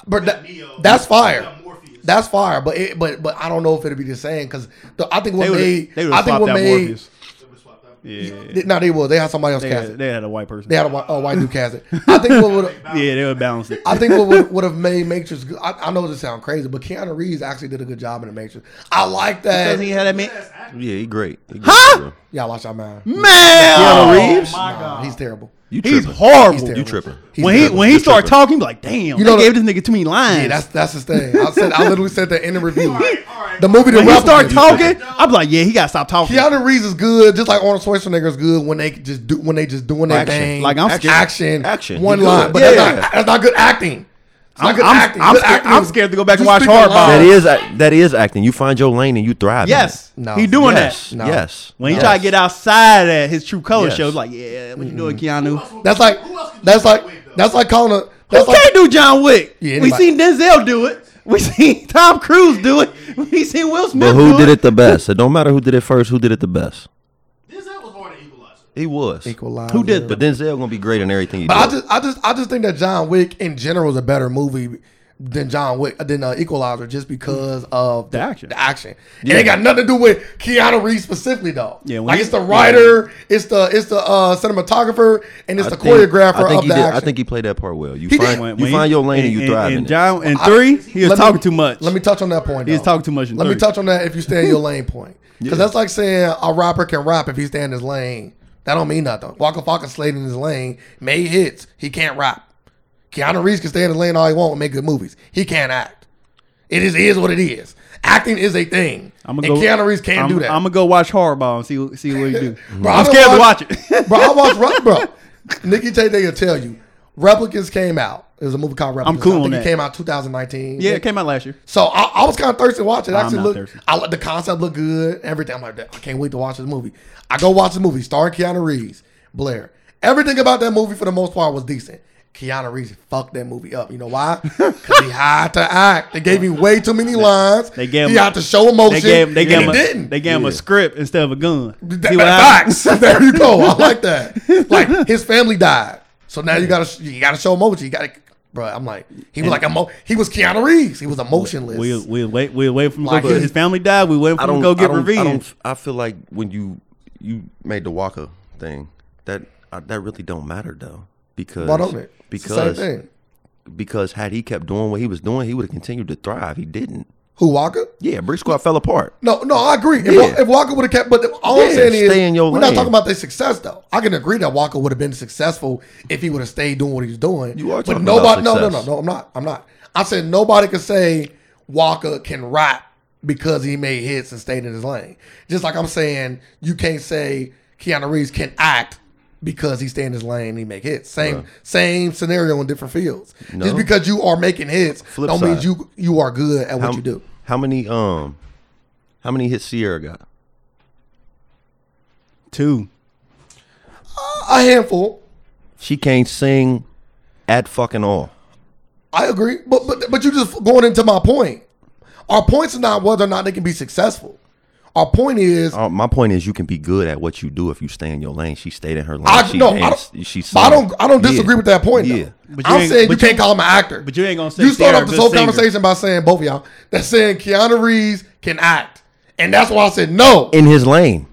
But that, Neo. that's You fire. got Morpheus. That's fire. But it, but but I don't know if it'll be the same because I think what They would made they would I have think swapped what out made Morpheus. That was swapped out. Yeah. no they will they had somebody else They cast had, it. they had a white person. They had a, whi- a white dude cast it. I think what would yeah, they would balance it. I think what would, would have made Matrix. Good, I, I know this sounds crazy, but Keanu Reeves actually did a good job in the Matrix. I like that. Because he had that man. That's acting. Yeah, he great. He great Huh? for real. Y'all watch your mind. Man, Keanu Reeves? Oh my Nah, god, he's terrible. You he's tripping. horrible. He's You tripping. He's when he terrible. when he He's started tripping. talking, be like, damn, You know they the- gave this nigga too many lines. Yeah, that's that's his thing. I said I literally said that in the review. Alright, The movie that when he Ralph started did. talking, I'm like, yeah, he gotta stop talking. Keanu Reeves is good, just like Arnold Schwarzenegger is good when they just do when they just doing their Action. thing. Like, I'm action, scared. action, Action. one He good. line, but Yeah. that's, not, that's not good acting. It's not I'm- good I'm- acting. I'm Good scared- acting I'm is- scared to go back you and watch speak a lot. Hardball. That is act- that is acting. You find your lane and you thrive. in yes, it. No. he doing yes, that. No. Yes. When he yes. tried to get outside at his true color Yes. Mm-hmm. show, like, yeah, what you doing, who Keanu? else would- That's like who else could do that's that like with, though? that's like calling a Who that's like can't do John Wick? Yeah, we anybody. seen Denzel do it. We seen Tom Cruise do it. We seen Will Smith. But who do did it the best? It don't matter who did it first. Who did it the bast? Denzel was hard to equalize. He was. equalizer. Who did But Denzel gonna be great in everything he But I does. just I just I just think that John Wick in general is a better movie than John Wick than uh, Equalizer just because of The action. The action. It ain't got nothing to do with Keanu Reeves specifically though. Yeah, when like he- it's the writer, it's the it's the uh, cinematographer, and it's I the think- choreographer I think of he the did- action. I think he played that part well. You He did. find When- you when find he- your lane and, and- you thrive and in it. John in three, he was Let me- talking too much. Let me touch on that point. He was though. talking too much in Let me three. touch on that if you stay in your lane point, because that's like saying a rapper can rap if he stay in his lane. That don't mean nothing. Waka Flocka slayed in his lane, made hits. He can't rap. Keanu Reeves can stay in his lane all he want and make good movies. He can't act. It is is what it is. Acting is a thing, I'm and gonna go. Keanu Reeves can't I'm, do that. I'm gonna go watch Hardball and see see what he do. Bro, I I'm done scared to watch watched- it. bro, I watched rap, bro. Nikki Tate, they can tell you. Replicants came out. There's a movie called Replicants. I'm cool I think on it that. came out 2019. yeah, it came out last year. So I, I was kind of thirsty to watch it. I'm Actually, not look, thirsty. I let the concept look good. Everything. I'm like, I can't wait to watch this movie. I go watch the movie starring Keanu Reeves, Blair. Everything about that movie for the most part was decent. Keanu Reeves fucked that movie up. You know why? Because he had to act. They gave him way too many lines. they gave he him- had to show emotion. They gave they and gave he him a, didn't. they gave him a script instead of a gun. Th- See what happened? facts. there you go. I like that. Like his family died, so now you gotta you gotta show emotion. You gotta, bro. I'm like he was like emo- He was Keanu Reeves. He was emotionless. We we wait we wait for him to Like, go get but- his family died. We wait for I him to go don't get I don't, I revenge. don't. I feel like when you you made the Walker thing, that I, that really don't matter though, because Why don't it? It's the same because thing. because had he kept doing what he was doing, he would have continued to thrive. He didn't. Who Walker? Yeah, Brick Squad fell apart. No, no, I agree. If, Yeah. Wa- if Walker would have kept, but all I'm Yeah, saying is, stay in your we're not lane. talking about their success though. I can agree that Walker would have been successful if he would have stayed doing what he was doing. You are but talking nobody. no, about no, no, success. no. I'm not. I'm not. I said nobody could say Walker can rap because he made hits and stayed in his lane. Just like I'm saying, you can't say Keanu Reeves can act. Because he stay in his lane, and he make hits. Same, same scenario in different fields. Just because you are making hits, Flip don't mean side. you you are good at what you do. How many um, how many hits Sierra got? Two. A handful, She can't sing at fucking all. I agree, but but but you just going into my point. Our points are not whether or not they can be successful. Our point is, Uh, my point is, you can be good at what you do if you stay in your lane. She stayed in her lane. I she no, danced, I don't, she but I sang. don't, I don't disagree Yeah. with that point. Yeah. though. But you I'm ain't- saying you but can't you- call him an actor. but you ain't gonna say you start Sierra off this good whole singer. conversation by saying both of y'all that saying Keanu Reeves can act And that's why I said no. in his lane.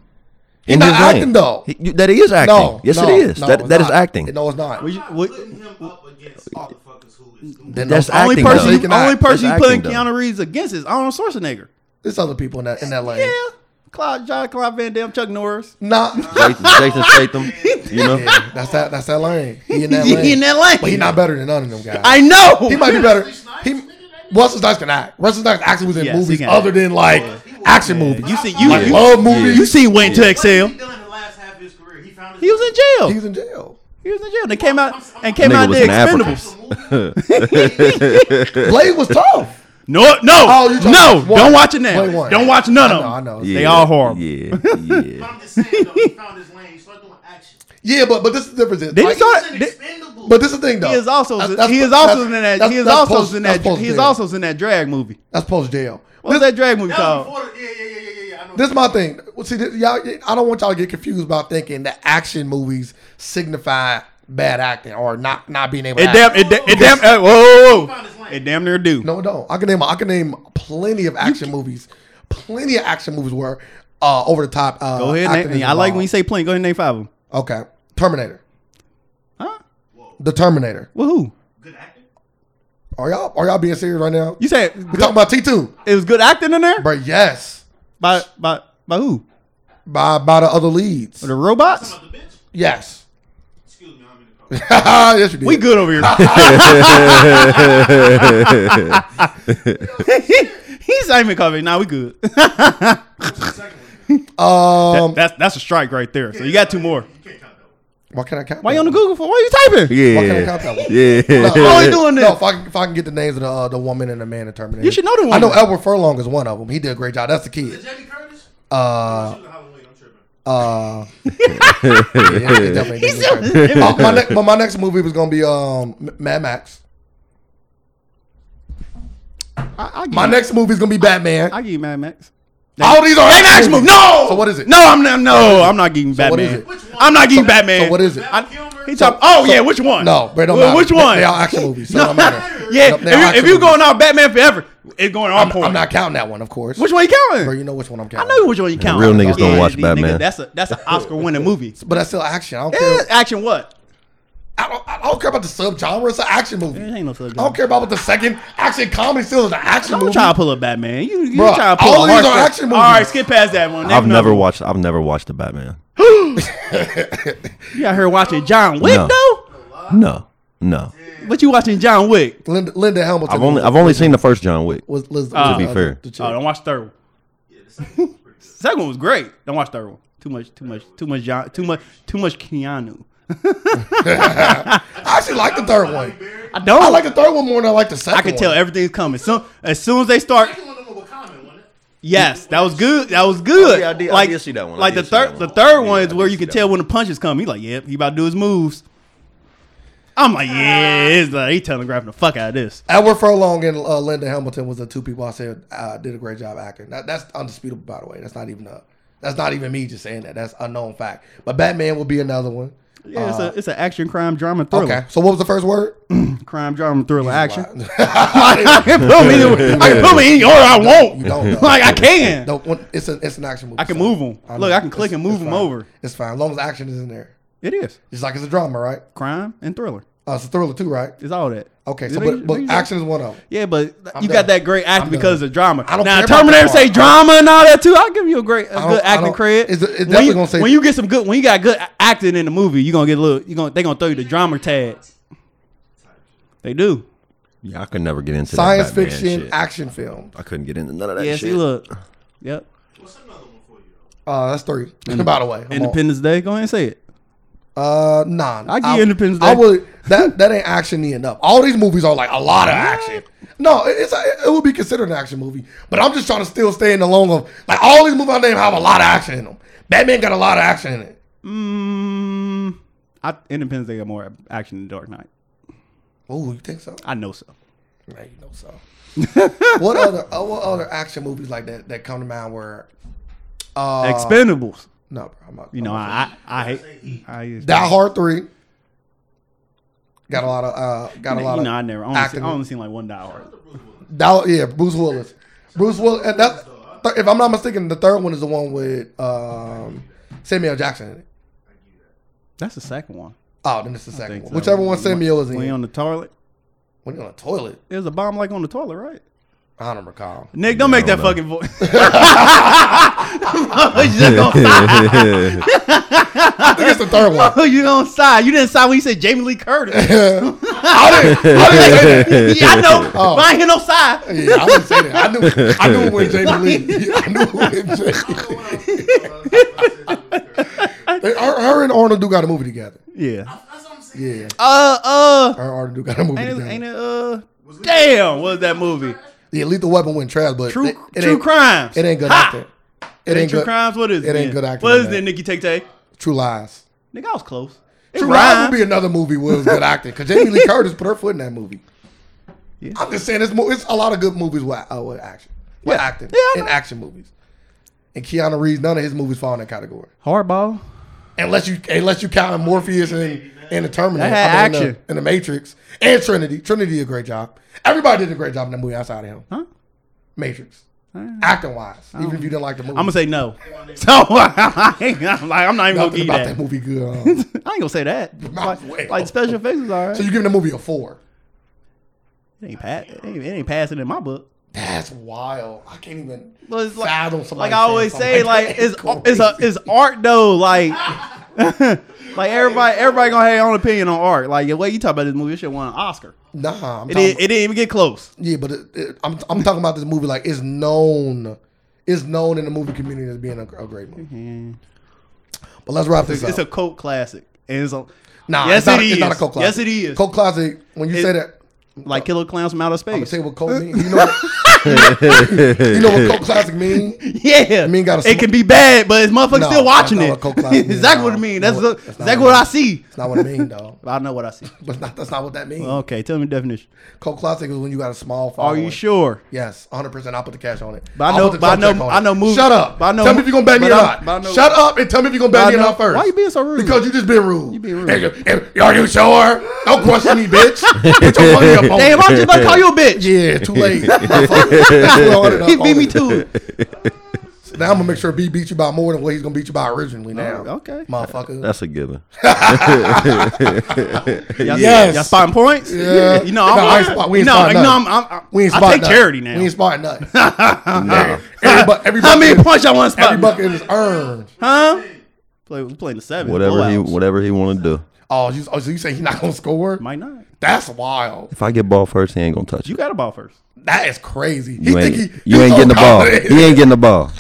He's not acting though. He- you- that is acting. No. yes, no, it is. no, that it's that is not. acting. No, it's not. We- I'm not we- putting him up against all the fuckers who is doing Then That's no- act- only acting, person, though. you, only That's person you acting, putting though. Keanu Reeves against is Arnold Schwarzenegger. There's other people in that in that lane. Yeah, Clyde, John Clyde Van Damme, Chuck Norris. Nah. Jason, Jason Statham. You know, Yeah, that's that. That's that lane. He in that He lane. in that lane. But he not better than none of them guys. I know. he might be better. He Wesley Snipes can act. Wesley Snipes actually was in Yes, he movies can other than like action movies. You see, you like you, love movies. you seen Waiting to Exhale. What has he done in the last half of his career? He found his He was in jail. He was in jail. He was in jail. They came out and came nigga out was the in Africa. Expendables. Blade was tough. No, no, Oh, you talking no! about one. Don't watch it now. Blade one. Don't watch none of them. I know, I know. They all horrible. Yeah, yeah. But I'm just saying, though, he found his lane. He started doing action. Yeah, but but this is the difference. They Like, start- He's an They- expendable. but this is the thing though. He is also That's- that's- he is that's- also in that that's- he is that's also post- in that's that post he is jail. also in that drag movie. that's post jail. What was that drag movie that was called? before the, yeah, yeah, yeah, yeah, yeah. I know. Oh. This is my thing. Well, See, this, y'all, I don't want y'all to get confused about thinking that action movies signify bad acting or not not being able. It to damn act. it, da- it damn uh, whoa, whoa, whoa. it damn near do. No, no. I can name I can name plenty of action movies, plenty of action movies where uh, over the top. Uh, Go ahead, acting name, is I like when you involved. say plenty. Go ahead, and name five of them. Okay, Terminator, Huh? the Terminator. Well, who? Good acting. Are y'all are y'all being serious right now? You said We talking about T two, it was good acting in there but yes, by by by who? by by the other leads. The robots? Talking about the bitch. Yes, Excuse me, I'm in the car. yes you did. We good over here. He's not even coming. Now nah, we good. What's the second one? Um, that's that's a strike right there. So you got two more. You can't count that one. why can't I count? Why that you on the one? Google for? Why you typing? Why can't I count Yeah. that one? Yeah. Why oh, you doing this? No, if I, can, if I can get the names of the uh, the woman and the man in Terminator, You should know the I know woman. Edward Furlong is one of them. He did a great job. That's the Is kid. it Jamie Curtis? Uh, she was in Halloween. uh, I'm tripping. yeah, it definitely did me crazy. Uh, my ne- but my next movie was gonna be um M- Mad Max. I, I give My you, next movie is gonna be Batman. I give you Mad Max. All these are Mad Max action movie. movies. No. So what is it? No, I'm not. No, I'm not giving what Batman. is it? Which one? I'm not giving Batman. So what is it? Val I- Kilmer? He talk. Oh yeah, which one? No, but it don't Well, matter. Which They- one? They all action movies. So it don't matter. yeah, No, if, they all you, action if you movies. going out Batman forever, it's going on point. I'm not counting that one, of course. Which one you counting? Bro, you know which one I'm I counting. know which one you counting. real niggas don't watch nigga, Batman. that's a that's an Oscar winning movie. But that's still action. I don't Yeah, care. action what? I don't, I don't care about the subgenre. It's an action movie. It ain't no subgenre. I don't care about what the second action comedy still is an action Don't movie. try to pull up Batman. You you Bruh, try to pull all a these hard are shot. action movies. All right, skip past that one. Name I've another never one. watched. I've never watched the Batman. You out here watching John Wick No. though? No, no. But you watching John Wick? Linda, Linda Hamilton. I've only I've only seen the first John Wick. was, was, was, Uh, To be uh, fair. the chick. Oh, don't watch the third one. second one was great. Don't watch the third one. Too much, too much, too much, John, too much, too much Keanu. I actually like the third one. I don't. I I, like the third one more than I like the second. can one. tell everything's coming. So as soon as they start, Second one of them was Wakanda, wasn't it? yes, that was good. That was good. Oh, yeah, I did- I like, did see that one. I Like the did see that third, the one. third one Yeah, is I where did you see can that tell when the punches come. He like, yep, he about to do his moves. I'm like, yeah, it's like, he telegraphing the fuck out of this. Edward Furlong and uh, Linda Hamilton was the two people I said uh, did a great job acting. That, that's undisputable, by the way. That's not even a. That's not even me just saying that. That's a known fact. But Batman will be another one. Yeah, it's Uh, a it's an action crime drama thriller. Okay. So what was the first word? Crime drama thriller action. I I can put me, in- I can put me in order I want. You don't know. Like I can. No, one- it's an it's an action movie. I can so move 'em. I know. Look, I can click and move it's 'em fine. over. It's fine as long as action is in there. It is Just like it's a drama, right? crime and thriller. Uh, it's a thriller too, right? It's all that. Okay, Did so they- but, but did they- action is one of them. Yeah, but I'm you done. got that great acting I'm because done. of drama. I don't now care about Terminator that say part. drama and all that too. I'll give you a great, a don't- good I acting don't- credit. it's- it's when, definitely you, gonna say- when you get some good, when you got good a- acting in the movie, you gonna get a little. You gonna they gonna throw you the drama tag. They do. Yeah, I could never get into Science that Batman fiction, shit. action film. I couldn't get into none of that Yeah, shit. see, look. Yep. What's another one for you? Uh, that's three. By the way, come on. Independence Day. Go ahead and say it. Uh, nah. I give Independence Day. I would that that ain't action enough. All these movies are like a lot of action. No, it- it's a, it would be considered an action movie, but I'm just trying to still stay in the long of like all these movies I name have a lot of action in them. Batman got a lot of action in it. Mm, I, Independence Day got more action than Dark Knight. Ooh, you think so? I know so. Yeah, you know so. what other uh, what other action movies like that that come to mind where? Uh, Expendables. no, bro, I'm not, You know, I I, I hate. I, Die Hard three. Got a lot of uh, got a lot you of know, I never. I only, seen, acting. I only seen like one Die Hard. That, yeah, Bruce Willis. Bruce Willis. And that, th- if I'm not mistaken, the third one is the one with um, Samuel Jackson in it. That's the second one. Oh, then it's the I second think one. so. Whichever one Samuel is in. When he on the toilet. when he on the toilet. There's a bomb like on the toilet, right? I don't recall. Nick, don't make that I don't fucking voice. you just gonna sigh. I think it's the third one. you gonna sigh. You didn't sigh when you said Jamie Lee Curtis. I didn't, I didn't say that. yeah, I know. Oh. But I ain't hear no sigh. Yeah, I didn't say that. I knew, I knew it was Jamie Lee. I knew it was Jamie Lee. They- Her, her and Arnold do got a movie together. Yeah. Yeah. Uh, uh. Her and Arnold do got a movie Ain't it, together. ain't it uh? Damn, what was that movie? yeah, Lethal Weapon went trash, but True, it, it True ain't, Crimes. It ain't good Ha! acting. It ain't True good. Crimes. What is it? it then? ain't good acting What is in it, Nikki Take Take? True Lies. Nigga, I was close. It True Lies rhymed. would be another movie where it was good acting because Jamie Lee Curtis put her foot in that movie. Yeah. I'm just saying, it's, mo- it's a lot of good movies with, uh, with action, with Yeah. acting, Yeah, I in know. action movies. And Keanu Reeves, none of his movies fall in that category Hardball. unless you unless you count Morpheus and and the Terminator, They had I mean, action. in the, Matrix and Trinity. Trinity did a great job. Everybody did a great job in that movie outside of him. Huh? Matrix, right. acting wise, even if you didn't like the movie, I'm gonna say no. So I ain't, I'm like, I'm not even gonna nothing give about that that. movie good. huh? I ain't gonna say that. Might as Like, well. like special effects is all right. so you're giving the movie a four. it, ain't pa- it, ain't, it ain't passing in my book. That's wild. I can't even But it's like, fathom like somebody. I always say, saying something like that. it's uh, it's That's a crazy. it's art though. Like like everybody everybody gonna have their own opinion on art. Like the way you talk about this movie, it should won an Oscar. nah. I'm It, talking, did, it didn't even get close. yeah, but it, it, I'm I'm talking about this movie like it's known. It's known in the movie community as being a, a great movie. But let's wrap this Mm-hmm. It's a up. cult classic. And it's a, nah, yes it's not, it It's is. not a cult classic. Yes it is. Cult classic. When you It- say that, like Killer Clowns from Outer I'm gonna Space. tell you what cult means. You know what, you know what cult classic means? Yeah, mean got a it sm- can be bad, but it's motherfuckers No, still watching that's not it. what Coke Live means, exactly what no. it means. No, That's, the- that's not exactly what what it I means. see. That's not what it means, though. I know what I see. But not, that's not what that means. Okay, tell me the definition. Cult classic is when you got a small Are following. you sure? Yes, 100. percent I'll put the cash on it. But I I'll know- put the but I Trump know- check on I it. know movie- Shut up. but I know tell me if mo- you're gonna bet me but or I- not. but I know- Shut up and tell me if you're gonna But I bet me or know- not first. why you being so rude? Because you just been rude. You being rude. And you- and you- are you sure? Don't question me, bitch. Get your money up on Damn, it. I'm just about to call you a bitch. Yeah, too late. Motherfucker. He beat me too. Now I'm gonna make sure B beat you by more than what he's gonna beat you by originally. Now, Oh, okay. motherfucker. That's a given. Y'all, Yes. y'all spotting points? Yeah. You know, No, I'm, I ain't spot- we ain't no, spotting no, nothing. I'm, I'm, I'm, we ain't I spotting take nothing. charity now. We ain't spotting nothing. Nah. every, bu- every How many bucket- points y'all want to every spot? bucket is earned. Huh? Play, we playing the seven. Whatever he blowouts. whatever he wanna do. Oh, you, oh, so you say he's not gonna score? might not. That's wild. If I get ball first, he ain't gonna touch You it. got a ball first. That is crazy. You think ain't, he you ain't so getting the ball. confident. He ain't getting the ball.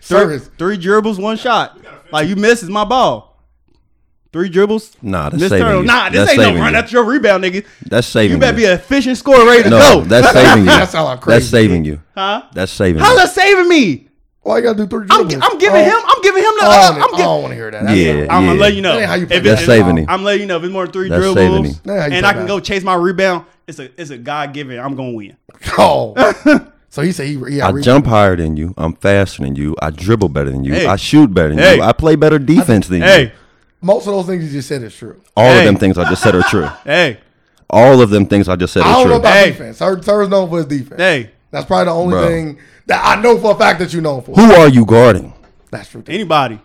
Service. Three dribbles, one shot. Like you miss is my ball. Three dribbles. Nah, that's miss saving turtle. you. Nah, this That's ain't no saving run. you. That's your rebound, nigga. That's saving You you. better be an efficient scorer ready to no, go. that's saving you. That sound crazy. That's saving you. huh? That's saving How's you. that saving me? Why you gotta do three I'm, dribbles? gi- I'm giving Oh, him. I'm giving him the. I Uh, don't, I'm, gi- want to hear that. That's Yeah. not- I'm gonna Yeah. let you know. That ain't how you If play it's- That's if- saving him. I'm letting you know if it's more than three That's saving him. dribbles, That ain't how and you play I can basketball. go chase my rebound. It's a it's a God given. I'm gonna win. Oh. so he said he. Yeah, I re- jump higher than you. I'm faster than you. I dribble better than you. Hey. I shoot better than Hey. you. I play better defense than you. Hey, Most of those things you just said is true. All Hey. of them things I just said are true. hey, All of them things I just said I are don't know true. about Hey. defense. Sir, Sir's known for his defense. hey. That's probably the only Bro. thing that I know for a fact that you know for. Who are you guarding? That's true. too. Anybody,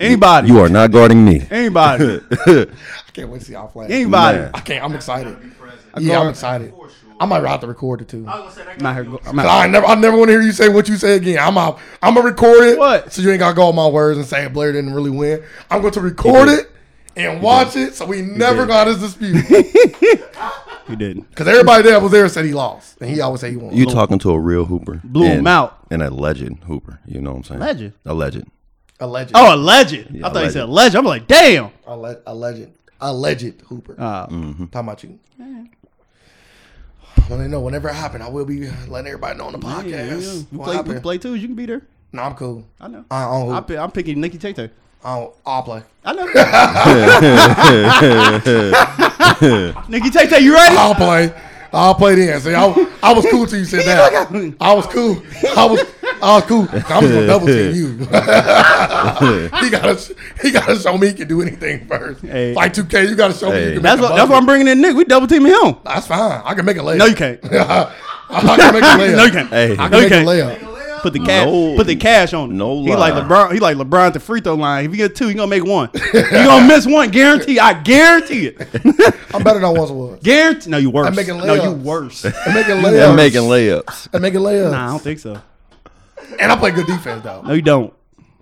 anybody, You are not guarding me. anybody, I can't wait to see y'all play. anybody. Man. I can't. I'm excited. Yeah, I'm excited. I might have to record it too. I was gonna say that I'm out guy here. Go, killed I'm out. I never, I never want to hear you say what you say again. I'm out. I'm gonna record it. What? So you ain't gotta go on my words and say Blair didn't really win. I'm going to record it and watch it, so we never got his dispute. He didn't. Because everybody that was there said he lost, and he always said he won. You talking to a real hooper. Blew him And- out. And a legend hooper. You know what I'm saying? Legend? A legend. a legend. Oh, a legend. Yeah, I a thought he legend. said legend. I'm like, damn. A, le- a legend. A legend. Hooper. Uh, Talking about you. Well, you know, whenever it happened, I will be letting everybody know on the podcast. yeah, yeah. You what play, happened. you play twos. You can be there. No, I'm cool. I know. I don't hoop. I pick, I'm picking Nikki Tate. I don't, I'll play. I know. Nikki Tate, you ready? I'll play. I'll play then. See, I, I was cool till you said that. I was cool. I was I was cool. I was gonna double team you. he gotta he gotta show me he can do anything first. Hey. Like 2K, you gotta show me you Hey. can That's make what. a That's why I'm bucket. bringing in Nick. We double teaming him. That's fine. I can make a layup. No, you can't. I can make a No, you layup. can't. Hey, No, I can you make a can't. layup. Put the cash. No. Put the cash on. it. No He like lie. LeBron. He like LeBron at the free throw line. If you get two, you gonna make one. you gonna miss one. Guarantee. I guarantee it. I'm better than I once was. guarantee. No, you worse. I'm making no, you layups. worse. I'm making layups. they're making layups. I'm making layups. nah, I don't think so. And I play good defense though. No, you don't.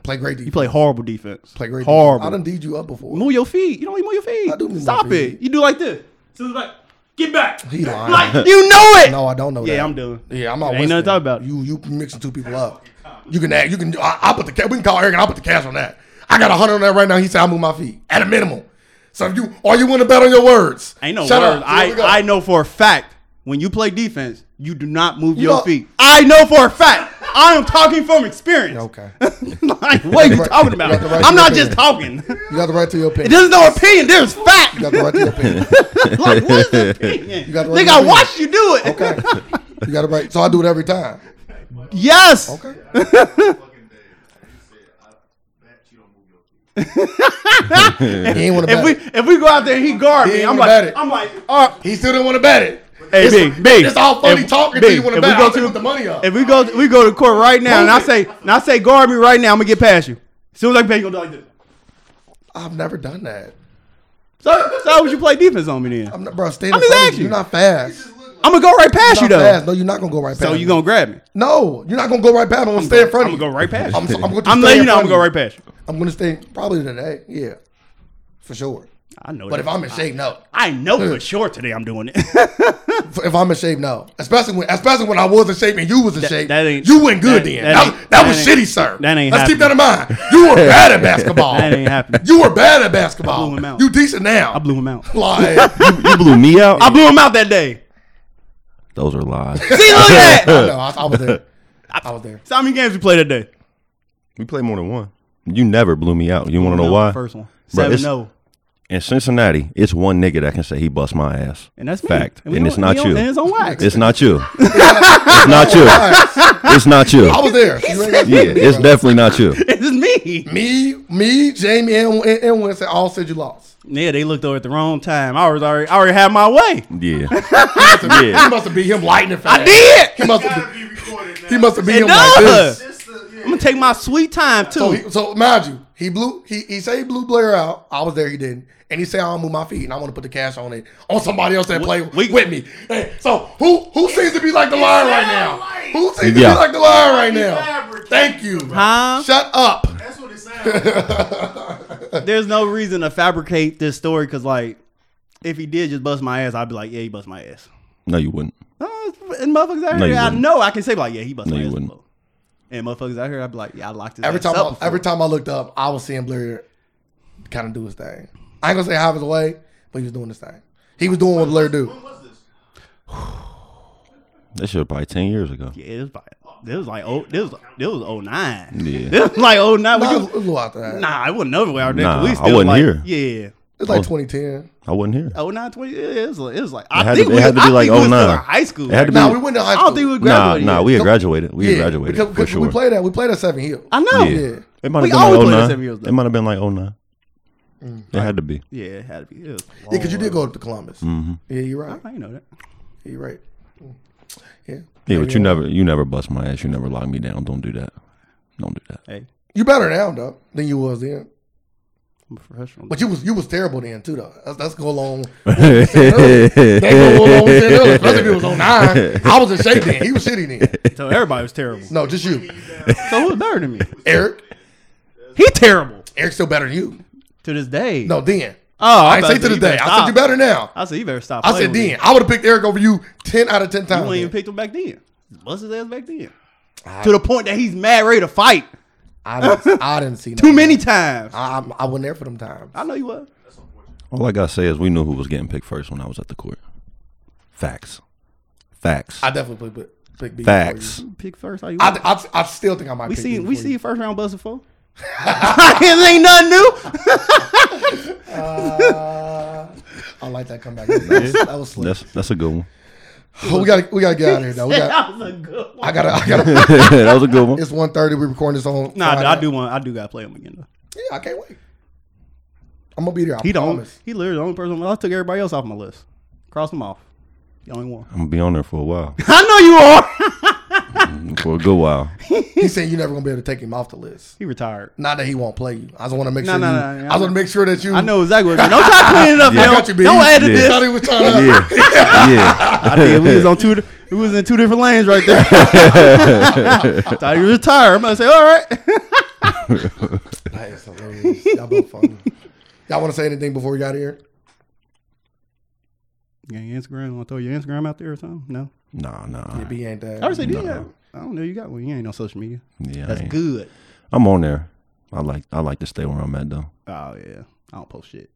Play great defense. You play horrible defense. play great. horrible. Defense. I done D'd you up before. Move your feet. You don't even move your feet. I do move my Stop feet. it. You do like this. So it's like, get back. He lying. Like you know it. No, I don't know that. yeah, I'm doing. Yeah, I'm not. Ain't nothing to Winston. talk about. You you mixing two people up. You can add. You can. I, I put the. ca- We can call Eric and I will put the cash on that. I got a hundred on that right now. He said I move my feet at a minimum. So if you are you want to bet on your words? Ain't no Shut words. Up. Here we go. I, I know for a fact when you play defense, you do not move your don't- feet. I know for a fact. I am talking from experience. Okay. like, what are you Right. talking about? You got the right I'm to not your just talking. You got the right to your opinion. There's no opinion. There's fact. you got the right to your opinion. like, what is opinion? got the right Nigga, I opinion. watched you do it. Okay. You got it right. So I do it every time. Yes. Okay. he ain't want to If bet. we it. if we go out there and he guard me, He I'm ain't like, about it. I'm like, all right. He still didn't want to bet it. Hey, it's, big, big. It's all funny If- talking until big, you want if to we bet. go I'll to- put the money up. If we go we go to court right now and I say and I say guard me right now, I'm gonna get past you. As soon as I pay, you gonna do like this. I've never done that. So, so how would you play defense on me then? I'm not, bro. Stand in I'm just front of you. asking. You're not fast. I'm gonna go right past you You're though. not fast. No, you're not gonna go right past. So you me. gonna grab me? No, you're not gonna go right past. me. I'm gonna stay in front I'm of gonna you. go right past you. I'm, I'm going to I'm stay letting in you know I'm gonna front go of right past you. you. I'm gonna stay probably today. Yeah, for sure. I know. But that. if I'm in shape, no. I know for sure today I'm doing it. If- If I'm in shape, no. Especially when, especially when I was in shape and you was in shape. that ain't- you weren't good that- then. that That, ain't- was- that that was ain't- shitty, sir. that ain't Let's keep that in mind. You were bad at basketball. That ain't happening. You were bad at basketball. blew him out. You decent now. I blew him out. Like, You blew me out. I blew him out that day. Those are lies. See, look at I, that. know, I, I was there. I was there. So how many games we played that day? we played more than one. You never blew me out. You want to know No, why? First one. Bro, Seven it's- zero. In Cincinnati, it's one nigga that can say he bust my ass. And that's me. fact, we and it's on- not we on- you. And it's on wax. It's not you. it's not you. It's not you. I was there. You ain't got Yeah, me, it's bro. definitely not you. This is me. me, me, Jamie, and, and, and Winston all said you lost. Yeah, they looked over at the wrong time. I was already, I already had my way. Yeah. He yeah. must have beat him lightning fast. I did. He must Gotta have. be recorded now. He must have beat It him like does. this. Just the- yeah. I'm gonna take my sweet time too. So, Oh, he, so mind you, he blew. He he say he blew Blair out. I was there. He didn't. And he said I don't move my feet, and I want to put the cash on it on somebody else that played we- with me. Hey, so who who seems to be like the lion right now? Who seems to Yeah. be like the lion right now? Elaborate. Thank you. Huh? Shut up. That's what it sounds like. There's no reason to fabricate this story because, like, if he did just bust my ass, I'd be like, yeah, he bust my ass. No, you wouldn't. Oh, and motherfuckers out No, here, you I wouldn't. know I can say like, yeah, he bust No, my you ass. wouldn't. before. And motherfuckers out here, I'd be like, yeah, I locked his Every ass time up I, every before. time I looked up, I was seeing Blair kind of do his thing. I ain't gonna say half his way, but he was doing his thing. He was doing what Blair do. When was this? That shit was probably 10 years ago. Yeah, it was like, this was like, oh, this was this was 09. Yeah. this was like 09. Nah, Nah, it was a little after that. nah, I wasn't nowhere out there. Nah, we I still wasn't like, here. Yeah. It's like 2010. I wasn't here. 09, 20, yeah, it was, it was like, It I had think to- it we, had to I be like think we was still 09. in high school. It had to Nah, be- we went to high I school. don't think we Nah, graduated. nah, yet. we had graduated. We had graduated. Because, for because sure. we played that. We played at Seven Hill. I know. yeah. Yeah. It might We have been always played like us 09. every year, though. It might have been like 09. It had to be. it had to be. It was Yeah, because you long. did go up to Columbus. Mm-hmm. Yeah, you're right. I didn't know that. Yeah, you're right. Yeah. Yeah, but you never you never bust my ass. You never lock me down. Don't do that. Don't do that. Hey, You better now though than you was then. I'm a professional. But you was you was terrible then too though. Let's, let's go along. They go along with it, especially if it was on nine. I was in shape then. He was shitty then. so everybody was terrible. No, just you, So who's better than me? Eric. He terrible Eric's still better than you. to this day. No, then. oh, I, I, ain't thought say to you this day. better I said stop. you better now. I said you better stop. I playing said with me. then. I would have picked Eric over you ten out of ten You times. ain't even then. picked him back then. Bust his ass back then. to the point that he's mad ready to fight I didn't, I didn't see too no- many times. I, I, I, I wasn't there for them times. know you was. All I gotta say is we knew who was getting picked first when I was at the court. Facts. Facts. I definitely put pick B. Facts. Pick first. How you I, was. I, I still think I might. we pick see B we for see you. first round bust before. it ain't nothing new. Uh, I like that comeback. That was, that was slick. That's that's a good one. Oh, we gotta we gotta get out of here though. We got, that was a good one. I gotta I gotta. that was a good one. It's one thirty. We recording this on. Nah, Friday. I do want. I do gotta play him again though. Yeah, I can't wait. I'm gonna be there. I He don't. promise. He literally the only person. I took everybody else off my list. Cross them off. The only one. I'm gonna be on there for a while, I know you are. for a good while. He said you're never gonna be able to take him off the list. he retired. Not that he won't play you. I just want to make No, sure. no, you, no, no, I just want to make sure that you. I know exactly what it is. Don't try to clean it up, I yo. got you, B. Don't add to Yeah. this. Thought he was trying to- Yeah, yeah. I did. We was on two. We was in two different lanes right there. Thought you retired. I'm gonna say, all right. That is hilarious. Y'all both funny. Y'all want to say anything before we got here? You got your Instagram? Want to throw your Instagram out there or something? No. Nah, nah. Yeah, B ain't I that. already said, yeah. I don't know. You got one. You ain't on social media. Yeah, I That's ain't- good. I'm on there. I like I like to stay where I'm at though. Oh yeah. I don't post shit.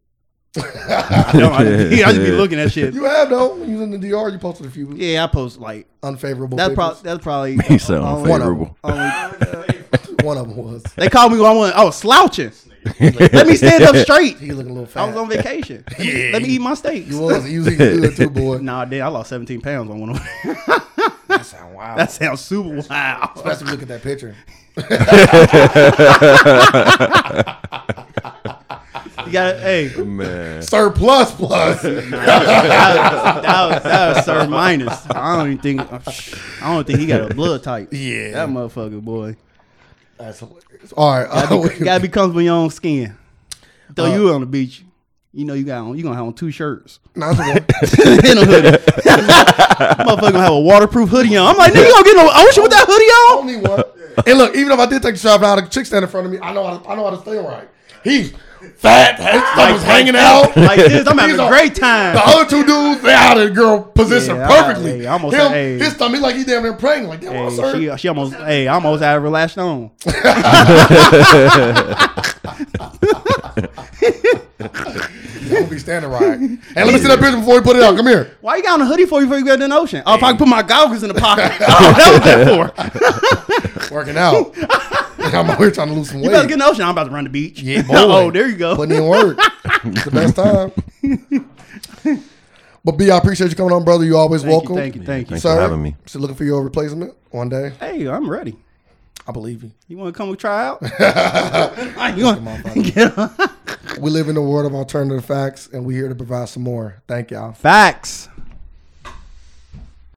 I don't. I just, be- I just be looking at shit. You have though. When you was in the DR, you posted a few Yeah, I post like unfavorable. that's probably pictures. that's probably uh, He said only- Uh, one of 'em. Oh, unfavorable. only- one of them was. Oh, they called me when I went. I was slouching. Let me stand up straight. He looking a little fat. I was on vacation. Let me, let me eat my steaks. you was. You was eating good too, boy. Nah, dude, I lost 17 pounds on one of them. That sound wild. That sounds super wild. Especially look at that picture. You got hey. Man, Sir plus plus. That was, that was, that was Sir Minus. I don't even think. I don't think he got a blood type. Yeah. that motherfucker boy. That's hilarious. All right. Uh, You gotta be comfortable in your own skin. Though you on the beach, you know you got on. You gonna have on two shirts nah, that's okay. and a hoodie. motherfucker gonna have a waterproof hoodie on. I'm like, nigga, you gonna get in the ocean with that hoodie on? only one. And look, even if I did take the shot now, the chick stand in front of me. I know. How to, I know how to stay right. He's fat. His stomach's hanging out. Like this, I'm having He's Oh, a on- great time. The other two dudes, they out of the girl position Yeah, perfectly. hey, I almost Him, said, hey. His stomach like he damn near praying. Like, damn, Hey, hey, sir. she, she almost, hey, I almost had her lashed on. I'm gonna be standing right. And let me see that picture before we put it out. Come here. Why you got on a hoodie for before you go to the ocean? Oh, if I can put my goggles in the pocket. oh, that was that for. Working out. I'm out here trying to lose some You better get weight. in the ocean. I'm about to run the beach. Yeah, boy. oh, there you go. Putting in work. It's the best time. But B, I appreciate you coming on, brother. You always Thank welcome. you, thank you, thank you. Thanks for having me. Still looking for your replacement one day. Hey, I'm ready. I believe you. You want to come and try out? you want get on? We live in a world of alternative facts, and we're here to provide some more. Thank y'all. Facts.